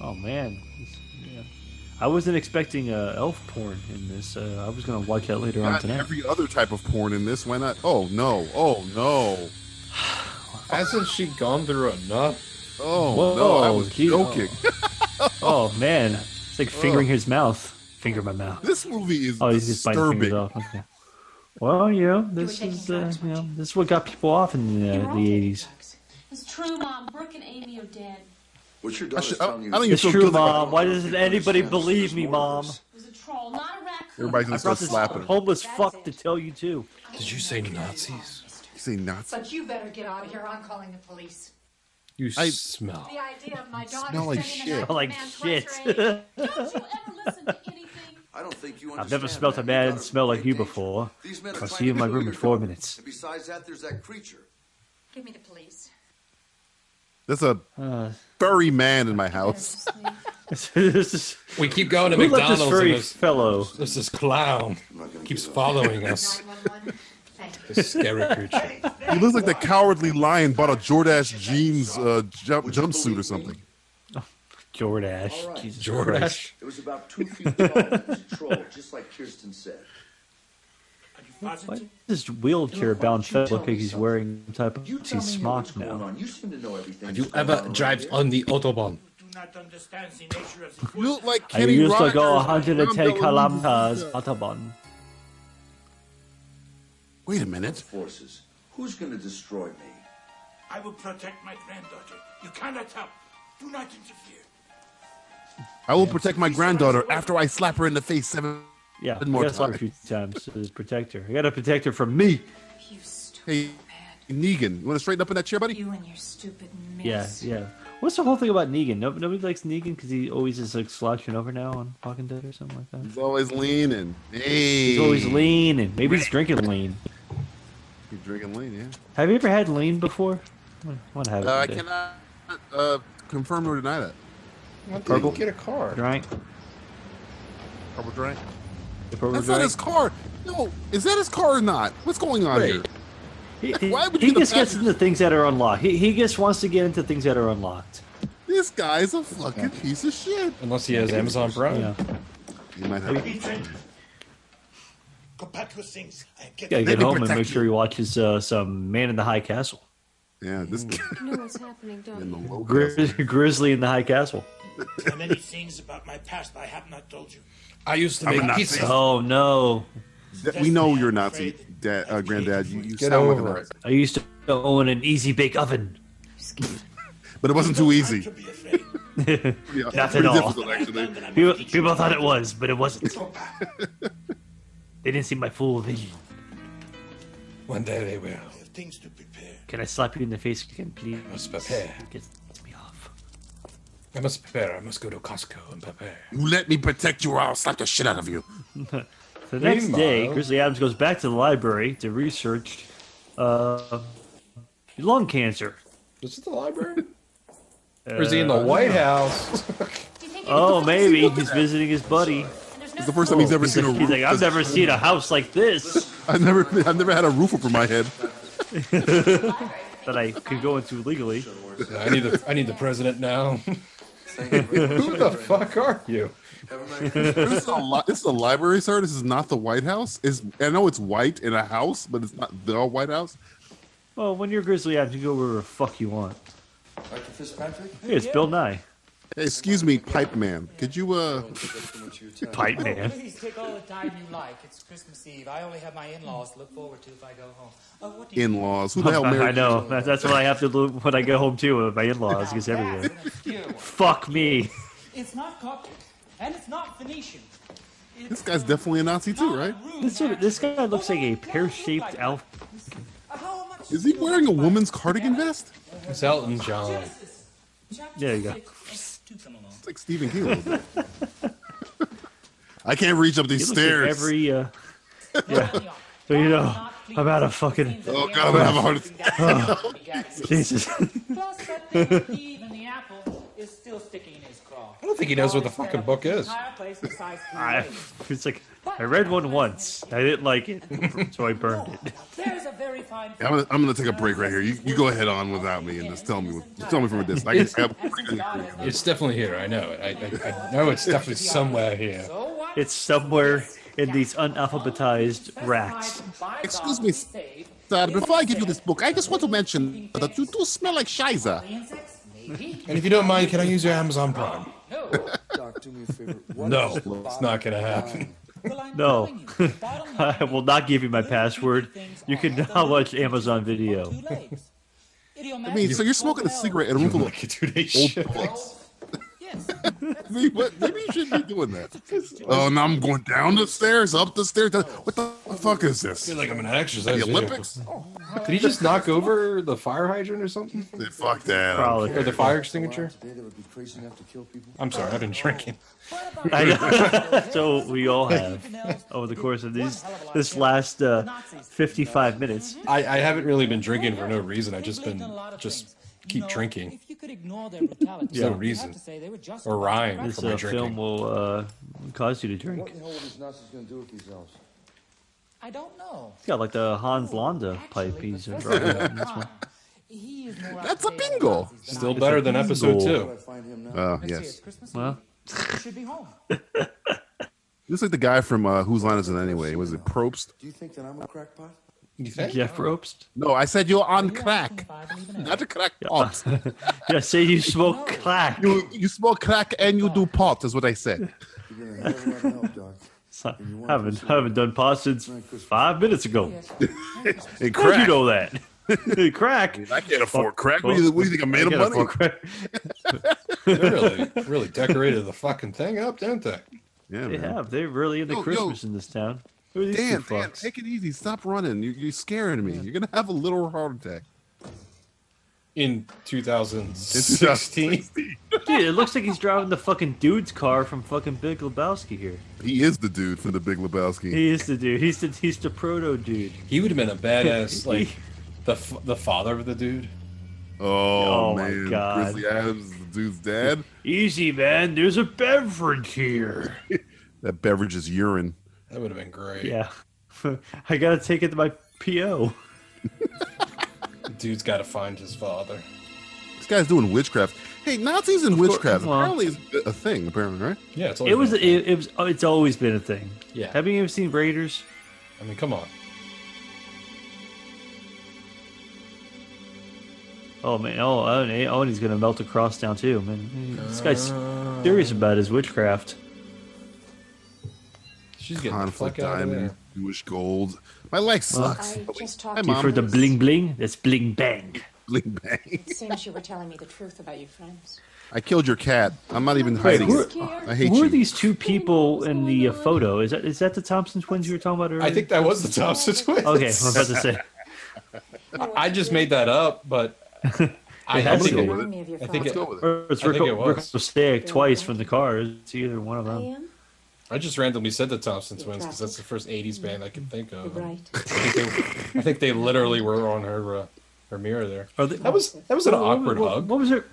[SPEAKER 8] Oh man, This- yeah. I wasn't expecting uh, elf porn in this. Uh, I was gonna watch that later on
[SPEAKER 7] Not
[SPEAKER 8] tonight.
[SPEAKER 7] every other type of porn in this. Why not? Oh, no. Oh, no.
[SPEAKER 2] Hasn't she gone through enough?
[SPEAKER 7] Oh,
[SPEAKER 8] Whoa,
[SPEAKER 7] no. I was
[SPEAKER 8] gee, oh.
[SPEAKER 7] joking.
[SPEAKER 8] Oh man, it's like fingering his mouth. Finger my mouth.
[SPEAKER 7] This movie is
[SPEAKER 8] Oh, he's just biting fingers
[SPEAKER 7] disturbing.
[SPEAKER 8] off. Okay. Well, you know, this is uh, you know, this is what got people off in the, uh, the '80s.
[SPEAKER 3] It's true, Mom. Brooke and Amy are dead.
[SPEAKER 4] What's your
[SPEAKER 7] I,
[SPEAKER 4] daughter's
[SPEAKER 7] should, I,
[SPEAKER 4] telling
[SPEAKER 7] I
[SPEAKER 4] you?
[SPEAKER 7] don't even
[SPEAKER 8] It's
[SPEAKER 7] feel
[SPEAKER 8] true,
[SPEAKER 7] good about-
[SPEAKER 8] mom. Why doesn't anybody believe me, mom?
[SPEAKER 3] It was a troll, not a raccoon.
[SPEAKER 7] Everybody's
[SPEAKER 8] I brought
[SPEAKER 7] gonna start
[SPEAKER 8] this
[SPEAKER 7] slapping. him.
[SPEAKER 8] homeless fuck to tell you too.
[SPEAKER 2] Did you say Nazis?
[SPEAKER 7] You say Nazi.
[SPEAKER 19] But you better get out of here. I'm calling the police.
[SPEAKER 2] You
[SPEAKER 7] I-
[SPEAKER 2] smell.
[SPEAKER 19] The idea of my daughter
[SPEAKER 7] Smell like
[SPEAKER 19] spending
[SPEAKER 7] shit.
[SPEAKER 19] the night
[SPEAKER 8] Smell like
[SPEAKER 19] with
[SPEAKER 8] shit.
[SPEAKER 19] a man twice her age.
[SPEAKER 3] Don't you ever listen to anything.
[SPEAKER 4] I don't think you
[SPEAKER 8] I've never
[SPEAKER 4] understand,
[SPEAKER 8] smelt a
[SPEAKER 4] Your
[SPEAKER 8] man
[SPEAKER 4] daughter's
[SPEAKER 8] smell like
[SPEAKER 4] great
[SPEAKER 8] you
[SPEAKER 4] danger.
[SPEAKER 8] before.
[SPEAKER 4] These men are
[SPEAKER 8] I'll
[SPEAKER 4] trying
[SPEAKER 8] see you
[SPEAKER 4] to
[SPEAKER 8] in my
[SPEAKER 4] kill
[SPEAKER 8] room
[SPEAKER 4] your
[SPEAKER 8] in four
[SPEAKER 4] daughter.
[SPEAKER 8] minutes.
[SPEAKER 4] And besides that, there's that creature.
[SPEAKER 19] Give me the police.
[SPEAKER 7] There's a
[SPEAKER 8] Uh,
[SPEAKER 7] furry man in my house.
[SPEAKER 8] this is,
[SPEAKER 2] We keep going to
[SPEAKER 8] who let
[SPEAKER 2] McDonald's.
[SPEAKER 8] this
[SPEAKER 2] and
[SPEAKER 8] furry
[SPEAKER 2] there's,
[SPEAKER 8] fellow?
[SPEAKER 2] there's this clown keeps following us.
[SPEAKER 19] 911. Thank you.
[SPEAKER 2] This scary creature.
[SPEAKER 7] He looks like the cowardly lion bought a Jordash jeans uh, jump, jumpsuit or something.
[SPEAKER 8] Jordash. Jesus Christ.
[SPEAKER 2] Jordash.
[SPEAKER 4] It was about two feet tall. It was a troll, just like Kirsten said.
[SPEAKER 8] Why does this wheelchair-bound fellow look like he's wearing some type of
[SPEAKER 4] You
[SPEAKER 8] Nazi
[SPEAKER 4] tell me what's
[SPEAKER 8] smock
[SPEAKER 4] going
[SPEAKER 8] now?
[SPEAKER 4] on. You seem to know everything.
[SPEAKER 2] Have you ever drives on the autobahn?
[SPEAKER 7] You look like
[SPEAKER 8] I
[SPEAKER 7] Kenny
[SPEAKER 8] used to go
[SPEAKER 7] Rogers from
[SPEAKER 8] 110
[SPEAKER 7] Bella Lugosi's,
[SPEAKER 8] kilometers
[SPEAKER 7] uh,
[SPEAKER 8] autobahn.
[SPEAKER 7] Wait a minute.
[SPEAKER 4] Forces. Who's going to destroy me?
[SPEAKER 20] I will protect my granddaughter. You cannot help. Do not interfere.
[SPEAKER 7] I will protect my granddaughter after I slap her in the face seven,
[SPEAKER 8] Yeah,
[SPEAKER 7] seven
[SPEAKER 8] more
[SPEAKER 7] more
[SPEAKER 8] got a
[SPEAKER 7] times.
[SPEAKER 8] few times to just protect her. I got to protect her from me.
[SPEAKER 7] Hey, Negan, you want to straighten up in that chair, buddy? You
[SPEAKER 19] and your stupid
[SPEAKER 8] Yeah, yeah. What's the whole thing about Negan? No, nobody likes Negan because he always is like slouching over now on Walking Dead or something like that.
[SPEAKER 7] He's always leaning. Hey.
[SPEAKER 8] He's always lean, and maybe he's drinking lean.
[SPEAKER 7] He's drinking lean, yeah.
[SPEAKER 8] Have you ever had lean before? I want to have it.
[SPEAKER 7] Uh, I
[SPEAKER 8] one day.
[SPEAKER 7] cannot uh, confirm nor deny that.
[SPEAKER 18] When did
[SPEAKER 8] Purple.
[SPEAKER 18] he get a car?
[SPEAKER 8] Drank.
[SPEAKER 7] Purple drink.
[SPEAKER 8] The purple
[SPEAKER 7] That's
[SPEAKER 8] drank.
[SPEAKER 7] not his car. No, is that his car or not? What's going on
[SPEAKER 8] Wait.
[SPEAKER 7] here?
[SPEAKER 8] He,
[SPEAKER 7] Why would
[SPEAKER 8] he
[SPEAKER 7] you the
[SPEAKER 8] just gets
[SPEAKER 7] passenger-
[SPEAKER 8] into things that are unlocked. He, he just wants to get into things that are unlocked.
[SPEAKER 7] This guy's a fucking piece of shit.
[SPEAKER 8] Unless
[SPEAKER 16] he has Amazon Prime.
[SPEAKER 8] Yeah.
[SPEAKER 7] He might
[SPEAKER 8] have.
[SPEAKER 20] Go back to things. I am
[SPEAKER 8] Gotta
[SPEAKER 20] getting
[SPEAKER 8] get home and make sure he watches uh, some Man in the High Castle.
[SPEAKER 7] Yeah, this
[SPEAKER 11] You know what's happening, don't you?
[SPEAKER 8] Grizz- Grizzly in the High Castle.
[SPEAKER 20] There are many things about my past I have not told you.
[SPEAKER 16] I used to
[SPEAKER 7] I'm a
[SPEAKER 16] make
[SPEAKER 7] Nazi.
[SPEAKER 16] pizza.
[SPEAKER 8] Oh no!
[SPEAKER 7] That- we know you're Nazi, Dad, uh, Granddad. You, you
[SPEAKER 8] Get
[SPEAKER 7] sound like
[SPEAKER 8] over
[SPEAKER 7] a
[SPEAKER 8] it.
[SPEAKER 7] Nazi,
[SPEAKER 8] I used to own an easy bake oven.
[SPEAKER 7] but it wasn't too easy.
[SPEAKER 8] Not
[SPEAKER 7] it's
[SPEAKER 8] at
[SPEAKER 7] pretty
[SPEAKER 8] all.
[SPEAKER 7] difficult, actually.
[SPEAKER 8] People, people thought it was, but it wasn't. they didn't see my full vision.
[SPEAKER 16] One day they will.
[SPEAKER 20] Things to prepare.
[SPEAKER 8] Can I slap you in the face again, please?
[SPEAKER 16] I must prepare.
[SPEAKER 8] Get-
[SPEAKER 16] I must prepare. I must go to Costco and prepare.
[SPEAKER 7] You let me protect you, or I'll slap the shit out of you.
[SPEAKER 8] The next day,
[SPEAKER 16] Meanwhile-
[SPEAKER 8] Grizzly Adams goes back to the library to research uh, lung cancer. Uh,
[SPEAKER 18] Is it the library?
[SPEAKER 16] Or is he in the White
[SPEAKER 8] House? oh, maybe he's visiting his buddy.
[SPEAKER 7] It's the first time he's ever seen a
[SPEAKER 8] like, He's
[SPEAKER 7] roof
[SPEAKER 8] like, I've
[SPEAKER 7] that's-
[SPEAKER 8] never seen a house like this
[SPEAKER 7] I've never, I've never had a roof over my head.
[SPEAKER 8] that I could go into legally.
[SPEAKER 16] I need the I need the president now.
[SPEAKER 8] Who the fuck
[SPEAKER 16] are you?
[SPEAKER 7] this, is a li- this is a library, sir. This is not the White House. It's, I know it's white in a house, but it's not the White House.
[SPEAKER 8] Well, when you're Grizzly Adams, you go wherever the fuck you want.
[SPEAKER 4] Dr. Fitzpatrick?
[SPEAKER 8] Hey, it's Bill Nye.
[SPEAKER 7] Hey, excuse me, Pipe Man. Could you, uh,
[SPEAKER 8] Pipe Man.
[SPEAKER 21] Please take all the time you like. It's Christmas Eve. I only have my in-laws to look forward to if I go home. Oh, what do you
[SPEAKER 7] In-laws. Who the hell married
[SPEAKER 8] I know. That- That's what I have to do when I get home too. with My in-laws gets everywhere. Fuck me.
[SPEAKER 21] It's not Coptic, and it's not Phoenician.
[SPEAKER 7] This guy's definitely a Nazi too, right?
[SPEAKER 8] This, this guy looks like a pear-shaped elf.
[SPEAKER 7] Is he wearing a woman's cardigan vest?
[SPEAKER 16] It's Elton John.
[SPEAKER 8] There you go.
[SPEAKER 7] It's like Stephen King. a little bit. I can't reach up
[SPEAKER 8] He
[SPEAKER 7] these
[SPEAKER 8] looks like
[SPEAKER 7] stairs.
[SPEAKER 8] every uh, yeah. So you know, I'm out of fucking.
[SPEAKER 7] Oh, God, I'm gonna have a heart attack.
[SPEAKER 8] Oh, Jesus.
[SPEAKER 21] Plus, that thing with Eve and the apple is still sticking in his craw.
[SPEAKER 16] I don't think he knows what the fucking book is.
[SPEAKER 21] Entire place was sized to
[SPEAKER 8] I,
[SPEAKER 21] raise.
[SPEAKER 8] it's like I read one once. I didn't like it, so I burned it.
[SPEAKER 21] There's a very fine.
[SPEAKER 7] I'm gonna, I'm gonna take a break right here. You, you go ahead on without me and just tell me just tell me from a distance. I can, I
[SPEAKER 16] It's definitely here. I know it. I, I, I know it's definitely somewhere here.
[SPEAKER 8] It's somewhere in these unalphabetized racks.
[SPEAKER 7] Excuse me, sir. Before I give you this book, I just want to mention that you do smell like shiza.
[SPEAKER 16] And if you don't mind, can I use your Amazon Prime?
[SPEAKER 4] Doc, do me a favor. What
[SPEAKER 16] No,
[SPEAKER 4] is the
[SPEAKER 16] it's not gonna happen.
[SPEAKER 8] No, I will not give you my password. You can now watch Amazon Video.
[SPEAKER 7] I mean, so you're smoking a cigarette in a room full of old blokes. Maybe- what- Maybe you shouldn't be doing that. Oh, now I'm going down the stairs, up the stairs. down- What the fuck is this?
[SPEAKER 16] feel like I'm in an exercise
[SPEAKER 7] The
[SPEAKER 16] video.
[SPEAKER 7] Olympics?
[SPEAKER 21] Oh.
[SPEAKER 16] Did he just knock over the fire hydrant or something?
[SPEAKER 7] Fuck that.
[SPEAKER 8] Probably.
[SPEAKER 16] Or the fire extinguisher?
[SPEAKER 4] Today that would be crazy enough to kill people.
[SPEAKER 16] I'm sorry, I've been drinking.
[SPEAKER 8] I know. so we all have over the course of these this last uh, 55 minutes.
[SPEAKER 16] I, I haven't really been drinking for no reason. I've just been just keep drinking.
[SPEAKER 21] If you could ignore their brutality,
[SPEAKER 16] There's no
[SPEAKER 21] you have
[SPEAKER 16] reason.
[SPEAKER 21] to say they were just
[SPEAKER 16] Or rhyme
[SPEAKER 8] This
[SPEAKER 16] for my
[SPEAKER 8] uh,
[SPEAKER 16] drinking.
[SPEAKER 8] film will uh, cause you to drink.
[SPEAKER 4] What in the hell are these Nazis going to do with these elves?
[SPEAKER 21] I don't know.
[SPEAKER 8] He's got like the
[SPEAKER 4] Oh,
[SPEAKER 8] Hans Landa pipe he's drawing out in this one.
[SPEAKER 21] He is more
[SPEAKER 4] That's
[SPEAKER 21] up to date on
[SPEAKER 7] bingo.
[SPEAKER 21] Nazis
[SPEAKER 16] Still
[SPEAKER 21] I
[SPEAKER 16] better
[SPEAKER 21] am.
[SPEAKER 16] than episode
[SPEAKER 4] Where
[SPEAKER 16] two.
[SPEAKER 4] do I find him now?
[SPEAKER 7] Oh,
[SPEAKER 21] Next year,
[SPEAKER 7] yes.
[SPEAKER 21] it's Christmas
[SPEAKER 8] Well.
[SPEAKER 21] Eve. You should be home.
[SPEAKER 7] This is like the guy from uh, Whose Line Is It Anyway? Was it Probst?
[SPEAKER 4] Do you think that I'm a crackpot?
[SPEAKER 16] You
[SPEAKER 7] think?
[SPEAKER 8] Jeff Probst?
[SPEAKER 7] No, I said you're on crack. Not a crack pot.
[SPEAKER 8] yeah, say you smoke crack.
[SPEAKER 7] You, you smoke crack and you do pot, is what I said.
[SPEAKER 4] You're going to never let me help, Doc.
[SPEAKER 8] So, haven't haven't done pot since five minutes ago.
[SPEAKER 7] And
[SPEAKER 8] How'd
[SPEAKER 7] crack.
[SPEAKER 8] you know that? Hey, crack.
[SPEAKER 7] I can't afford crack. What do you, what do you think I made
[SPEAKER 8] I
[SPEAKER 7] of
[SPEAKER 8] can't
[SPEAKER 7] money?
[SPEAKER 2] they really, really decorated the fucking thing up, didn't they?
[SPEAKER 7] Yeah,
[SPEAKER 8] They
[SPEAKER 7] man.
[SPEAKER 8] have. They're really into
[SPEAKER 7] Yo, yo.
[SPEAKER 8] Christmas in this town. Who are these
[SPEAKER 7] Dan,
[SPEAKER 8] two
[SPEAKER 7] Dan,
[SPEAKER 8] fucks?
[SPEAKER 7] take it easy. Stop running. You're, you're scaring me. You're gonna have a little heart attack.
[SPEAKER 2] In
[SPEAKER 7] 2016.
[SPEAKER 8] Dude, it looks like he's driving the fucking dude's car from fucking Big Lebowski here.
[SPEAKER 7] He is the dude from the Big Lebowski.
[SPEAKER 8] He is the dude. He's the he's the proto dude.
[SPEAKER 2] He would have been a badass, like the f- the father of the dude.
[SPEAKER 7] Oh,
[SPEAKER 8] Oh, my
[SPEAKER 7] man,
[SPEAKER 8] God.
[SPEAKER 7] Grizzly Adams is the dude's dad.
[SPEAKER 8] Easy, man. There's a beverage here.
[SPEAKER 7] That beverage is urine.
[SPEAKER 2] That would have been great.
[SPEAKER 8] Yeah. I gotta take it to my PO.
[SPEAKER 2] The dude's got to find his father.
[SPEAKER 7] This guy's doing witchcraft. Hey, Nazis and witchcraft
[SPEAKER 8] well-
[SPEAKER 7] apparently is a thing. Apparently, right?
[SPEAKER 2] Yeah, it's
[SPEAKER 8] It was it, it was oh, it's always been a thing.
[SPEAKER 2] Yeah.
[SPEAKER 8] Have you ever seen Raiders?
[SPEAKER 2] I mean, come on.
[SPEAKER 8] Oh man, oh, oh, and- oh and he's gonna melt a cross down too, man. This guy's
[SPEAKER 7] Uh.
[SPEAKER 8] serious about his witchcraft.
[SPEAKER 2] She's
[SPEAKER 8] getting the
[SPEAKER 7] conflict
[SPEAKER 8] fuck outta
[SPEAKER 7] diamond,
[SPEAKER 8] there.
[SPEAKER 7] Jewish gold. My life sucks.
[SPEAKER 19] I just talked
[SPEAKER 7] Hi,
[SPEAKER 19] to
[SPEAKER 8] You
[SPEAKER 7] Mom.
[SPEAKER 8] for the bling bling? That's bling bang.
[SPEAKER 7] Bling bang.
[SPEAKER 19] It seems you were telling me the truth about your friends.
[SPEAKER 7] I killed your cat. I'm not even
[SPEAKER 8] Wait,
[SPEAKER 7] hiding
[SPEAKER 8] who,
[SPEAKER 7] it. I hate
[SPEAKER 8] who
[SPEAKER 7] you.
[SPEAKER 8] are these two people in the uh, photo? Is that is that the Thompson twins you were talking about earlier?
[SPEAKER 2] I think that was the Thompson twins.
[SPEAKER 8] Okay, I was about to say.
[SPEAKER 2] I- I just made that up, but I,
[SPEAKER 8] had
[SPEAKER 2] I
[SPEAKER 8] to
[SPEAKER 2] think
[SPEAKER 8] be.
[SPEAKER 2] it, I think it,
[SPEAKER 8] Or it's
[SPEAKER 2] I think
[SPEAKER 8] Rico,
[SPEAKER 2] it was.
[SPEAKER 8] Rico Steak twice from the car. It's either one of them.
[SPEAKER 2] I just randomly said the Thompson Twins because that's the first '80s band I can think of. I think they, I think they literally were on her uh, her mirror there.
[SPEAKER 8] Are they,
[SPEAKER 2] that was that was an
[SPEAKER 8] What- what-
[SPEAKER 2] awkward
[SPEAKER 8] what-
[SPEAKER 2] hug.
[SPEAKER 8] What was her?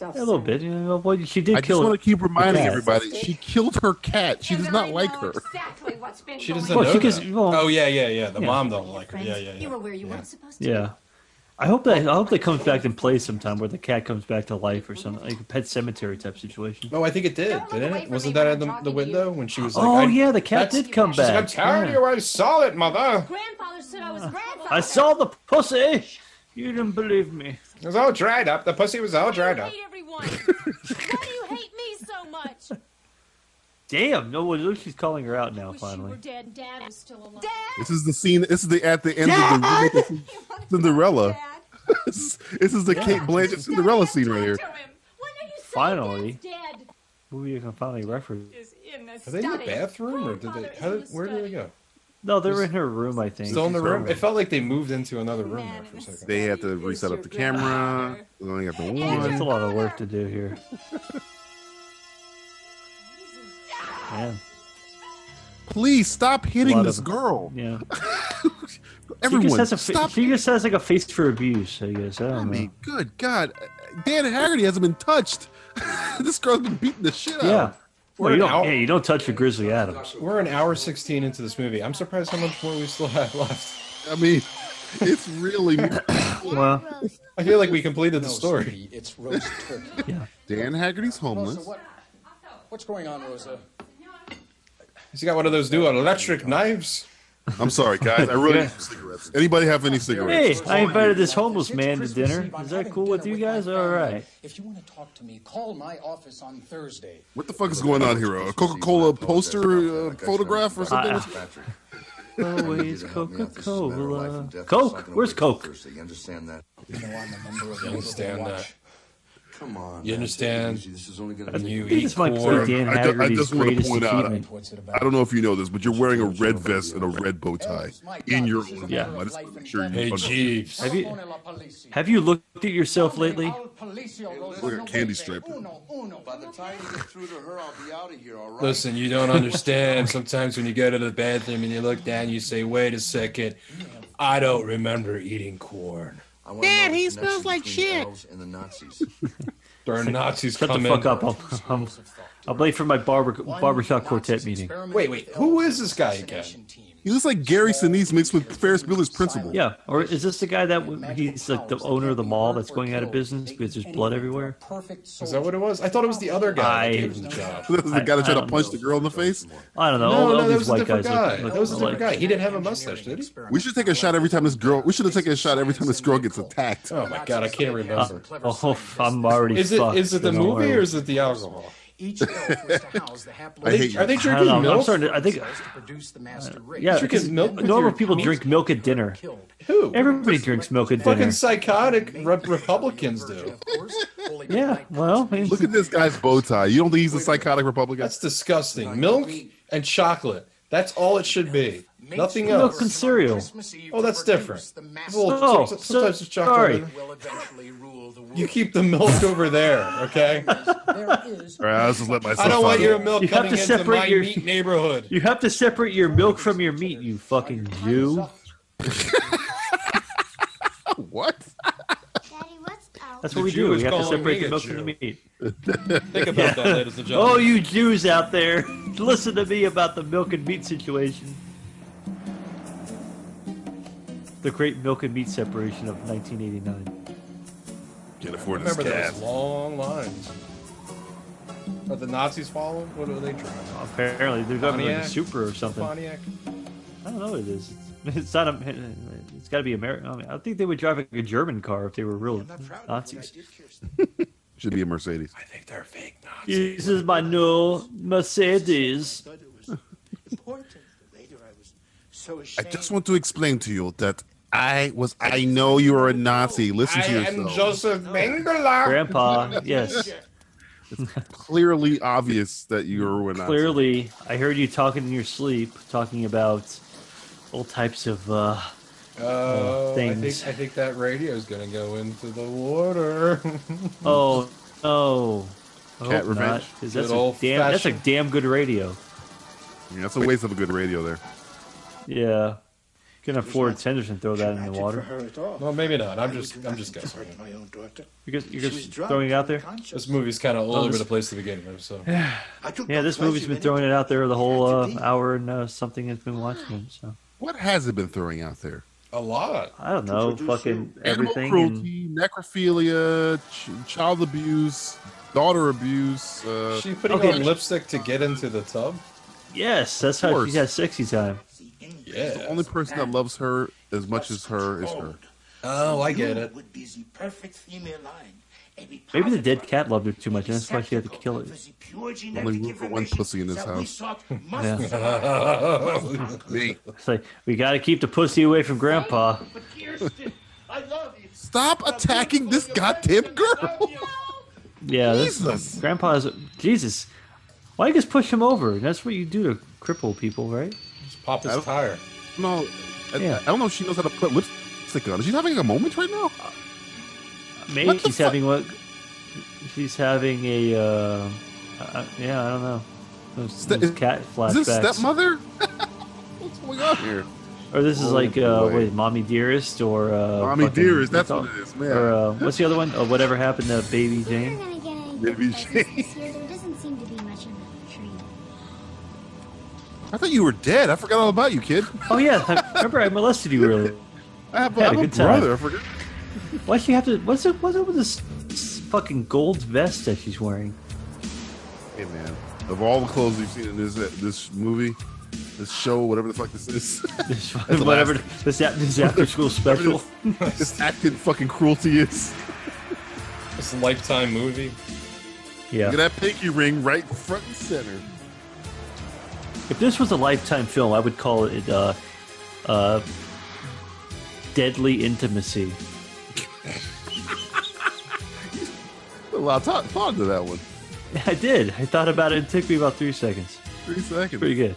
[SPEAKER 8] A little bit. You know, well, she did
[SPEAKER 7] I
[SPEAKER 8] kill.
[SPEAKER 7] just want to keep
[SPEAKER 8] the
[SPEAKER 7] reminding
[SPEAKER 8] cat.
[SPEAKER 7] everybody she killed her cat. She does not like her.
[SPEAKER 19] Exactly what's been
[SPEAKER 2] She
[SPEAKER 19] going
[SPEAKER 2] doesn't
[SPEAKER 8] Well,
[SPEAKER 2] know.
[SPEAKER 8] she gets-
[SPEAKER 2] that.
[SPEAKER 8] well-
[SPEAKER 2] oh yeah, yeah, yeah. The
[SPEAKER 8] Yeah.
[SPEAKER 2] mom don't like her. Yeah, yeah,
[SPEAKER 19] You
[SPEAKER 2] yeah.
[SPEAKER 19] were where you weren't supposed to.
[SPEAKER 8] Yeah. I hope that I hope that comes back in play sometime, where the cat comes back to life or something, like a pet cemetery type situation.
[SPEAKER 2] Oh, I think it did, didn't it? Wasn't that at the, the window when she was like?
[SPEAKER 8] Oh,
[SPEAKER 2] I-
[SPEAKER 8] yeah, the cat
[SPEAKER 2] that's-
[SPEAKER 8] did come
[SPEAKER 2] she's like,
[SPEAKER 8] back.
[SPEAKER 2] I'm tired
[SPEAKER 8] Yeah.
[SPEAKER 2] of you. I saw it, mother.
[SPEAKER 3] Grandfather said I was grandfather.
[SPEAKER 8] I saw the pussy. You didn't believe me.
[SPEAKER 2] It was all dried up. The pussy was all dried up.
[SPEAKER 3] Everyone. Why do you hate me so much?
[SPEAKER 8] Damn. No, well, look, she's calling her out now. Finally.
[SPEAKER 3] We're dead. Dad was still alive.
[SPEAKER 7] This is the scene. This is the at the end of the remake of Cinderella. this, is, this is the Kate Blanchett Cinderella scene right here.
[SPEAKER 8] Finally.
[SPEAKER 3] Dad
[SPEAKER 8] Movie I can finally reference.
[SPEAKER 3] is in the
[SPEAKER 2] Are they in the
[SPEAKER 3] study.
[SPEAKER 2] bathroom or did they? How did, where did they go?
[SPEAKER 8] No, they were in her room, I think.
[SPEAKER 2] Still in the room. It felt like they moved into another room there for a second.
[SPEAKER 7] They have to reset up the camera. We only got the
[SPEAKER 8] Yeah,
[SPEAKER 7] one.
[SPEAKER 8] There's a lot of work to do here. Man,
[SPEAKER 7] Please stop hitting
[SPEAKER 8] Lot
[SPEAKER 7] this
[SPEAKER 8] of-
[SPEAKER 7] girl.
[SPEAKER 8] yeah. she
[SPEAKER 7] Everyone,
[SPEAKER 8] just has a fa-
[SPEAKER 7] stop.
[SPEAKER 8] she Uh-huh. just has like a face for abuse. I guess. I
[SPEAKER 7] I
[SPEAKER 8] don't know.
[SPEAKER 7] mean, good God, Dan Haggerty hasn't been touched. this girl's been beating the shit out. of
[SPEAKER 8] Yeah.
[SPEAKER 7] him.
[SPEAKER 8] Well, you
[SPEAKER 2] an
[SPEAKER 8] don't.
[SPEAKER 2] hour-
[SPEAKER 8] Yeah, you don't touch a Grizzly Adams.
[SPEAKER 2] We're an hour 16 into this movie. I'm surprised how much more we still have left.
[SPEAKER 7] I mean, it's really.
[SPEAKER 8] Well,
[SPEAKER 2] I feel like we completed the story.
[SPEAKER 14] Sweetie, it's roast turkey.
[SPEAKER 7] Dan Haggerty's homeless.
[SPEAKER 14] Rosa, what? What's going on, Rosa?
[SPEAKER 2] He's got one of those new electric knives.
[SPEAKER 7] I'm sorry, guys. I really need some cigarettes. Anybody have any
[SPEAKER 8] hey,
[SPEAKER 7] cigarettes?
[SPEAKER 8] I invited this homeless man to dinner. Is that cool with you guys? All right.
[SPEAKER 14] If you want to talk to me, call my office on Thursday.
[SPEAKER 7] What the fuck is going on here? A Coca-Cola poster uh, photograph or something?
[SPEAKER 8] Uh, Always Coca Cola. Coke. Where's Coke?
[SPEAKER 4] Thursday, you understand that?
[SPEAKER 14] You know I'm a member of the
[SPEAKER 2] You understand
[SPEAKER 14] Overwatch.
[SPEAKER 2] that?
[SPEAKER 4] Come on.
[SPEAKER 2] You
[SPEAKER 4] man, take it
[SPEAKER 2] understand?
[SPEAKER 4] easy. This is only gonna
[SPEAKER 8] That's
[SPEAKER 4] make
[SPEAKER 2] You
[SPEAKER 8] He
[SPEAKER 2] eat
[SPEAKER 8] just might
[SPEAKER 2] core.
[SPEAKER 8] play Dan
[SPEAKER 7] I, ju- I
[SPEAKER 8] Haggerty's
[SPEAKER 7] just want to
[SPEAKER 8] greatest
[SPEAKER 7] point out.
[SPEAKER 8] achievement.
[SPEAKER 14] What's it
[SPEAKER 7] I
[SPEAKER 14] about?
[SPEAKER 7] don't know if you know this, but you're wearing a red vest and a red bow tie in your own
[SPEAKER 8] Yeah.
[SPEAKER 7] home. I just want to make sure you.
[SPEAKER 2] Hey, Jeeves.
[SPEAKER 8] Have you
[SPEAKER 14] La policia.
[SPEAKER 8] have you looked at yourself lately?
[SPEAKER 14] Al policio, Rosa.
[SPEAKER 7] Look at Candy Stripe.
[SPEAKER 14] Uno, uno.
[SPEAKER 4] By the time you get through to her, I'll be out of here, all right?
[SPEAKER 2] Listen, you don't understand. Sometimes when you go to the bathroom and you look down, you say, wait a second. I don't remember eating corn.
[SPEAKER 4] I wanna know
[SPEAKER 14] Dad,
[SPEAKER 4] the
[SPEAKER 14] he
[SPEAKER 4] connection
[SPEAKER 14] smells like
[SPEAKER 4] between
[SPEAKER 14] shit.
[SPEAKER 4] elves And the Nazis.
[SPEAKER 2] There are Nazis
[SPEAKER 8] Shut the
[SPEAKER 2] coming.
[SPEAKER 8] fuck up. I'm, I'm, I'm late for my barber, barbershop quartet meeting.
[SPEAKER 2] Wait, wait. Who is this guy again?
[SPEAKER 7] He looks like Gary Sinise mixed with Ferris Bueller's principal.
[SPEAKER 8] Yeah, or is this the guy that w- he's like the owner of the mall that's going out of business because there's blood everywhere?
[SPEAKER 14] Perfect
[SPEAKER 2] Is that what it was? I thought it was the other guy.
[SPEAKER 8] I-
[SPEAKER 2] that gave him the job.
[SPEAKER 7] This is the
[SPEAKER 8] I-
[SPEAKER 7] guy that
[SPEAKER 8] I
[SPEAKER 7] tried to
[SPEAKER 8] don't
[SPEAKER 7] punch the girl in the face.
[SPEAKER 8] I don't know. all,
[SPEAKER 2] No,
[SPEAKER 8] all
[SPEAKER 2] no, that
[SPEAKER 8] these
[SPEAKER 2] was a
[SPEAKER 8] white
[SPEAKER 2] different
[SPEAKER 8] guys.
[SPEAKER 2] guy.
[SPEAKER 8] Look, look
[SPEAKER 2] That was a different
[SPEAKER 8] alike.
[SPEAKER 2] guy. He didn't have a mustache, did he?
[SPEAKER 7] We should take a shot every time this girl. We should have taken a shot every time this girl gets attacked.
[SPEAKER 2] Oh my god, I can't remember.
[SPEAKER 8] Oh, I'm already
[SPEAKER 2] Is it
[SPEAKER 8] fucked.
[SPEAKER 2] is it the
[SPEAKER 8] don't
[SPEAKER 2] movie
[SPEAKER 8] worry.
[SPEAKER 2] or is it the alcohol?
[SPEAKER 22] Each elf was to house the hapless.
[SPEAKER 8] I hate you. Are they drinking I don't know. I'm milk? starting to- I think- Uh,
[SPEAKER 22] cells to produce the master race.
[SPEAKER 8] Yeah, because normal people drink milk at dinner. Who? Everybody drinks milk at
[SPEAKER 18] Fucking
[SPEAKER 8] dinner.
[SPEAKER 18] psychotic re- Republicans do.
[SPEAKER 8] Yeah, well,
[SPEAKER 7] look at this guy's bow tie. You don't think he's a psychotic Republican?
[SPEAKER 18] That's disgusting. Milk and chocolate. That's all it should be. Nothing
[SPEAKER 8] Milk
[SPEAKER 18] else.
[SPEAKER 8] and cereal.
[SPEAKER 18] Oh, that's different. Well,
[SPEAKER 8] Oh,
[SPEAKER 18] some-
[SPEAKER 8] so-
[SPEAKER 18] sometimes it's chocolate. You keep the milk over there, okay?
[SPEAKER 7] All right, I'll just let myself
[SPEAKER 18] I don't want
[SPEAKER 7] out.
[SPEAKER 18] your milk
[SPEAKER 8] You have
[SPEAKER 18] coming
[SPEAKER 8] to
[SPEAKER 18] into
[SPEAKER 8] separate
[SPEAKER 18] my
[SPEAKER 8] your-
[SPEAKER 18] meat neighborhood.
[SPEAKER 8] You have to separate your milk from your meat, you fucking Jew.
[SPEAKER 7] what?
[SPEAKER 8] That's
[SPEAKER 18] The
[SPEAKER 8] what we
[SPEAKER 18] Jew
[SPEAKER 8] do.
[SPEAKER 18] is
[SPEAKER 8] We have to
[SPEAKER 18] calling
[SPEAKER 8] separate
[SPEAKER 18] me
[SPEAKER 8] the
[SPEAKER 18] a
[SPEAKER 8] milk from the
[SPEAKER 18] Jew.
[SPEAKER 8] meat.
[SPEAKER 18] Think about that, ladies and
[SPEAKER 8] Oh,
[SPEAKER 18] gentlemen.
[SPEAKER 8] you Jews out there, listen to me about the milk and meat situation. The great milk and meat separation of 1989.
[SPEAKER 7] Can't afford this
[SPEAKER 18] Remember
[SPEAKER 7] cat.
[SPEAKER 18] those long lines? Are the Nazis following? What are they trying?
[SPEAKER 8] Apparently, they're talking about
[SPEAKER 18] Pontiac?
[SPEAKER 8] a super or something.
[SPEAKER 18] Pontiac.
[SPEAKER 8] I don't know what it is. It's, it's not a. It's got to be American. I, mean, I think they would drive like a German car if they were real Nazis.
[SPEAKER 7] Should be a Mercedes.
[SPEAKER 8] This is my new Mercedes.
[SPEAKER 7] I just want to explain to you that I was. I know you are a Nazi. Listen
[SPEAKER 18] I
[SPEAKER 7] to
[SPEAKER 18] am
[SPEAKER 7] yourself.
[SPEAKER 18] Joseph Mengele.
[SPEAKER 8] Grandpa, yes.
[SPEAKER 7] Clearly obvious that you are a Nazi.
[SPEAKER 8] Clearly, I heard you talking in your sleep, talking about all types of uh,
[SPEAKER 18] Oh, I think
[SPEAKER 8] things.
[SPEAKER 18] I think that radio is gonna go into the water.
[SPEAKER 8] Oh no! I
[SPEAKER 7] Cat
[SPEAKER 8] hope
[SPEAKER 7] revenge.
[SPEAKER 8] not, 'cause
[SPEAKER 18] Good
[SPEAKER 8] that's a damn. That's a
[SPEAKER 18] old-fashioned-
[SPEAKER 8] damn good radio.
[SPEAKER 7] Yeah, that's a waste of a good radio there.
[SPEAKER 8] Yeah, can afford Tenders and throw that in the water.
[SPEAKER 18] Well, maybe not. I'm just I'm just guessing.
[SPEAKER 8] You're just, you're just throwing it out there.
[SPEAKER 18] This movie's kind of all
[SPEAKER 8] Oh,
[SPEAKER 18] over
[SPEAKER 8] this-
[SPEAKER 18] the place to begin with. So
[SPEAKER 8] Yeah, this movie's been throwing it out there the whole uh, hour and uh, something has been watching it. So
[SPEAKER 7] What has it been throwing out there?
[SPEAKER 18] a lot.
[SPEAKER 8] I don't know, fucking
[SPEAKER 7] Animal
[SPEAKER 8] everything. and-
[SPEAKER 7] cruelty, necrophilia, ch- child abuse, daughter abuse. Uh,
[SPEAKER 18] She putting on lipstick to get into the tub.
[SPEAKER 8] yes, that's how
[SPEAKER 7] course.
[SPEAKER 8] she has sexy time.
[SPEAKER 18] Yeah.
[SPEAKER 7] The only person that loves her as much as her is her.
[SPEAKER 18] Oh, I get
[SPEAKER 20] You
[SPEAKER 18] it.
[SPEAKER 20] Would be the perfect female line. and be
[SPEAKER 8] Maybe the
[SPEAKER 20] positive
[SPEAKER 8] dead cat loved her too much, and that's why she had to kill it.
[SPEAKER 20] for the pure genetic
[SPEAKER 7] Only room for one
[SPEAKER 20] information
[SPEAKER 7] pussy in this
[SPEAKER 20] that we
[SPEAKER 7] house.
[SPEAKER 20] sought must
[SPEAKER 8] Yeah.
[SPEAKER 20] survive.
[SPEAKER 8] it's like we got to keep the pussy away from Grandpa.
[SPEAKER 20] But Kirsten, I love you.
[SPEAKER 7] Stop attacking this goddamn girl.
[SPEAKER 8] Yeah, this-
[SPEAKER 7] Jesus.
[SPEAKER 8] Grandpa is Jesus. Why just push him over? That's what you do to cripple people, right?
[SPEAKER 18] Just pop his tire.
[SPEAKER 7] No, I, I don't know if she knows how to put lipstick on. She's having a moment right now.
[SPEAKER 8] Maybe she's having what? She's having a. Uh, uh, yeah, I don't know. Those, those cat flashbacks.
[SPEAKER 7] Is this stepmother? What's going on here?
[SPEAKER 8] Or this is
[SPEAKER 7] Oh,
[SPEAKER 8] like uh,
[SPEAKER 7] boy.
[SPEAKER 8] what is it, Mommy Dearest or uh,
[SPEAKER 7] Mommy
[SPEAKER 8] fucking-
[SPEAKER 7] Dearest, that's
[SPEAKER 8] what's
[SPEAKER 7] what it is,
[SPEAKER 8] all-
[SPEAKER 7] man.
[SPEAKER 8] Or uh, what's the other one? Uh, whatever happened to Baby Jane?
[SPEAKER 13] We're gonna get any
[SPEAKER 7] Maybe
[SPEAKER 13] good
[SPEAKER 7] she-
[SPEAKER 13] presents this year. There doesn't seem to be much of a tree.
[SPEAKER 7] I thought you were dead. I forgot all about you, kid.
[SPEAKER 8] Oh yeah, I, remember I molested you earlier.
[SPEAKER 7] I have,
[SPEAKER 8] I had
[SPEAKER 7] I have
[SPEAKER 8] a
[SPEAKER 7] a,
[SPEAKER 8] good time.
[SPEAKER 7] brother. I forgot.
[SPEAKER 8] Why she have to? What's it? What's up with this s- fucking gold vest that she's wearing?
[SPEAKER 7] Hey man, of all the clothes we've seen in this uh, this movie, this show, whatever the fuck this is,
[SPEAKER 8] This
[SPEAKER 7] That's the
[SPEAKER 8] whatever
[SPEAKER 7] last-
[SPEAKER 8] this, a- this after school special.
[SPEAKER 7] this, this acted fucking cruelty is.
[SPEAKER 18] This lifetime movie.
[SPEAKER 8] Yeah.
[SPEAKER 7] Look at that pinky ring right front and center.
[SPEAKER 8] If this was a lifetime film, I would call it uh, uh, Deadly Intimacy.
[SPEAKER 7] Put a lot of thought, thought into that one.
[SPEAKER 8] I did. I thought about it. It took me about three seconds.
[SPEAKER 7] Three seconds.
[SPEAKER 8] Pretty good.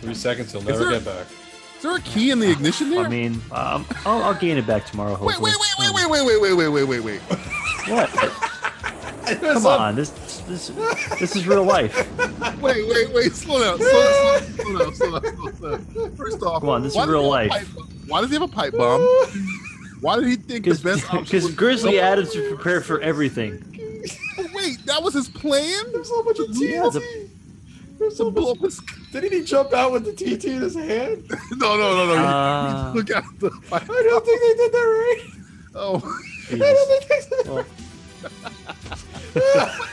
[SPEAKER 18] Three seconds, he'll
[SPEAKER 7] Is
[SPEAKER 18] never
[SPEAKER 7] there-
[SPEAKER 18] get back.
[SPEAKER 7] Is there a key in the ignition there?
[SPEAKER 8] I mean, um, I'll, I'll gain it back tomorrow.
[SPEAKER 7] wait,
[SPEAKER 8] Hopefully.
[SPEAKER 7] wait, wait, wait, wait, wait, wait, wait, wait, wait, wait.
[SPEAKER 8] What? Come on. This this this is real life.
[SPEAKER 7] Wait, wait, wait, slow down. Slow down, slow down, slow down, slow down, slow down. First off,
[SPEAKER 8] Come on, this is
[SPEAKER 7] why does
[SPEAKER 8] real
[SPEAKER 7] he
[SPEAKER 8] life.
[SPEAKER 7] have a pipe bomb? Why does he have a pipe bomb? Why did he think the best option
[SPEAKER 8] Because
[SPEAKER 7] was-
[SPEAKER 8] Grizzly Adams was prepared for everything.
[SPEAKER 7] Oh, Wait, that was his plan?
[SPEAKER 18] There's so much of
[SPEAKER 8] Yeah, it's a-
[SPEAKER 18] TNT. There's so much. Didn't he jump out with the TT in his hand?
[SPEAKER 7] No, no, no, no. he-
[SPEAKER 8] Ah.
[SPEAKER 7] Look out the
[SPEAKER 18] I don't think they did that right.
[SPEAKER 7] Oh,
[SPEAKER 18] I
[SPEAKER 8] Jesus.
[SPEAKER 18] don't think they did that
[SPEAKER 8] Well,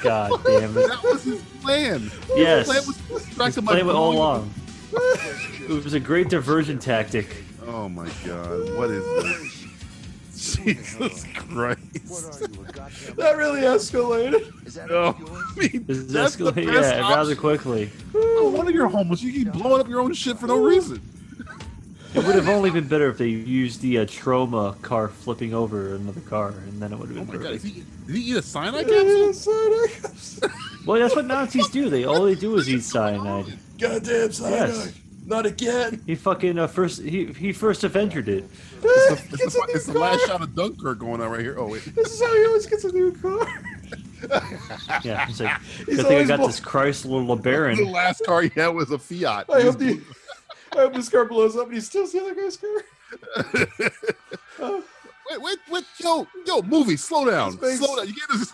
[SPEAKER 8] God damn it.
[SPEAKER 7] that was his plan.
[SPEAKER 8] Yes.
[SPEAKER 7] His plan was to distract
[SPEAKER 8] He's
[SPEAKER 7] him by
[SPEAKER 8] playing it all
[SPEAKER 7] blowing-
[SPEAKER 8] along. It was a great diversion tactic.
[SPEAKER 7] Oh my god, what is this? Jesus Christ.
[SPEAKER 18] That really escalated.
[SPEAKER 7] No, Oh, I mean,
[SPEAKER 8] This is
[SPEAKER 7] that's the
[SPEAKER 8] escalating,
[SPEAKER 7] best
[SPEAKER 8] yeah, rather
[SPEAKER 7] option.
[SPEAKER 8] quickly.
[SPEAKER 18] Oh,
[SPEAKER 7] No wonder you're homeless. You keep blowing up your own shit for no reason.
[SPEAKER 8] It would have only been better if they used the uh, trauma car flipping over another car, and then it would have
[SPEAKER 7] Oh
[SPEAKER 8] been
[SPEAKER 7] my god,
[SPEAKER 8] perfect.
[SPEAKER 7] is he, did he eat a cyanide capsule?
[SPEAKER 8] Well, that's what Nazis do. They all they do is eat cyanide.
[SPEAKER 18] Goddamn cyanide.
[SPEAKER 8] Yes.
[SPEAKER 18] Not again.
[SPEAKER 8] He fucking uh, first he he first Avenger did.
[SPEAKER 7] It's the, it's the- it's the last shot of Dunkirk going on right here. Oh, wait.
[SPEAKER 18] This is how he always gets a new car.
[SPEAKER 8] Yeah, it's like,
[SPEAKER 18] He's
[SPEAKER 8] good thing I
[SPEAKER 18] always
[SPEAKER 8] got
[SPEAKER 18] more-
[SPEAKER 8] this Chrysler
[SPEAKER 7] The
[SPEAKER 8] LeBaron.
[SPEAKER 7] last car he had was a Fiat.
[SPEAKER 18] I hope, the, I hope this car blows up and he steals the other guy's car.
[SPEAKER 7] Wait, wait, wait. Yo, yo, movie, slow down.
[SPEAKER 18] This makes-
[SPEAKER 7] Slow down. You get this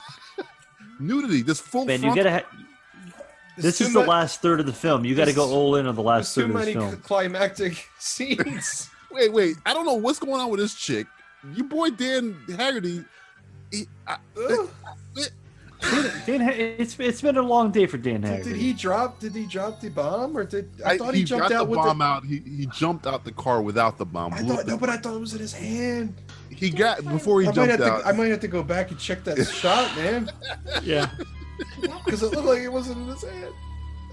[SPEAKER 7] nudity, this full
[SPEAKER 8] Man, you
[SPEAKER 7] frontal-
[SPEAKER 8] gotta. Ha- this
[SPEAKER 18] too
[SPEAKER 8] is the
[SPEAKER 18] mu-
[SPEAKER 8] last third of the film. You gotta go
[SPEAKER 18] There's-
[SPEAKER 8] all in on the last
[SPEAKER 18] Too
[SPEAKER 8] third of the
[SPEAKER 18] many
[SPEAKER 8] film.
[SPEAKER 18] climactic scenes.
[SPEAKER 7] Wait, wait. I don't know what's going on with this chick. Your boy Dan Haggerty. He, I,
[SPEAKER 8] Dan, Dan, Ha- it's it's been a long day for Dan
[SPEAKER 18] Did, did
[SPEAKER 8] Haggerty.
[SPEAKER 18] he drop? Did he drop the bomb, or did I
[SPEAKER 7] I-
[SPEAKER 18] thought he, jumped
[SPEAKER 7] got
[SPEAKER 18] out
[SPEAKER 7] the
[SPEAKER 18] with
[SPEAKER 7] bomb
[SPEAKER 18] the?
[SPEAKER 7] out. He, he jumped out the car without the bomb.
[SPEAKER 18] I
[SPEAKER 7] blew
[SPEAKER 18] thought
[SPEAKER 7] the-
[SPEAKER 18] no, but I thought it was in his hand.
[SPEAKER 7] he got before he
[SPEAKER 18] I might have
[SPEAKER 7] jumped
[SPEAKER 18] to.
[SPEAKER 7] out.
[SPEAKER 18] I might have to go back and check that shot, man,
[SPEAKER 8] Yeah.
[SPEAKER 18] because it looked like it wasn't in his hand.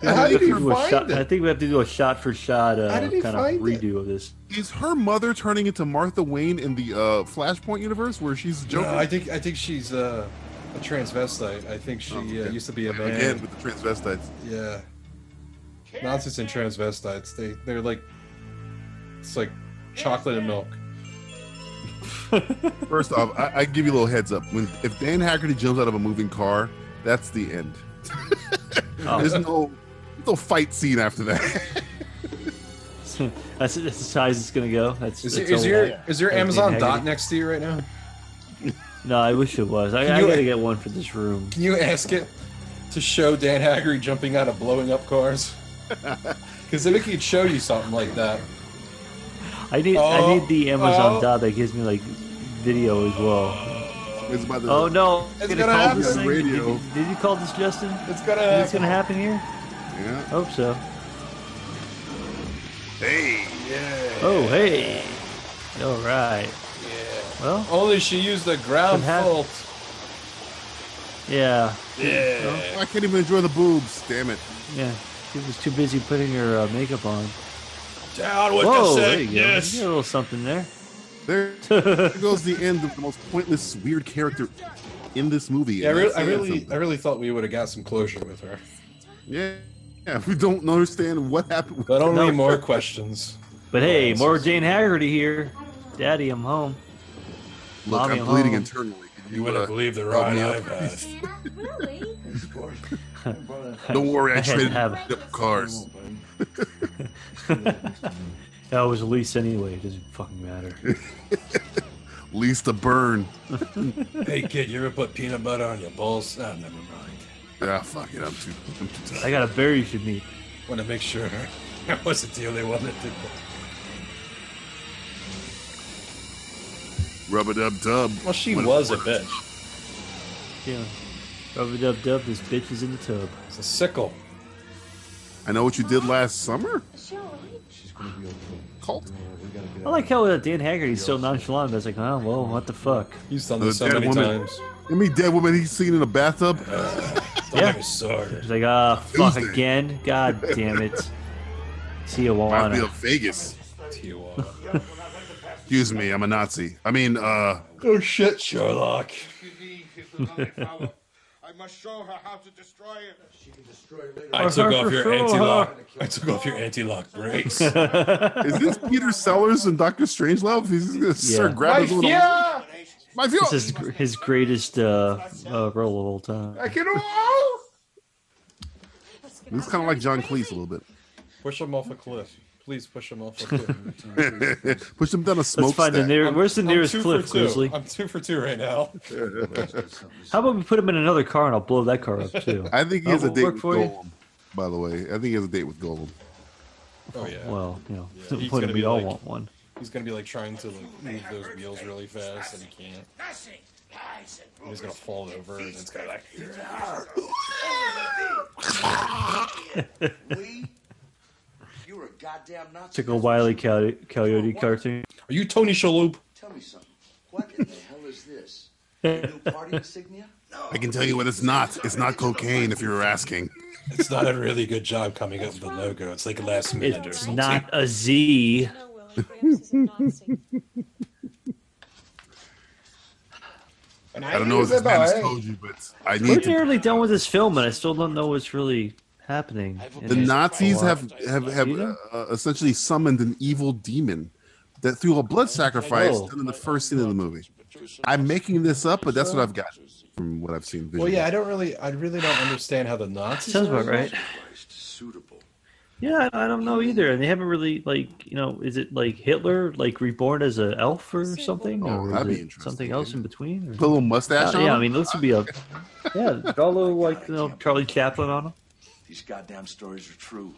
[SPEAKER 8] I
[SPEAKER 18] How
[SPEAKER 8] think
[SPEAKER 18] did he
[SPEAKER 8] we have to do a
[SPEAKER 18] find
[SPEAKER 8] shot- I
[SPEAKER 18] it?
[SPEAKER 8] think we have to do a shot for shot uh,
[SPEAKER 18] How did
[SPEAKER 8] kind
[SPEAKER 18] he
[SPEAKER 8] of
[SPEAKER 18] find it?
[SPEAKER 8] redo of this.
[SPEAKER 7] Is her mother turning into Martha Wayne in the uh, Flashpoint universe where she's
[SPEAKER 18] No,
[SPEAKER 7] joking?
[SPEAKER 18] I think. I think she's uh, a transvestite. I think she uh, used to be a man.
[SPEAKER 7] Oh, Again with the transvestites.
[SPEAKER 18] Yeah. Nazis and transvestites. They they're like. It's like chocolate and milk.
[SPEAKER 7] First off, I, I give you a little heads up. When if Dan Haggerty jumps out of a moving car, that's the end. There's no there's no fight scene after that.
[SPEAKER 8] that's, that's as high as it's gonna go. That's
[SPEAKER 18] Is,
[SPEAKER 8] that's
[SPEAKER 18] is
[SPEAKER 8] all
[SPEAKER 18] your
[SPEAKER 8] that-
[SPEAKER 18] is your
[SPEAKER 8] that's Dan
[SPEAKER 18] Amazon
[SPEAKER 8] Haggerty.
[SPEAKER 18] dot next to you right now?
[SPEAKER 8] No, I wish it was. I, I
[SPEAKER 18] you-
[SPEAKER 8] gotta get one for this room.
[SPEAKER 18] Can you ask it to show Dan Haggerty jumping out of blowing up cars? Because if it could show you something like that,
[SPEAKER 8] I need I
[SPEAKER 18] Oh,
[SPEAKER 8] need the Amazon
[SPEAKER 18] oh.
[SPEAKER 8] dot that gives me like video as well.
[SPEAKER 7] It's by the
[SPEAKER 8] Oh no!
[SPEAKER 18] It's
[SPEAKER 8] Gonna
[SPEAKER 18] gonna
[SPEAKER 8] call
[SPEAKER 18] happen.
[SPEAKER 8] this thing- did-
[SPEAKER 7] Radio.
[SPEAKER 8] Did, you call this Justin?
[SPEAKER 18] it's gonna
[SPEAKER 8] Is this
[SPEAKER 18] happen.
[SPEAKER 8] gonna happen here?
[SPEAKER 7] Yeah.
[SPEAKER 8] Hope so.
[SPEAKER 7] Hey.
[SPEAKER 8] Oh hey! All right. Well,
[SPEAKER 18] Only she used the ground
[SPEAKER 8] Could hap-
[SPEAKER 18] fault.
[SPEAKER 8] yeah,
[SPEAKER 7] Oh, I can't even enjoy the boobs. Damn it.
[SPEAKER 8] yeah. She was too busy putting her uh, makeup on.
[SPEAKER 18] Down
[SPEAKER 8] Whoa! There you go. You got a little something there.
[SPEAKER 7] There, there goes the end of the most pointless, weird character in this movie.
[SPEAKER 18] Yeah, I,
[SPEAKER 7] and
[SPEAKER 18] re-
[SPEAKER 7] that's
[SPEAKER 18] I
[SPEAKER 7] saying
[SPEAKER 18] really,
[SPEAKER 7] something.
[SPEAKER 18] I really thought we would have got some closure with her,
[SPEAKER 7] Yeah. Yeah, we don't understand what happened.
[SPEAKER 18] but only
[SPEAKER 8] No.
[SPEAKER 18] more questions.
[SPEAKER 8] But hey, more Jane Haggerty here. Daddy, I'm home.
[SPEAKER 7] Look,
[SPEAKER 8] Mommy,
[SPEAKER 7] I'm bleeding
[SPEAKER 8] home.
[SPEAKER 7] internally.
[SPEAKER 2] You wouldn't believe the
[SPEAKER 7] help
[SPEAKER 2] ride
[SPEAKER 7] me
[SPEAKER 2] I've
[SPEAKER 7] out,
[SPEAKER 2] had.
[SPEAKER 7] please?
[SPEAKER 13] Really?
[SPEAKER 7] Don't worry, I
[SPEAKER 8] I had to
[SPEAKER 7] traded
[SPEAKER 8] have-
[SPEAKER 7] up cars.
[SPEAKER 8] That was a lease anyway. It doesn't fucking matter.
[SPEAKER 7] Least to burn.
[SPEAKER 2] Hey kid, you ever put peanut butter on your balls? Ah, never mind.
[SPEAKER 7] Ah, fuck it. I'm too. I'm too tired.
[SPEAKER 8] I gotta bury you meat.
[SPEAKER 2] Want to make sure that was the deal they wanted to.
[SPEAKER 7] Rub a dub dub.
[SPEAKER 2] Well, she was a bitch.
[SPEAKER 8] Yeah. Rub a dub dub. This bitch is in the tub.
[SPEAKER 18] It's a sickle.
[SPEAKER 7] I know what you did last summer.
[SPEAKER 13] Is she alright?
[SPEAKER 7] Cult.
[SPEAKER 8] I like how uh, Dan Haggerty's so nonchalant. That's like, oh well, what the fuck?
[SPEAKER 18] He's done
[SPEAKER 7] The
[SPEAKER 18] this so
[SPEAKER 7] dead
[SPEAKER 18] many
[SPEAKER 7] woman.
[SPEAKER 18] times.
[SPEAKER 7] I mean, dead woman he's seen in a bathtub.
[SPEAKER 2] Don't
[SPEAKER 8] Yeah.
[SPEAKER 2] get me started.
[SPEAKER 8] He's like, ah, fuck
[SPEAKER 7] Tuesday.
[SPEAKER 8] again. God damn it.
[SPEAKER 7] Reminds me of
[SPEAKER 8] Tijuana.
[SPEAKER 7] Vegas.
[SPEAKER 2] Tijuana.
[SPEAKER 7] Excuse me, I'm a Nazi. I mean, uh,
[SPEAKER 18] Oh shit, Sherlock.
[SPEAKER 20] I must show her how to destroy it. She can destroy it later.
[SPEAKER 2] I
[SPEAKER 8] Or
[SPEAKER 2] took
[SPEAKER 8] her
[SPEAKER 2] off
[SPEAKER 8] for
[SPEAKER 2] your
[SPEAKER 8] sure.
[SPEAKER 2] anti-lock. I took off your anti-lock brakes.
[SPEAKER 7] is this Peter Sellers and Doctor Strangelove? He's gonna start
[SPEAKER 18] My
[SPEAKER 7] grabbing little.
[SPEAKER 18] fear,
[SPEAKER 7] My view.
[SPEAKER 8] This is gr- his greatest uh, uh, role of all time.
[SPEAKER 18] I can all
[SPEAKER 7] He's kind of like John Cleese a little bit.
[SPEAKER 18] push him off a cliff. Please push him off a cliff.
[SPEAKER 7] Push him down a
[SPEAKER 8] Let's
[SPEAKER 7] smokestack.
[SPEAKER 8] find the near. Where's the
[SPEAKER 18] I'm
[SPEAKER 8] nearest
[SPEAKER 18] two
[SPEAKER 8] cliff,
[SPEAKER 18] for two.
[SPEAKER 8] Grizzly?
[SPEAKER 18] I'm two for two right now.
[SPEAKER 8] How about we put him in another car and I'll blow that car up too?
[SPEAKER 7] I think he
[SPEAKER 8] Oh,
[SPEAKER 7] has a
[SPEAKER 8] will
[SPEAKER 7] date
[SPEAKER 8] work
[SPEAKER 7] with
[SPEAKER 8] for you?
[SPEAKER 7] Golem. By the way, I think he has a date with Golem.
[SPEAKER 18] Oh yeah.
[SPEAKER 8] Well, you know,
[SPEAKER 18] Yeah,
[SPEAKER 8] the
[SPEAKER 18] he's
[SPEAKER 8] point
[SPEAKER 18] gonna
[SPEAKER 8] we
[SPEAKER 18] be
[SPEAKER 8] all
[SPEAKER 18] like-
[SPEAKER 8] want one.
[SPEAKER 18] He's gonna be like trying to like move those wheels really fast, and he can't.
[SPEAKER 20] Nothing. Lies and
[SPEAKER 18] And he's gonna fall over, and it's gonna like.
[SPEAKER 22] We? You're a goddamn Nazi.
[SPEAKER 8] Took a wily coyote, coyote cartoon.
[SPEAKER 18] Are you Tony Shalhoub?
[SPEAKER 22] Tell me something. What in New party insignia? No.
[SPEAKER 7] I can tell you what it's not. It's not cocaine, if you were asking.
[SPEAKER 2] It's not a really good job coming up with the logo. It's like last minute or
[SPEAKER 8] It's
[SPEAKER 2] something.
[SPEAKER 8] not a Z.
[SPEAKER 7] I don't know if this man has told you, but I
[SPEAKER 8] We're
[SPEAKER 7] need to
[SPEAKER 8] nearly done with this film, and I still don't know what's really happening.
[SPEAKER 7] the Nazis have have have uh, essentially summoned an evil demon that through a blood sacrifice
[SPEAKER 18] Oh.
[SPEAKER 7] done in the first scene of the movie. I'm making this up, but that's what I've got from what I've seen.
[SPEAKER 18] Well,
[SPEAKER 7] Visually.
[SPEAKER 18] yeah, I don't really, I really don't understand how the Nazis.
[SPEAKER 8] Sounds
[SPEAKER 18] are
[SPEAKER 8] about right. Yeah, I I don't know either, and they haven't really like you know, is it like Hitler like reborn as an elf or something, or
[SPEAKER 7] Oh, that'd
[SPEAKER 8] is
[SPEAKER 7] be
[SPEAKER 8] it something else in between? or-
[SPEAKER 7] Put a little mustache
[SPEAKER 8] Uh,
[SPEAKER 7] on
[SPEAKER 8] yeah, I
[SPEAKER 7] him?
[SPEAKER 8] mean, this would be a yeah, draw a little like you know Charlie Chaplin on him.
[SPEAKER 22] These goddamn stories are true.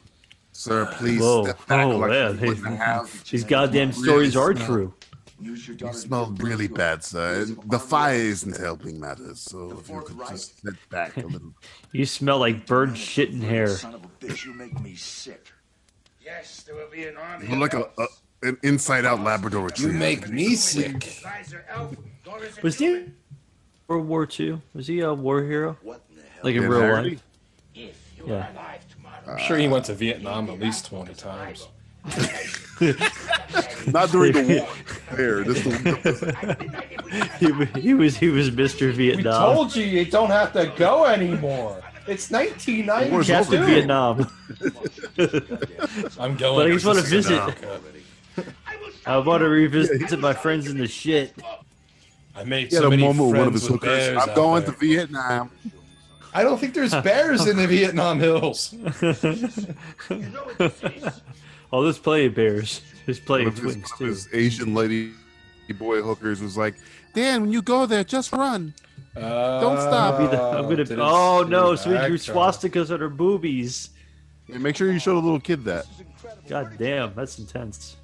[SPEAKER 7] Sir, please
[SPEAKER 8] Whoa.
[SPEAKER 7] step back.
[SPEAKER 8] Oh,
[SPEAKER 7] like
[SPEAKER 8] man.
[SPEAKER 7] you wouldn't
[SPEAKER 8] These-
[SPEAKER 7] have.
[SPEAKER 8] these goddamn
[SPEAKER 7] Really
[SPEAKER 8] stories are
[SPEAKER 7] smell-
[SPEAKER 8] true.
[SPEAKER 7] You smell really bad, sir. The fire isn't helping matters, so if you could just step back a little.
[SPEAKER 8] You smell like bird shit and hair.
[SPEAKER 22] Son of a bitch, you make me sick. Yes, there will be an army.
[SPEAKER 7] You're like a, a an inside out Labrador retriever.
[SPEAKER 8] make me sick. Was he World War II? Was he a war hero? Like in
[SPEAKER 2] Dan
[SPEAKER 8] real
[SPEAKER 2] Hardy?
[SPEAKER 8] life? Yeah.
[SPEAKER 2] I'm sure he went to Vietnam at least 20 times.
[SPEAKER 7] Not during the war. There, this
[SPEAKER 8] he, wa- he was he was Mr.
[SPEAKER 18] We
[SPEAKER 8] Vietnam.
[SPEAKER 18] told you you don't have to go anymore. It's 1992.
[SPEAKER 8] Captain Vietnam.
[SPEAKER 2] I'm going.
[SPEAKER 8] But I just want to
[SPEAKER 2] This is
[SPEAKER 8] visit.
[SPEAKER 2] America.
[SPEAKER 8] I want to revisit my friends in the shit.
[SPEAKER 2] I made
[SPEAKER 8] He had
[SPEAKER 2] so
[SPEAKER 8] a
[SPEAKER 2] many
[SPEAKER 8] moment
[SPEAKER 2] friends
[SPEAKER 8] with one of his
[SPEAKER 2] with
[SPEAKER 8] hookers.
[SPEAKER 2] bears
[SPEAKER 8] I'm
[SPEAKER 2] out
[SPEAKER 7] going
[SPEAKER 2] there.
[SPEAKER 7] to Vietnam.
[SPEAKER 18] I don't think there's bears in the Vietnam Hills.
[SPEAKER 8] Oh, there's plenty of bears. There's plenty
[SPEAKER 7] One
[SPEAKER 8] of
[SPEAKER 7] of his,
[SPEAKER 8] twins
[SPEAKER 7] one of
[SPEAKER 8] too.
[SPEAKER 7] his Asian lady boy hookers was like, Dan, when you go there, just run. Don't
[SPEAKER 2] Uh,
[SPEAKER 7] stop.
[SPEAKER 8] I'm gonna- I'm gonna- oh no! So we drew swastikas on her boobies.
[SPEAKER 7] make sure you show the little kid that.
[SPEAKER 8] God damn, that's intense.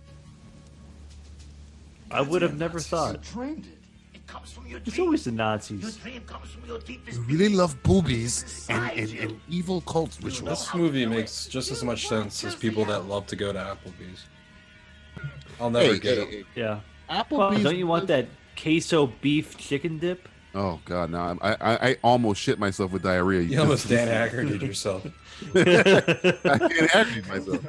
[SPEAKER 8] I would have never thought.
[SPEAKER 22] Dreamed it. It comes from your
[SPEAKER 8] It's
[SPEAKER 22] dream.
[SPEAKER 8] always the
[SPEAKER 22] Your
[SPEAKER 8] Nazis.
[SPEAKER 22] dream comes from your deepest.
[SPEAKER 7] You really love boobies and, and, and evil cult rituals.
[SPEAKER 2] This movie makes just as much sense as people that love to go to Applebee's. I'll never
[SPEAKER 7] Hey,
[SPEAKER 2] get
[SPEAKER 7] hey,
[SPEAKER 2] it.
[SPEAKER 7] hey.
[SPEAKER 8] Yeah.
[SPEAKER 7] Applebee's-
[SPEAKER 8] don't you want that queso beef chicken dip?
[SPEAKER 7] Oh god, now I'm- I, I I almost shit myself with diarrhea.
[SPEAKER 2] You almost Dan Haggerty'd yourself.
[SPEAKER 7] I Dan Haggerty'd myself.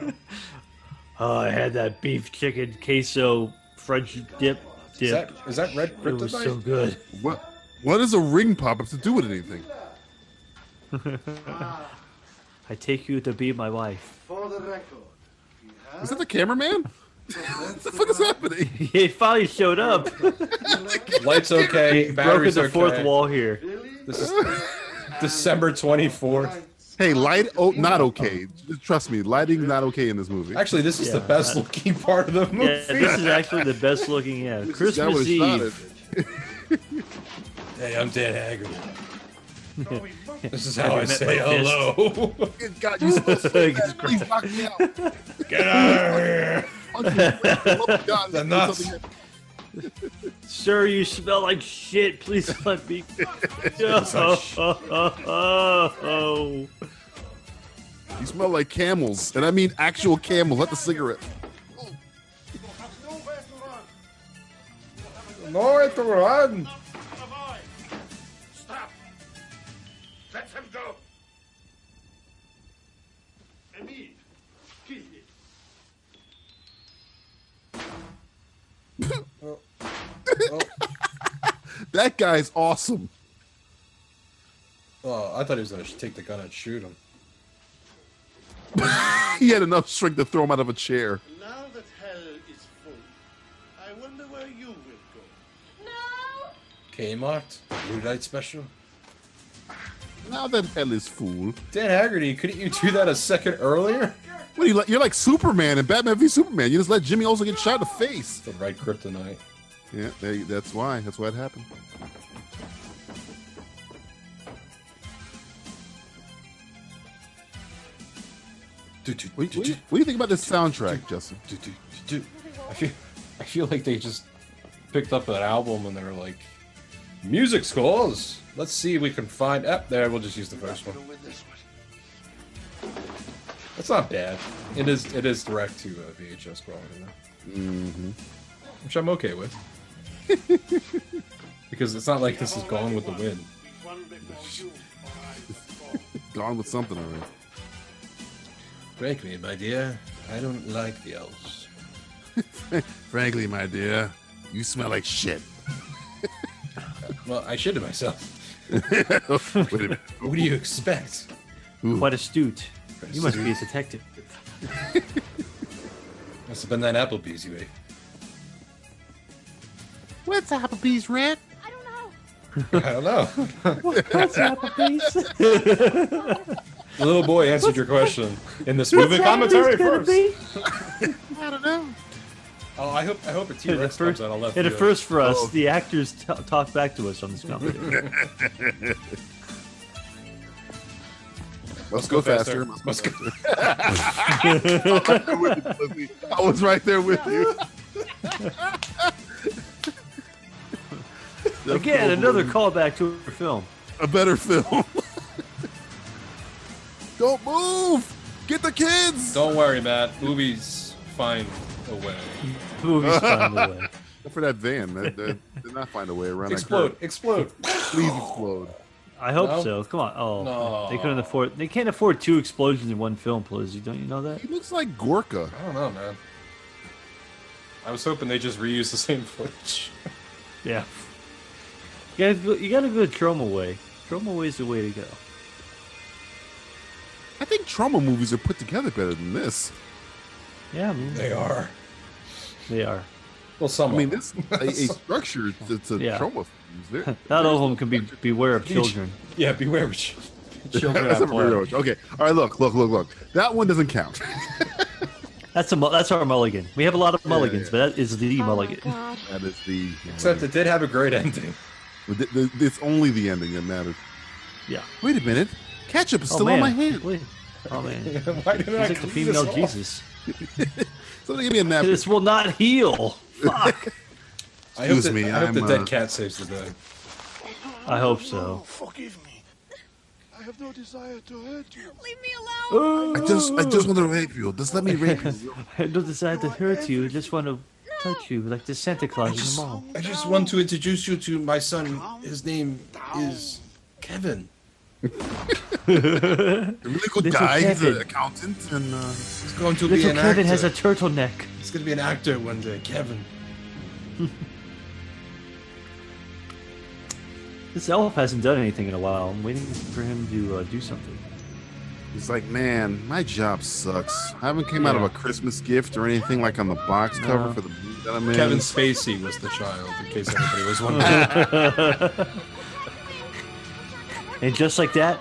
[SPEAKER 8] Oh, I had that beef chicken queso French dip. dip.
[SPEAKER 7] Is that-
[SPEAKER 18] is that red
[SPEAKER 8] It was
[SPEAKER 7] kryptonite?
[SPEAKER 8] so good.
[SPEAKER 7] What what does a ring pop up to do with anything?
[SPEAKER 8] I take you to be my wife.
[SPEAKER 20] For the record.
[SPEAKER 7] Is that the cameraman? what the fuck is happening?
[SPEAKER 8] he finally showed up.
[SPEAKER 2] Lights okay.
[SPEAKER 8] Broken
[SPEAKER 2] Batteries
[SPEAKER 8] the fourth
[SPEAKER 2] okay.
[SPEAKER 8] wall here.
[SPEAKER 2] This is December 24th.
[SPEAKER 7] Hey, light oh not okay. Just Trust me, lighting not okay in this movie.
[SPEAKER 2] Actually, this is the Yeah, best that-
[SPEAKER 18] looking part of the
[SPEAKER 8] Yeah, this is actually the best looking. Yeah,
[SPEAKER 7] This is- that
[SPEAKER 8] Christmas
[SPEAKER 7] would've shot it.
[SPEAKER 8] Eve.
[SPEAKER 2] Hey, I'm Dan Haggerty. This is how
[SPEAKER 8] I
[SPEAKER 2] I
[SPEAKER 8] met
[SPEAKER 2] say
[SPEAKER 8] my fist.
[SPEAKER 2] hello.
[SPEAKER 7] Good God, you supposed to say that. Please knock me out.
[SPEAKER 2] Get out of here.
[SPEAKER 7] The
[SPEAKER 2] nuts.
[SPEAKER 8] Sir, you smell like shit. Please let me go.
[SPEAKER 7] You smell like camels, and I mean actual camels, not the cigarette.
[SPEAKER 18] Nowhere to run.
[SPEAKER 20] Stop. Let him go. Emil, kill him.
[SPEAKER 7] That guy's awesome.
[SPEAKER 2] Oh, I thought he was going to take the gun and shoot him.
[SPEAKER 7] He had enough strength to throw him out of a chair.
[SPEAKER 5] Now that hell is full, I wonder where you will go.
[SPEAKER 2] Kmart? Blue Light Special?
[SPEAKER 7] Now that hell is full.
[SPEAKER 2] Dan Haggerty, couldn't you do that a second earlier?
[SPEAKER 7] What are you like? You're like Superman and Batman v Superman. You just let Jimmy Olsen get shot in the face.
[SPEAKER 2] The right kryptonite.
[SPEAKER 7] Yeah, they, that's why. That's why it happened. What, what do you, what do you think about this soundtrack, Justin?
[SPEAKER 2] I feel, I feel like they just picked up an album and they were like, music scores. Let's see if we can find. Up there, we'll just use the first one. That's not bad. It is. It is direct to uh, VHS quality, though,
[SPEAKER 7] Mm-hmm.
[SPEAKER 2] which I'm okay with. Because it's not like this is gone with the wind.
[SPEAKER 7] Gone with something already.
[SPEAKER 2] Break me, my dear. I don't like the elves.
[SPEAKER 7] Frankly, my dear, you smell like shit.
[SPEAKER 2] Well, I shitted myself.
[SPEAKER 7] Wait a minute.
[SPEAKER 2] What do you expect?
[SPEAKER 8] Quite astute. You must be a detective.
[SPEAKER 2] Must have been that Applebee's you ate.
[SPEAKER 1] What's Applebee's, Red?
[SPEAKER 2] I don't know.
[SPEAKER 1] What's Applebee's?
[SPEAKER 2] The little boy answered your question in this movie commentary first.
[SPEAKER 1] I don't know.
[SPEAKER 2] Oh, I hope I hope a T
[SPEAKER 8] At a
[SPEAKER 2] Rex
[SPEAKER 8] first,
[SPEAKER 2] comes out of left
[SPEAKER 8] at a
[SPEAKER 2] field.
[SPEAKER 8] first for us, the actors t- talk back to us on this commentary.
[SPEAKER 7] Must go faster. Must go
[SPEAKER 8] faster.
[SPEAKER 7] I was right there with you, Lizzie. I was right there with you.
[SPEAKER 8] Again, another callback to a film.
[SPEAKER 7] A better film. Don't move! Get the kids!
[SPEAKER 2] Don't worry, Matt. Movies find a way.
[SPEAKER 7] For that van, they, they did not find a way around.
[SPEAKER 2] Explode,
[SPEAKER 7] That curve.
[SPEAKER 2] explode.
[SPEAKER 7] Please explode!
[SPEAKER 8] I hope
[SPEAKER 7] No?
[SPEAKER 8] so. Come on. Oh,
[SPEAKER 7] No.
[SPEAKER 8] they couldn't afford. They can't afford two explosions in one film, Pelizzi. Don't you know that?
[SPEAKER 7] He looks like Gorka.
[SPEAKER 2] I don't know, man. I was hoping they just reuse the same footage.
[SPEAKER 8] Yeah. You gotta go, you gotta go Troma way. Troma way is the way to go.
[SPEAKER 7] I think trauma movies are put together better than this.
[SPEAKER 8] Yeah, I mean,
[SPEAKER 2] They are.
[SPEAKER 8] They are.
[SPEAKER 2] Well, some.
[SPEAKER 7] I mean,
[SPEAKER 2] of them.
[SPEAKER 7] this a, a structure to, to
[SPEAKER 8] Yeah.
[SPEAKER 7] trauma films. They're-
[SPEAKER 8] Not all of them can be beware of children.
[SPEAKER 2] Yeah, beware of ch- children.
[SPEAKER 7] That's
[SPEAKER 2] at
[SPEAKER 7] a
[SPEAKER 2] play.
[SPEAKER 7] railroad. Okay. All right. Look. Look. Look. Look. That one doesn't count.
[SPEAKER 8] That's a mu- that's our mulligan. We have a lot of mulligans,
[SPEAKER 7] yeah.
[SPEAKER 8] but that is the mulligan.
[SPEAKER 7] That is the.
[SPEAKER 2] Except it did have a great ending.
[SPEAKER 7] But th- th- It's only the ending that matters.
[SPEAKER 8] Yeah.
[SPEAKER 7] Wait a minute. Ketchup is
[SPEAKER 8] Oh,
[SPEAKER 7] still on my
[SPEAKER 8] man.
[SPEAKER 7] hand.
[SPEAKER 8] Oh man,
[SPEAKER 2] Why did
[SPEAKER 8] he's
[SPEAKER 2] I
[SPEAKER 8] like the
[SPEAKER 2] clean
[SPEAKER 8] female
[SPEAKER 2] this off?
[SPEAKER 8] Jesus.
[SPEAKER 7] Somebody give me a napkin.
[SPEAKER 8] This will not heal. Fuck.
[SPEAKER 2] I hope,
[SPEAKER 7] Excuse
[SPEAKER 2] that,
[SPEAKER 7] me,
[SPEAKER 2] I hope the
[SPEAKER 7] I'm,
[SPEAKER 2] dead
[SPEAKER 7] uh,
[SPEAKER 2] cat saves the day.
[SPEAKER 8] I hope so.
[SPEAKER 20] Forgive me. I have no desire to hurt you.
[SPEAKER 13] Leave me alone.
[SPEAKER 7] I just, I just want to rape you. Just let me rape you.
[SPEAKER 8] I don't desire to hurt you. I just want to touch you like the Santa Claus in the mall.
[SPEAKER 18] I just want to introduce you to my son. His name is Kevin.
[SPEAKER 7] The really good
[SPEAKER 8] Little
[SPEAKER 7] guy. He's an
[SPEAKER 8] Kevin.
[SPEAKER 7] accountant, and uh,
[SPEAKER 18] He's going to be
[SPEAKER 8] Little
[SPEAKER 18] an
[SPEAKER 8] Kevin
[SPEAKER 18] actor.
[SPEAKER 8] has a turtleneck.
[SPEAKER 18] He's going to be an actor one day, Kevin.
[SPEAKER 8] This elf hasn't done anything in a while. I'm waiting for him to uh, do something.
[SPEAKER 7] he's like, man, my job sucks. I haven't came out of
[SPEAKER 8] Yeah.
[SPEAKER 7] a Christmas gift or anything like on the box cover
[SPEAKER 8] No.
[SPEAKER 7] for the movie that I'm in.
[SPEAKER 2] Kevin Spacey was the child, in case anybody was wondering.
[SPEAKER 8] And just like that,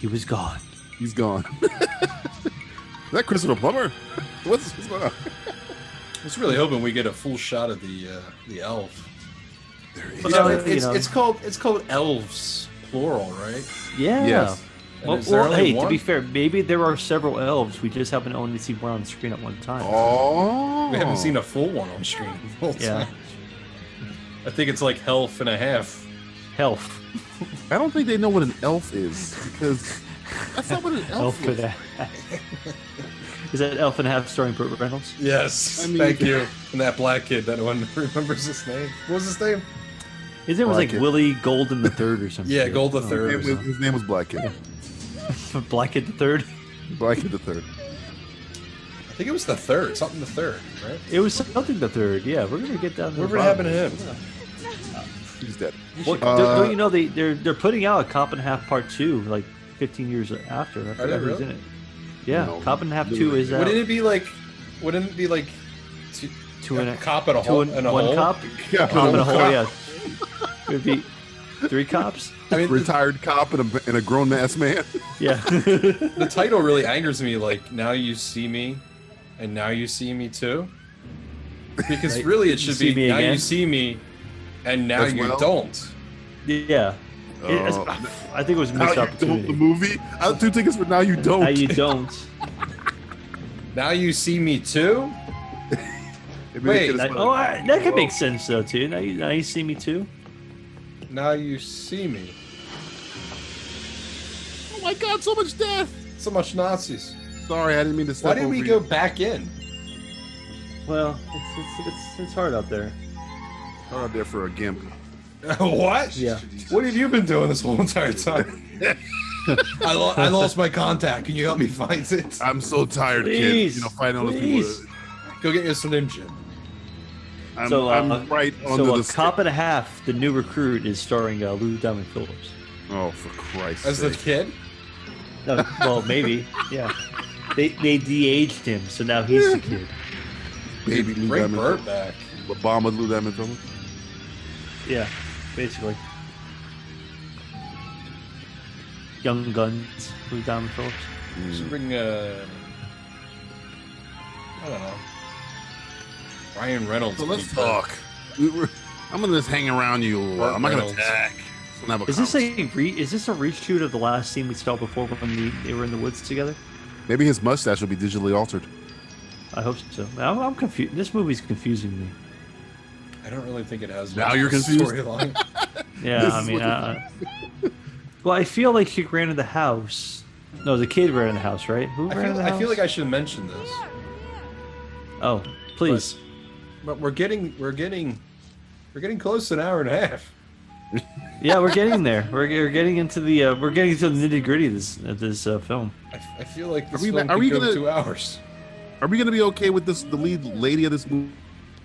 [SPEAKER 8] he was gone.
[SPEAKER 7] He's gone. Is that Christopher Plummer? What's, what's going on?
[SPEAKER 2] I was really hoping we get a full shot of the uh, the elf.
[SPEAKER 18] You know, it's, it's called it's called elves plural, right?
[SPEAKER 8] Yeah.
[SPEAKER 7] Yes.
[SPEAKER 2] And
[SPEAKER 8] Well,
[SPEAKER 2] is there
[SPEAKER 8] well,
[SPEAKER 2] only
[SPEAKER 8] hey, to
[SPEAKER 2] one?
[SPEAKER 8] be fair, maybe there are several elves. We just haven't only seen one on screen at one time.
[SPEAKER 7] Oh,
[SPEAKER 2] We haven't seen a full one on screen. the whole
[SPEAKER 8] Yeah.
[SPEAKER 2] time. I think it's like health and a half.
[SPEAKER 8] Health.
[SPEAKER 7] I don't think they know what an elf is because that's not what an elf,
[SPEAKER 8] Elf and
[SPEAKER 7] is.
[SPEAKER 8] a half. Is that Elf and a Half starring Burt Reynolds?
[SPEAKER 2] Yes,
[SPEAKER 7] I mean-
[SPEAKER 2] thank you. And that black kid, that one remembers his name. What was his name?
[SPEAKER 8] His name was
[SPEAKER 7] Black
[SPEAKER 8] like
[SPEAKER 7] Kid.
[SPEAKER 8] Willie Golden the Third or something. Oh,
[SPEAKER 2] Yeah, Gold the
[SPEAKER 7] His name
[SPEAKER 2] Third.
[SPEAKER 7] was, his name was Blackhead.
[SPEAKER 8] Blackhead the Third.
[SPEAKER 7] Blackhead the third.
[SPEAKER 2] I think it was the third, something the third, right?
[SPEAKER 8] It was something the Third. Yeah, we're gonna get down. to the
[SPEAKER 2] Whatever happened
[SPEAKER 8] bottom
[SPEAKER 2] to
[SPEAKER 8] of
[SPEAKER 2] him?
[SPEAKER 8] this.
[SPEAKER 7] He's dead.
[SPEAKER 8] Well, don't-
[SPEAKER 7] Uh,
[SPEAKER 8] don't you know they they're they're putting out a Cop and a Half Part Two like 15 years after. I forgot who's
[SPEAKER 2] really?
[SPEAKER 8] in it. Yeah,
[SPEAKER 7] No,
[SPEAKER 8] Cop and a Half Two
[SPEAKER 7] literally.
[SPEAKER 8] is uh, out.
[SPEAKER 2] Wouldn't it be like? Wouldn't it be like? Two,
[SPEAKER 8] Two and a
[SPEAKER 2] cop and a
[SPEAKER 8] two
[SPEAKER 2] hole
[SPEAKER 8] and-
[SPEAKER 2] and a
[SPEAKER 8] one
[SPEAKER 2] hole?
[SPEAKER 8] cop.
[SPEAKER 7] Yeah,
[SPEAKER 8] Cop and a hole.
[SPEAKER 7] cop.
[SPEAKER 8] Yeah, it would be three cops.
[SPEAKER 2] I mean, the,
[SPEAKER 7] Retired cop and a, and a grown ass man.
[SPEAKER 8] Yeah,
[SPEAKER 2] the title really angers me. Like now you see me, and now you see me too. Because
[SPEAKER 8] Right.
[SPEAKER 2] really, it
[SPEAKER 8] You
[SPEAKER 2] should
[SPEAKER 8] see
[SPEAKER 2] be
[SPEAKER 8] me
[SPEAKER 2] now you
[SPEAKER 8] again?
[SPEAKER 2] see me, and now
[SPEAKER 7] As
[SPEAKER 2] you
[SPEAKER 7] well?
[SPEAKER 2] don't.
[SPEAKER 8] yeah. It- it's-
[SPEAKER 7] Oh.
[SPEAKER 8] I think it was a
[SPEAKER 7] Now
[SPEAKER 8] missed
[SPEAKER 7] you don't. The
[SPEAKER 8] opportunity.
[SPEAKER 7] movie. I have two tickets for now. You don't.
[SPEAKER 8] Now you don't.
[SPEAKER 2] Now you see me too.
[SPEAKER 7] Maybe they
[SPEAKER 2] wait,
[SPEAKER 7] could've
[SPEAKER 8] That-
[SPEAKER 7] spelled
[SPEAKER 8] oh,
[SPEAKER 7] it-
[SPEAKER 8] I, that could make sense though too. Now you, now you see me too.
[SPEAKER 2] Now you see me.
[SPEAKER 7] oh my god, so much death.
[SPEAKER 2] So much Nazis.
[SPEAKER 7] Sorry, I didn't mean to step
[SPEAKER 2] Why did we
[SPEAKER 7] over
[SPEAKER 2] go
[SPEAKER 7] you.
[SPEAKER 2] back in?
[SPEAKER 8] Well, it's it's it's, it's hard out there.
[SPEAKER 7] Oh, there for a gimp.
[SPEAKER 2] what?
[SPEAKER 8] Yeah.
[SPEAKER 2] What have you been doing this whole entire time? I, lo- I lost my contact. Can you help me find it?
[SPEAKER 7] I'm so tired,
[SPEAKER 8] kid. Please, You know,
[SPEAKER 7] find
[SPEAKER 8] out if you please. would.
[SPEAKER 2] Go get your Slim Jim.
[SPEAKER 7] I'm,
[SPEAKER 8] so, uh,
[SPEAKER 7] I'm right
[SPEAKER 8] so
[SPEAKER 7] under
[SPEAKER 8] a
[SPEAKER 7] the.
[SPEAKER 8] cop and a half. The new recruit is starring uh, Lou Diamond Phillips.
[SPEAKER 7] Oh, for Christ's
[SPEAKER 2] As the
[SPEAKER 7] sake.
[SPEAKER 2] kid?
[SPEAKER 8] No, well, maybe. Yeah. They they de-aged him, so now he's the kid.
[SPEAKER 7] Baby Lou
[SPEAKER 2] Bring
[SPEAKER 7] Diamond
[SPEAKER 2] Bert
[SPEAKER 7] Phillips.
[SPEAKER 2] back.
[SPEAKER 7] Obama Lou Diamond Phillips.
[SPEAKER 8] Yeah, basically. Young Guns, Lou Diamond Phillips.
[SPEAKER 7] Hmm.
[SPEAKER 2] Should bring, uh, I don't know. Ryan Reynolds.
[SPEAKER 7] So let's
[SPEAKER 2] would be
[SPEAKER 7] talk. We were, I'm gonna just hang around you a little while. I'm not gonna
[SPEAKER 2] Reynolds.
[SPEAKER 7] attack. Just gonna have a
[SPEAKER 8] Is this a re- is this a reshoot of the last scene we saw before when the, they were in the woods together?
[SPEAKER 7] Maybe his mustache will be digitally altered.
[SPEAKER 8] I hope so. I'm, I'm confused. This movie's confusing me.
[SPEAKER 2] good. I don't really think it has.
[SPEAKER 7] Now
[SPEAKER 2] much
[SPEAKER 7] you're confused?
[SPEAKER 2] Storyline.
[SPEAKER 8] Yeah,
[SPEAKER 7] This
[SPEAKER 8] I
[SPEAKER 7] is
[SPEAKER 8] mean,
[SPEAKER 7] what
[SPEAKER 8] uh, well, I feel like she ran in the house. No, the kid ran in the house, right? Who
[SPEAKER 2] I
[SPEAKER 8] ran in
[SPEAKER 2] feel,
[SPEAKER 8] the
[SPEAKER 2] I
[SPEAKER 8] house?
[SPEAKER 2] feel like I should mention this,
[SPEAKER 8] oh, please.
[SPEAKER 2] but we're getting, we're getting, we're getting close to an hour and a half.
[SPEAKER 8] yeah, we're getting there. We're, we're getting into the uh, we're getting into the nitty gritty of this of this uh, film.
[SPEAKER 2] I, f- I feel like this
[SPEAKER 7] we-
[SPEAKER 2] film
[SPEAKER 7] are
[SPEAKER 2] could
[SPEAKER 7] we
[SPEAKER 2] go
[SPEAKER 7] gonna-
[SPEAKER 2] two hours.
[SPEAKER 7] Are we gonna be okay with this? The lead lady of this mo-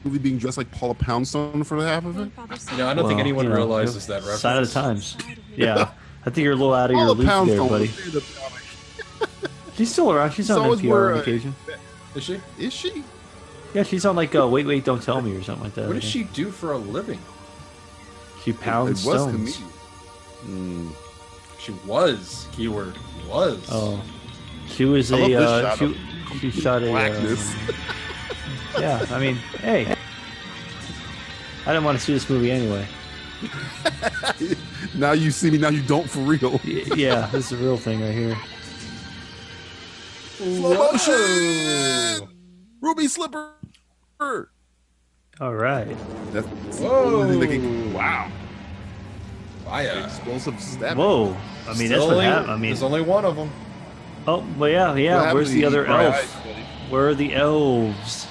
[SPEAKER 7] movie being dressed like Paula Poundstone for half of it.
[SPEAKER 2] You know, I don't think
[SPEAKER 8] Well,
[SPEAKER 2] anyone
[SPEAKER 8] you know,
[SPEAKER 2] realizes that reference.
[SPEAKER 8] Sign of the times. Yeah, I think you're a little out of your
[SPEAKER 7] Paula
[SPEAKER 8] league there,
[SPEAKER 7] Poundstone,
[SPEAKER 8] buddy.
[SPEAKER 7] was the stand-up comic.
[SPEAKER 8] She's still around. She's
[SPEAKER 7] She's
[SPEAKER 8] on
[SPEAKER 7] always
[SPEAKER 8] NPR
[SPEAKER 7] wore
[SPEAKER 8] on
[SPEAKER 7] a-
[SPEAKER 8] occasion.
[SPEAKER 2] Is she?
[SPEAKER 7] Is she?
[SPEAKER 8] Yeah, she's on like uh, Wait, Wait, Don't Tell Me or something like that.
[SPEAKER 2] What
[SPEAKER 8] I
[SPEAKER 2] does she
[SPEAKER 8] think.
[SPEAKER 2] do for a living?
[SPEAKER 8] She pounds
[SPEAKER 7] it was
[SPEAKER 8] stones.
[SPEAKER 7] comedian.
[SPEAKER 2] Hmm. She was keyword was.
[SPEAKER 8] Oh, she was
[SPEAKER 2] I love
[SPEAKER 8] a
[SPEAKER 2] this
[SPEAKER 8] uh,
[SPEAKER 2] shot
[SPEAKER 8] she, she shot a. Uh,
[SPEAKER 7] Blackness.
[SPEAKER 8] yeah, I mean, hey, I didn't want to see this movie anyway.
[SPEAKER 7] now you see me. Now you don't for real.
[SPEAKER 8] Y- Yeah, this is a real thing right here.
[SPEAKER 7] Slow motion. Oh, Ruby slipper.
[SPEAKER 8] All right.
[SPEAKER 7] That's
[SPEAKER 2] Whoa.
[SPEAKER 7] Whoa. wow.
[SPEAKER 2] Fire.
[SPEAKER 7] Explosive stab.
[SPEAKER 8] Whoa. I mean, that's
[SPEAKER 2] There's
[SPEAKER 8] what
[SPEAKER 2] only-
[SPEAKER 8] happened. I mean,
[SPEAKER 2] there's only one of them.
[SPEAKER 8] oh, well, yeah,
[SPEAKER 7] What
[SPEAKER 8] yeah.
[SPEAKER 7] happened
[SPEAKER 8] Where's
[SPEAKER 7] to E
[SPEAKER 8] the
[SPEAKER 7] you,
[SPEAKER 8] other
[SPEAKER 7] Brian?
[SPEAKER 8] elf? Where are the elves?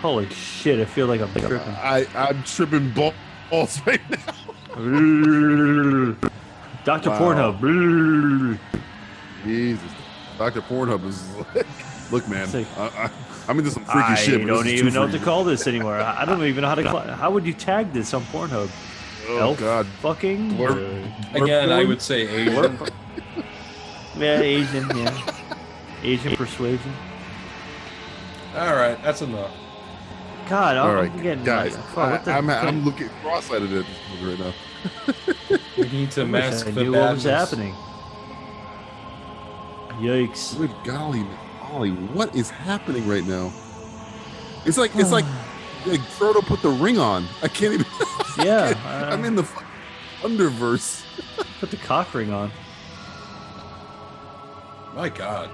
[SPEAKER 8] Holy shit! I feel like I'm tripping.
[SPEAKER 7] I I'm tripping ball- balls right now.
[SPEAKER 8] Doctor
[SPEAKER 7] Wow.
[SPEAKER 8] Pornhub.
[SPEAKER 7] Jesus. Dr. Pornhub is like, look, man.
[SPEAKER 8] Sick.
[SPEAKER 7] I, I, I'm into some freaky
[SPEAKER 8] I
[SPEAKER 7] shit. but this
[SPEAKER 8] don't
[SPEAKER 7] is
[SPEAKER 8] even
[SPEAKER 7] too
[SPEAKER 8] know what to
[SPEAKER 7] freaky.
[SPEAKER 8] call this anymore. I I don't even know how to. Call, how would you tag this on Pornhub?
[SPEAKER 7] Oh
[SPEAKER 8] Elf
[SPEAKER 7] God.
[SPEAKER 8] fucking Uh,
[SPEAKER 7] Blurp.
[SPEAKER 2] Again, I would say Asian.
[SPEAKER 8] yeah, Asian, yeah, Asian persuasion.
[SPEAKER 2] All right, that's enough.
[SPEAKER 8] God, I'm
[SPEAKER 7] All right,
[SPEAKER 8] getting
[SPEAKER 7] guys.
[SPEAKER 8] Like, fuck,
[SPEAKER 7] I,
[SPEAKER 8] what the
[SPEAKER 7] I'm,
[SPEAKER 8] fuck?
[SPEAKER 7] I'm looking cross-eyed at this movie right now.
[SPEAKER 2] We need to
[SPEAKER 8] I wish
[SPEAKER 2] mask
[SPEAKER 8] I
[SPEAKER 2] the
[SPEAKER 8] knew what was
[SPEAKER 2] badness.
[SPEAKER 8] happening. Yikes!
[SPEAKER 7] Good golly, man. golly, what is happening right now? It's like it's like, like Frodo put the ring on. I can't even.
[SPEAKER 8] Yeah,
[SPEAKER 7] I'm
[SPEAKER 8] uh,
[SPEAKER 7] in the fucking underverse.
[SPEAKER 8] put the cock ring on.
[SPEAKER 2] My God,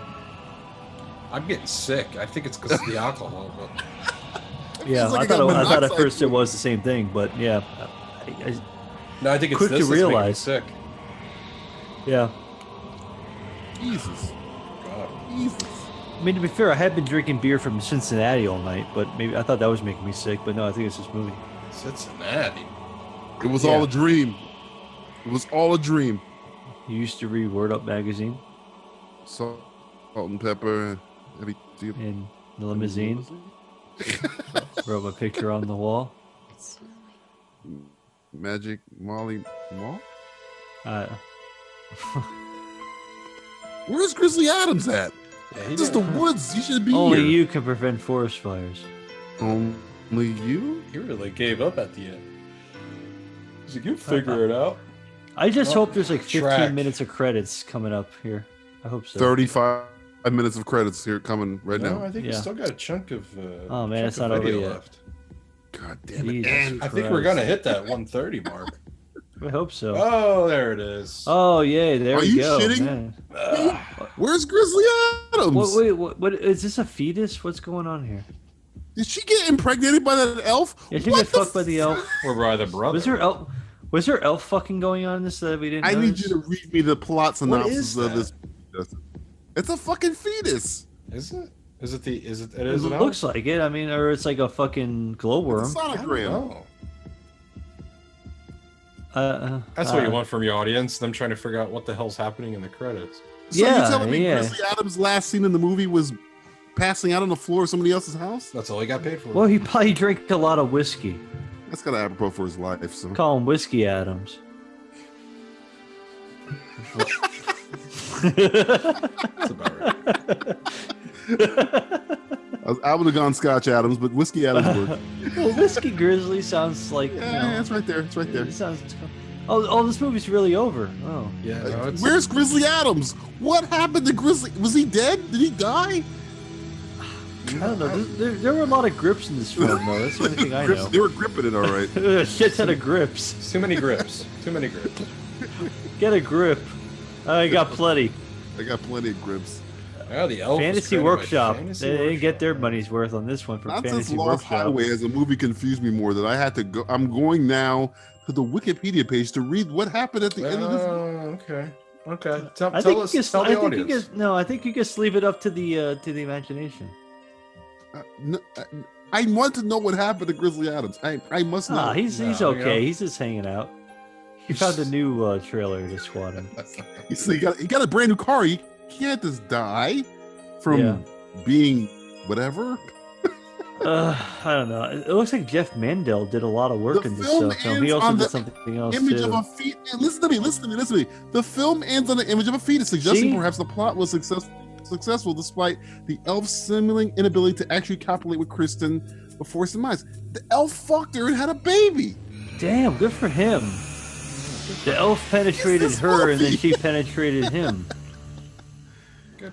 [SPEAKER 2] I'm getting sick. I think it's because of the alcohol. But
[SPEAKER 8] Yeah,
[SPEAKER 7] like
[SPEAKER 8] I
[SPEAKER 7] I got
[SPEAKER 8] thought it, I thought at
[SPEAKER 7] monoxide
[SPEAKER 8] first it was the same thing, but yeah, I,
[SPEAKER 2] no, I think it's
[SPEAKER 8] Quick
[SPEAKER 2] this
[SPEAKER 8] to
[SPEAKER 2] that's making me
[SPEAKER 8] realize.
[SPEAKER 2] sick.
[SPEAKER 8] I, yeah.
[SPEAKER 7] Jesus,
[SPEAKER 2] God.
[SPEAKER 7] Jesus.
[SPEAKER 8] I mean, to be fair, I had been drinking beer from Cincinnati all night, but maybe I thought that was making me sick. But no, I think it's this movie.
[SPEAKER 2] Cincinnati.
[SPEAKER 7] It was
[SPEAKER 8] Yeah.
[SPEAKER 7] all a dream. It was all a dream.
[SPEAKER 8] You used to read Word Up magazine
[SPEAKER 7] Salt, salt and pepper. and Every,
[SPEAKER 8] in the limousine. Wrote my picture on the wall.
[SPEAKER 7] Magic Molly Mall.
[SPEAKER 8] Uh,
[SPEAKER 7] Where's Grizzly Adams at?
[SPEAKER 2] Yeah, he
[SPEAKER 7] This is the
[SPEAKER 2] did-
[SPEAKER 7] woods. You should be
[SPEAKER 8] only
[SPEAKER 7] here.
[SPEAKER 8] you can prevent forest fires.
[SPEAKER 7] Only you.
[SPEAKER 2] He really gave up at the end. He's like, you figure it out.
[SPEAKER 8] I just
[SPEAKER 2] Well,
[SPEAKER 8] hope there's like 15
[SPEAKER 2] track.
[SPEAKER 8] minutes of credits coming up here. I hope so.
[SPEAKER 7] Thirty-five minutes of credits here coming right
[SPEAKER 2] No,
[SPEAKER 7] now.
[SPEAKER 2] I think we
[SPEAKER 8] Yeah.
[SPEAKER 2] still got a chunk of. Uh,
[SPEAKER 8] Oh, man,
[SPEAKER 2] chunk
[SPEAKER 8] it's
[SPEAKER 2] of
[SPEAKER 8] not over
[SPEAKER 2] video
[SPEAKER 8] yet.
[SPEAKER 2] left.
[SPEAKER 7] God damn it.
[SPEAKER 8] Jesus
[SPEAKER 7] And
[SPEAKER 2] I think we're
[SPEAKER 8] Christ.
[SPEAKER 2] gonna hit that 130 mark.
[SPEAKER 8] I hope so.
[SPEAKER 2] Oh, there it is.
[SPEAKER 8] Oh yay! There
[SPEAKER 7] Are
[SPEAKER 8] we
[SPEAKER 7] you
[SPEAKER 8] go.
[SPEAKER 7] shitting?
[SPEAKER 8] man.
[SPEAKER 7] Where's Grizzly Adams?
[SPEAKER 8] What, wait, what, what is this a fetus? What's going on here?
[SPEAKER 7] Did she get impregnated by that elf?
[SPEAKER 8] Yeah, she
[SPEAKER 7] What
[SPEAKER 8] got
[SPEAKER 7] the
[SPEAKER 8] fucked by the elf.
[SPEAKER 2] We're by the brother.
[SPEAKER 8] Was there elf? Was there elf fucking going on in this that we didn't?
[SPEAKER 7] I need
[SPEAKER 8] notice?
[SPEAKER 7] you to read me the plot synopsis
[SPEAKER 2] is
[SPEAKER 7] of
[SPEAKER 2] that?
[SPEAKER 7] this. It's a fucking fetus.
[SPEAKER 2] Is it? Is it the? Is it? It
[SPEAKER 8] It
[SPEAKER 2] is. an
[SPEAKER 8] looks like it. I mean, or it's like a fucking glowworm.
[SPEAKER 2] sonogram.
[SPEAKER 8] Uh, uh,
[SPEAKER 2] That's what
[SPEAKER 8] uh,
[SPEAKER 2] you want from your audience. Them trying to figure out what the hell's happening in the credits.
[SPEAKER 7] So
[SPEAKER 8] Yeah,
[SPEAKER 7] you telling me
[SPEAKER 8] yeah.
[SPEAKER 7] Grizzly Adams' last scene in the movie was passing out on the floor of somebody else's house?
[SPEAKER 2] That's all he got paid for.
[SPEAKER 8] Well, he probably drank a lot of whiskey.
[SPEAKER 7] That's kind of apropos for his life. So
[SPEAKER 8] Call him Whiskey Adams.
[SPEAKER 7] That's
[SPEAKER 2] about right.
[SPEAKER 7] I, was- I would have gone Scotch Adams, but Whiskey Adams worked.
[SPEAKER 8] well, Whiskey Grizzly sounds like.
[SPEAKER 7] Yeah, it's right there. It's right there.
[SPEAKER 8] It sounds. Oh, oh, this movie's really over. Oh,
[SPEAKER 2] yeah.
[SPEAKER 7] Where's Grizzly Adams? What happened to Grizzly? Was he dead? Did he die?
[SPEAKER 8] I don't know. There, there, there were a lot of grips in this film, though. That's the only thing I
[SPEAKER 7] Grips-
[SPEAKER 8] know.
[SPEAKER 7] They were gripping it all right.
[SPEAKER 8] Shit ton of grips.
[SPEAKER 2] Too many grips. Too many grips.
[SPEAKER 8] Get a grip. I got plenty.
[SPEAKER 7] I got plenty of grips.
[SPEAKER 2] Oh, the elf was
[SPEAKER 8] Fantasy
[SPEAKER 2] created by
[SPEAKER 8] Workshop.
[SPEAKER 2] Fantasy
[SPEAKER 8] they didn't get their money's worth on this one for
[SPEAKER 7] Not since
[SPEAKER 8] Fantasy
[SPEAKER 7] Lost
[SPEAKER 8] Workshop.
[SPEAKER 7] Highway as a movie confused me more than I had to go. I'm going now to the Wikipedia page to read what happened at the end of this.
[SPEAKER 18] okay. Okay. Tell,
[SPEAKER 8] I
[SPEAKER 18] tell
[SPEAKER 8] think
[SPEAKER 18] us.
[SPEAKER 8] you just,
[SPEAKER 18] tell the
[SPEAKER 8] I think you
[SPEAKER 18] audience.
[SPEAKER 8] just no. I think you just leave it up to the uh, to the imagination.
[SPEAKER 7] No, Uh, I, I want to know what happened to Grizzly Adams. I, I must know.
[SPEAKER 8] Nah, Ah, he's he's okay. He's just hanging out. He found a new uh, trailer to squat in.
[SPEAKER 7] He's, he, got, he got a brand new car. He can't just die from
[SPEAKER 8] Yeah.
[SPEAKER 7] being whatever.
[SPEAKER 8] Uh, I don't know. It it looks like Jeff Mandel did a lot of work in this
[SPEAKER 7] film
[SPEAKER 8] uh, film.
[SPEAKER 7] ends
[SPEAKER 8] He also
[SPEAKER 7] on
[SPEAKER 8] did
[SPEAKER 7] the
[SPEAKER 8] something else
[SPEAKER 7] image
[SPEAKER 8] too.
[SPEAKER 7] of a fetus. Listen to me, listen to me, listen to me. The film ends on the image of a fetus, suggesting
[SPEAKER 8] See?
[SPEAKER 7] perhaps the plot was successful, successful despite the elf's seeming inability to actually copulate with Kristen before his demise. The elf fucked her and had a baby.
[SPEAKER 8] Damn, good for him. The elf penetrated her, and then she penetrated him.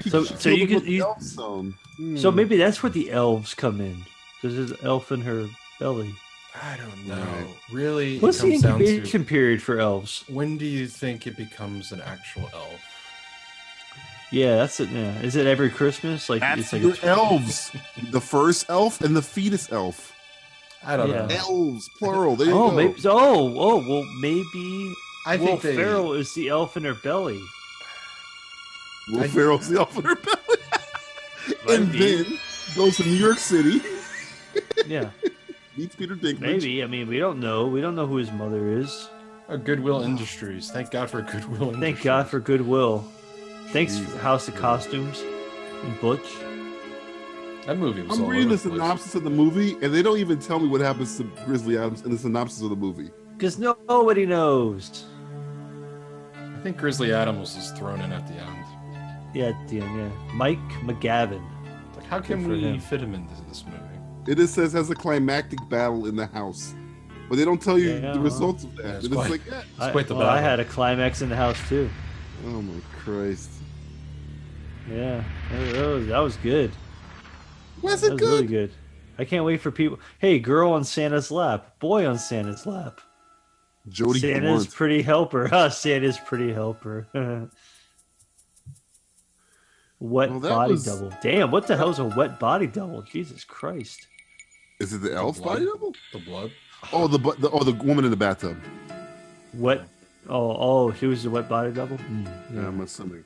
[SPEAKER 8] So, so you
[SPEAKER 7] Filled
[SPEAKER 8] could,
[SPEAKER 7] with
[SPEAKER 8] you,
[SPEAKER 7] elf zone.
[SPEAKER 8] so
[SPEAKER 7] Hmm.
[SPEAKER 8] maybe that's where the elves come in, because there's an elf in her belly.
[SPEAKER 2] I don't know. Really,
[SPEAKER 8] What's
[SPEAKER 2] it
[SPEAKER 8] the
[SPEAKER 2] comes down
[SPEAKER 8] incubation
[SPEAKER 2] to
[SPEAKER 8] period for elves?
[SPEAKER 2] when do you think it becomes an actual elf?
[SPEAKER 8] Yeah, that's it. Yeah. Is it every Christmas? Like it's like
[SPEAKER 7] Your elves, the first elf and the fetus elf.
[SPEAKER 2] I
[SPEAKER 8] don't Yeah. know.
[SPEAKER 7] Elves, plural. There you
[SPEAKER 8] oh,
[SPEAKER 7] go.
[SPEAKER 8] maybe. Oh, oh, well, maybe.
[SPEAKER 18] I
[SPEAKER 8] Will
[SPEAKER 18] think they-
[SPEAKER 8] Ferrell is the elf in her belly.
[SPEAKER 7] Will
[SPEAKER 8] I-
[SPEAKER 7] Ferrell's the elf in her belly. and
[SPEAKER 8] Might be.
[SPEAKER 7] then goes to New York City,
[SPEAKER 8] Yeah,
[SPEAKER 7] meets Peter Dinklage.
[SPEAKER 8] maybe. I mean, we don't know. We don't know who his mother is.
[SPEAKER 2] A Goodwill Industries. Thank God for Goodwill.
[SPEAKER 8] Thank God for Goodwill. Thanks, for House of Costumes and Butch.
[SPEAKER 2] That movie
[SPEAKER 7] I'm reading the synopsis of the movie, and they don't even tell me what happens to Grizzly Adams in the synopsis of the movie.
[SPEAKER 8] Because nobody knows.
[SPEAKER 2] I think Grizzly Adams was thrown in at the end.
[SPEAKER 8] Yeah, at the end, yeah. Mike McGavin.
[SPEAKER 2] Like, how
[SPEAKER 8] Good
[SPEAKER 2] can
[SPEAKER 8] for
[SPEAKER 2] we
[SPEAKER 8] him.
[SPEAKER 2] fit him into this movie?
[SPEAKER 7] It just says has a climactic battle in the house, but they don't tell you
[SPEAKER 8] Yeah,
[SPEAKER 7] the
[SPEAKER 8] well.
[SPEAKER 7] results of that.
[SPEAKER 2] Yeah, it's
[SPEAKER 7] They're just
[SPEAKER 2] quite-
[SPEAKER 7] like, eh.
[SPEAKER 8] I,
[SPEAKER 2] quite the
[SPEAKER 8] well, I
[SPEAKER 2] battle.
[SPEAKER 8] had a climax in the house too.
[SPEAKER 7] oh my Christ,
[SPEAKER 8] Yeah, that that was, that was good.
[SPEAKER 7] was
[SPEAKER 8] That
[SPEAKER 7] it
[SPEAKER 8] was
[SPEAKER 7] good?
[SPEAKER 8] really good. I can't wait for people. Hey, girl on Santa's lap, boy on Santa's lap.
[SPEAKER 7] Jody
[SPEAKER 8] Santa's
[SPEAKER 7] Blunt.
[SPEAKER 8] pretty helper. Huh, Santa's pretty helper. wet
[SPEAKER 7] Well, that
[SPEAKER 8] body
[SPEAKER 7] was-
[SPEAKER 8] double. Damn, what the hell's a wet body double? Jesus Christ.
[SPEAKER 7] Is it the elf
[SPEAKER 2] blood?
[SPEAKER 7] body double?
[SPEAKER 2] The blood.
[SPEAKER 7] Oh, the, bu- the oh the woman in the bathtub.
[SPEAKER 8] What? Oh, oh, she was a wet body double. Hmm,
[SPEAKER 7] Yeah, I'm assuming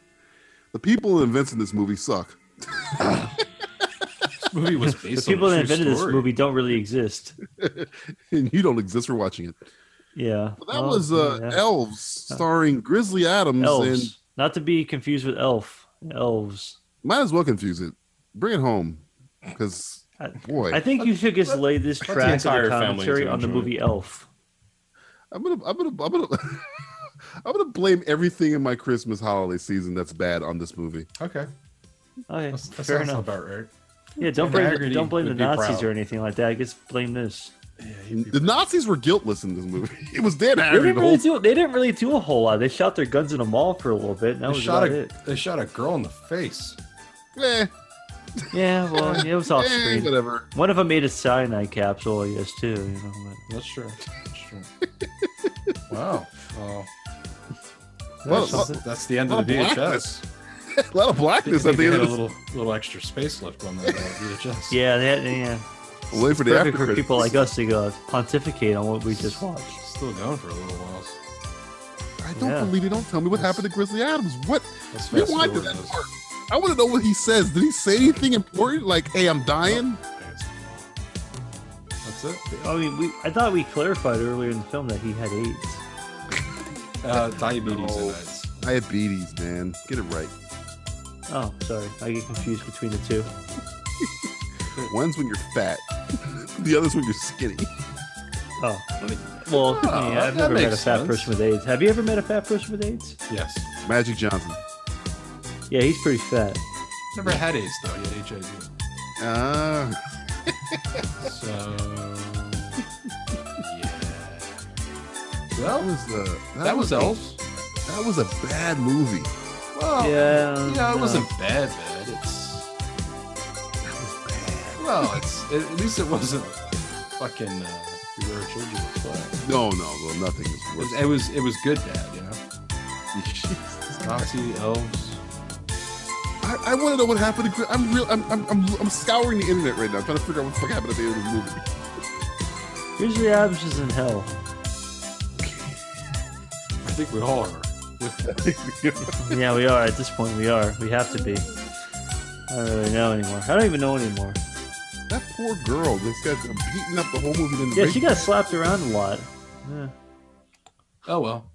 [SPEAKER 7] the people and events in this movie suck.
[SPEAKER 2] This movie was
[SPEAKER 8] The
[SPEAKER 2] based on
[SPEAKER 8] people
[SPEAKER 2] a
[SPEAKER 8] that
[SPEAKER 2] true
[SPEAKER 8] invented this
[SPEAKER 2] story.
[SPEAKER 8] movie don't really exist.
[SPEAKER 7] and you don't exist for watching it.
[SPEAKER 8] Yeah.
[SPEAKER 7] Well, that was uh,
[SPEAKER 8] yeah.
[SPEAKER 7] Elves, starring Grizzly Adams,
[SPEAKER 8] Elves.
[SPEAKER 7] and
[SPEAKER 8] Not to be confused with elf. Elves.
[SPEAKER 7] might as well confuse it. Bring it home, because boy,
[SPEAKER 8] I think you should just lay this
[SPEAKER 2] the
[SPEAKER 8] track of
[SPEAKER 2] entire
[SPEAKER 8] the
[SPEAKER 2] family
[SPEAKER 8] commentary
[SPEAKER 2] to
[SPEAKER 8] on the
[SPEAKER 2] enjoy it.
[SPEAKER 8] movie Elf.
[SPEAKER 7] I'm gonna, I'm gonna, I'm gonna, I'm gonna blame everything in my Christmas holiday season that's bad on this movie.
[SPEAKER 18] Okay.
[SPEAKER 8] Okay,
[SPEAKER 2] That's, that
[SPEAKER 8] fair
[SPEAKER 2] sounds
[SPEAKER 8] enough.
[SPEAKER 2] about right.
[SPEAKER 8] Yeah, don't
[SPEAKER 2] Tim
[SPEAKER 8] blame the,
[SPEAKER 2] Haggerty
[SPEAKER 8] don't blame the
[SPEAKER 2] would be
[SPEAKER 8] Nazis
[SPEAKER 2] proud.
[SPEAKER 8] or anything like that. Just blame this.
[SPEAKER 7] The Nazis were guiltless in this movie. It was Dan
[SPEAKER 8] They
[SPEAKER 7] Haggerty.
[SPEAKER 8] didn't,
[SPEAKER 7] The
[SPEAKER 8] really
[SPEAKER 7] whole,
[SPEAKER 8] do, they didn't really do a whole lot. They shot their guns in a mall for a little bit. And
[SPEAKER 2] They
[SPEAKER 8] that was
[SPEAKER 2] shot
[SPEAKER 8] about
[SPEAKER 2] a
[SPEAKER 8] it.
[SPEAKER 2] they shot a girl in the face.
[SPEAKER 7] eh,
[SPEAKER 8] Yeah, well, it was off
[SPEAKER 7] Eh,
[SPEAKER 8] screen.
[SPEAKER 7] whatever.
[SPEAKER 8] One of them made a cyanide capsule, I guess, too. You know,
[SPEAKER 2] That's true. That's true. wow. Well,
[SPEAKER 7] Well,
[SPEAKER 2] that's,
[SPEAKER 7] well,
[SPEAKER 2] that's the end
[SPEAKER 7] well,
[SPEAKER 2] of the
[SPEAKER 7] blackness.
[SPEAKER 2] VHS.
[SPEAKER 7] a lot of
[SPEAKER 2] I think
[SPEAKER 7] blackness at
[SPEAKER 2] they
[SPEAKER 7] the end
[SPEAKER 2] had
[SPEAKER 7] of
[SPEAKER 2] a
[SPEAKER 7] this.
[SPEAKER 2] little little extra space left on that uh, VHS.
[SPEAKER 8] yeah, that, yeah.
[SPEAKER 7] Wait for
[SPEAKER 8] Perfect
[SPEAKER 7] the after
[SPEAKER 8] for people
[SPEAKER 7] credits.
[SPEAKER 8] like us to go pontificate on what we just watched.
[SPEAKER 2] Still going for a little while.
[SPEAKER 7] I don't
[SPEAKER 8] Yeah.
[SPEAKER 7] believe you. Don't tell me what happened to Grizzly Adams. What?
[SPEAKER 2] Let's fast
[SPEAKER 7] Rewind to
[SPEAKER 2] forward
[SPEAKER 7] that
[SPEAKER 2] this.
[SPEAKER 7] part. I want to know what he says. Did he say anything important? Like, hey, I'm dying?
[SPEAKER 2] That's it.
[SPEAKER 8] I mean, we, I thought we clarified earlier in the film that he had AIDS.
[SPEAKER 2] Uh, diabetes
[SPEAKER 7] No.
[SPEAKER 2] and AIDS.
[SPEAKER 7] Diabetes, man. Get it right.
[SPEAKER 8] Oh, sorry. I get confused between the two.
[SPEAKER 7] One's when you're fat, the other's when you're skinny.
[SPEAKER 8] Oh. Well,
[SPEAKER 7] Oh,
[SPEAKER 8] yeah, I've
[SPEAKER 7] that
[SPEAKER 8] never met a
[SPEAKER 7] makes
[SPEAKER 8] fat
[SPEAKER 7] sense.
[SPEAKER 8] person with AIDS. Have you ever met a fat person with AIDS?
[SPEAKER 2] Yes.
[SPEAKER 7] Magic Johnson.
[SPEAKER 8] Yeah, he's pretty fat.
[SPEAKER 2] Never had AIDS though. He had HIV.
[SPEAKER 7] Ah.
[SPEAKER 2] So.
[SPEAKER 7] That was the
[SPEAKER 2] That was Elf.
[SPEAKER 7] That was a bad movie.
[SPEAKER 2] Well,
[SPEAKER 8] Yeah,
[SPEAKER 2] you know, it
[SPEAKER 8] no.
[SPEAKER 2] wasn't bad, bad. It's well, it's it, at least it wasn't fucking uh, we were children. But
[SPEAKER 7] No, no, well, nothing is
[SPEAKER 2] it
[SPEAKER 7] worse.
[SPEAKER 2] was, it was it was good, Dad. You know, Nazi elves.
[SPEAKER 7] I, I want to know what happened to. Chris- I'm real. I'm, I'm, I'm, I'm scouring the internet right now, trying to figure out what the fuck happened at the end of the movie.
[SPEAKER 8] Usually Adams is in hell.
[SPEAKER 2] I think we all are.
[SPEAKER 8] yeah, we are. At this point, we are. We have to be. I don't really know anymore. I don't even know anymore.
[SPEAKER 7] That poor girl just
[SPEAKER 2] uh,
[SPEAKER 7] got beaten up the whole movie. Then
[SPEAKER 8] Yeah, she got slapped around a lot. Yeah.
[SPEAKER 2] Oh well.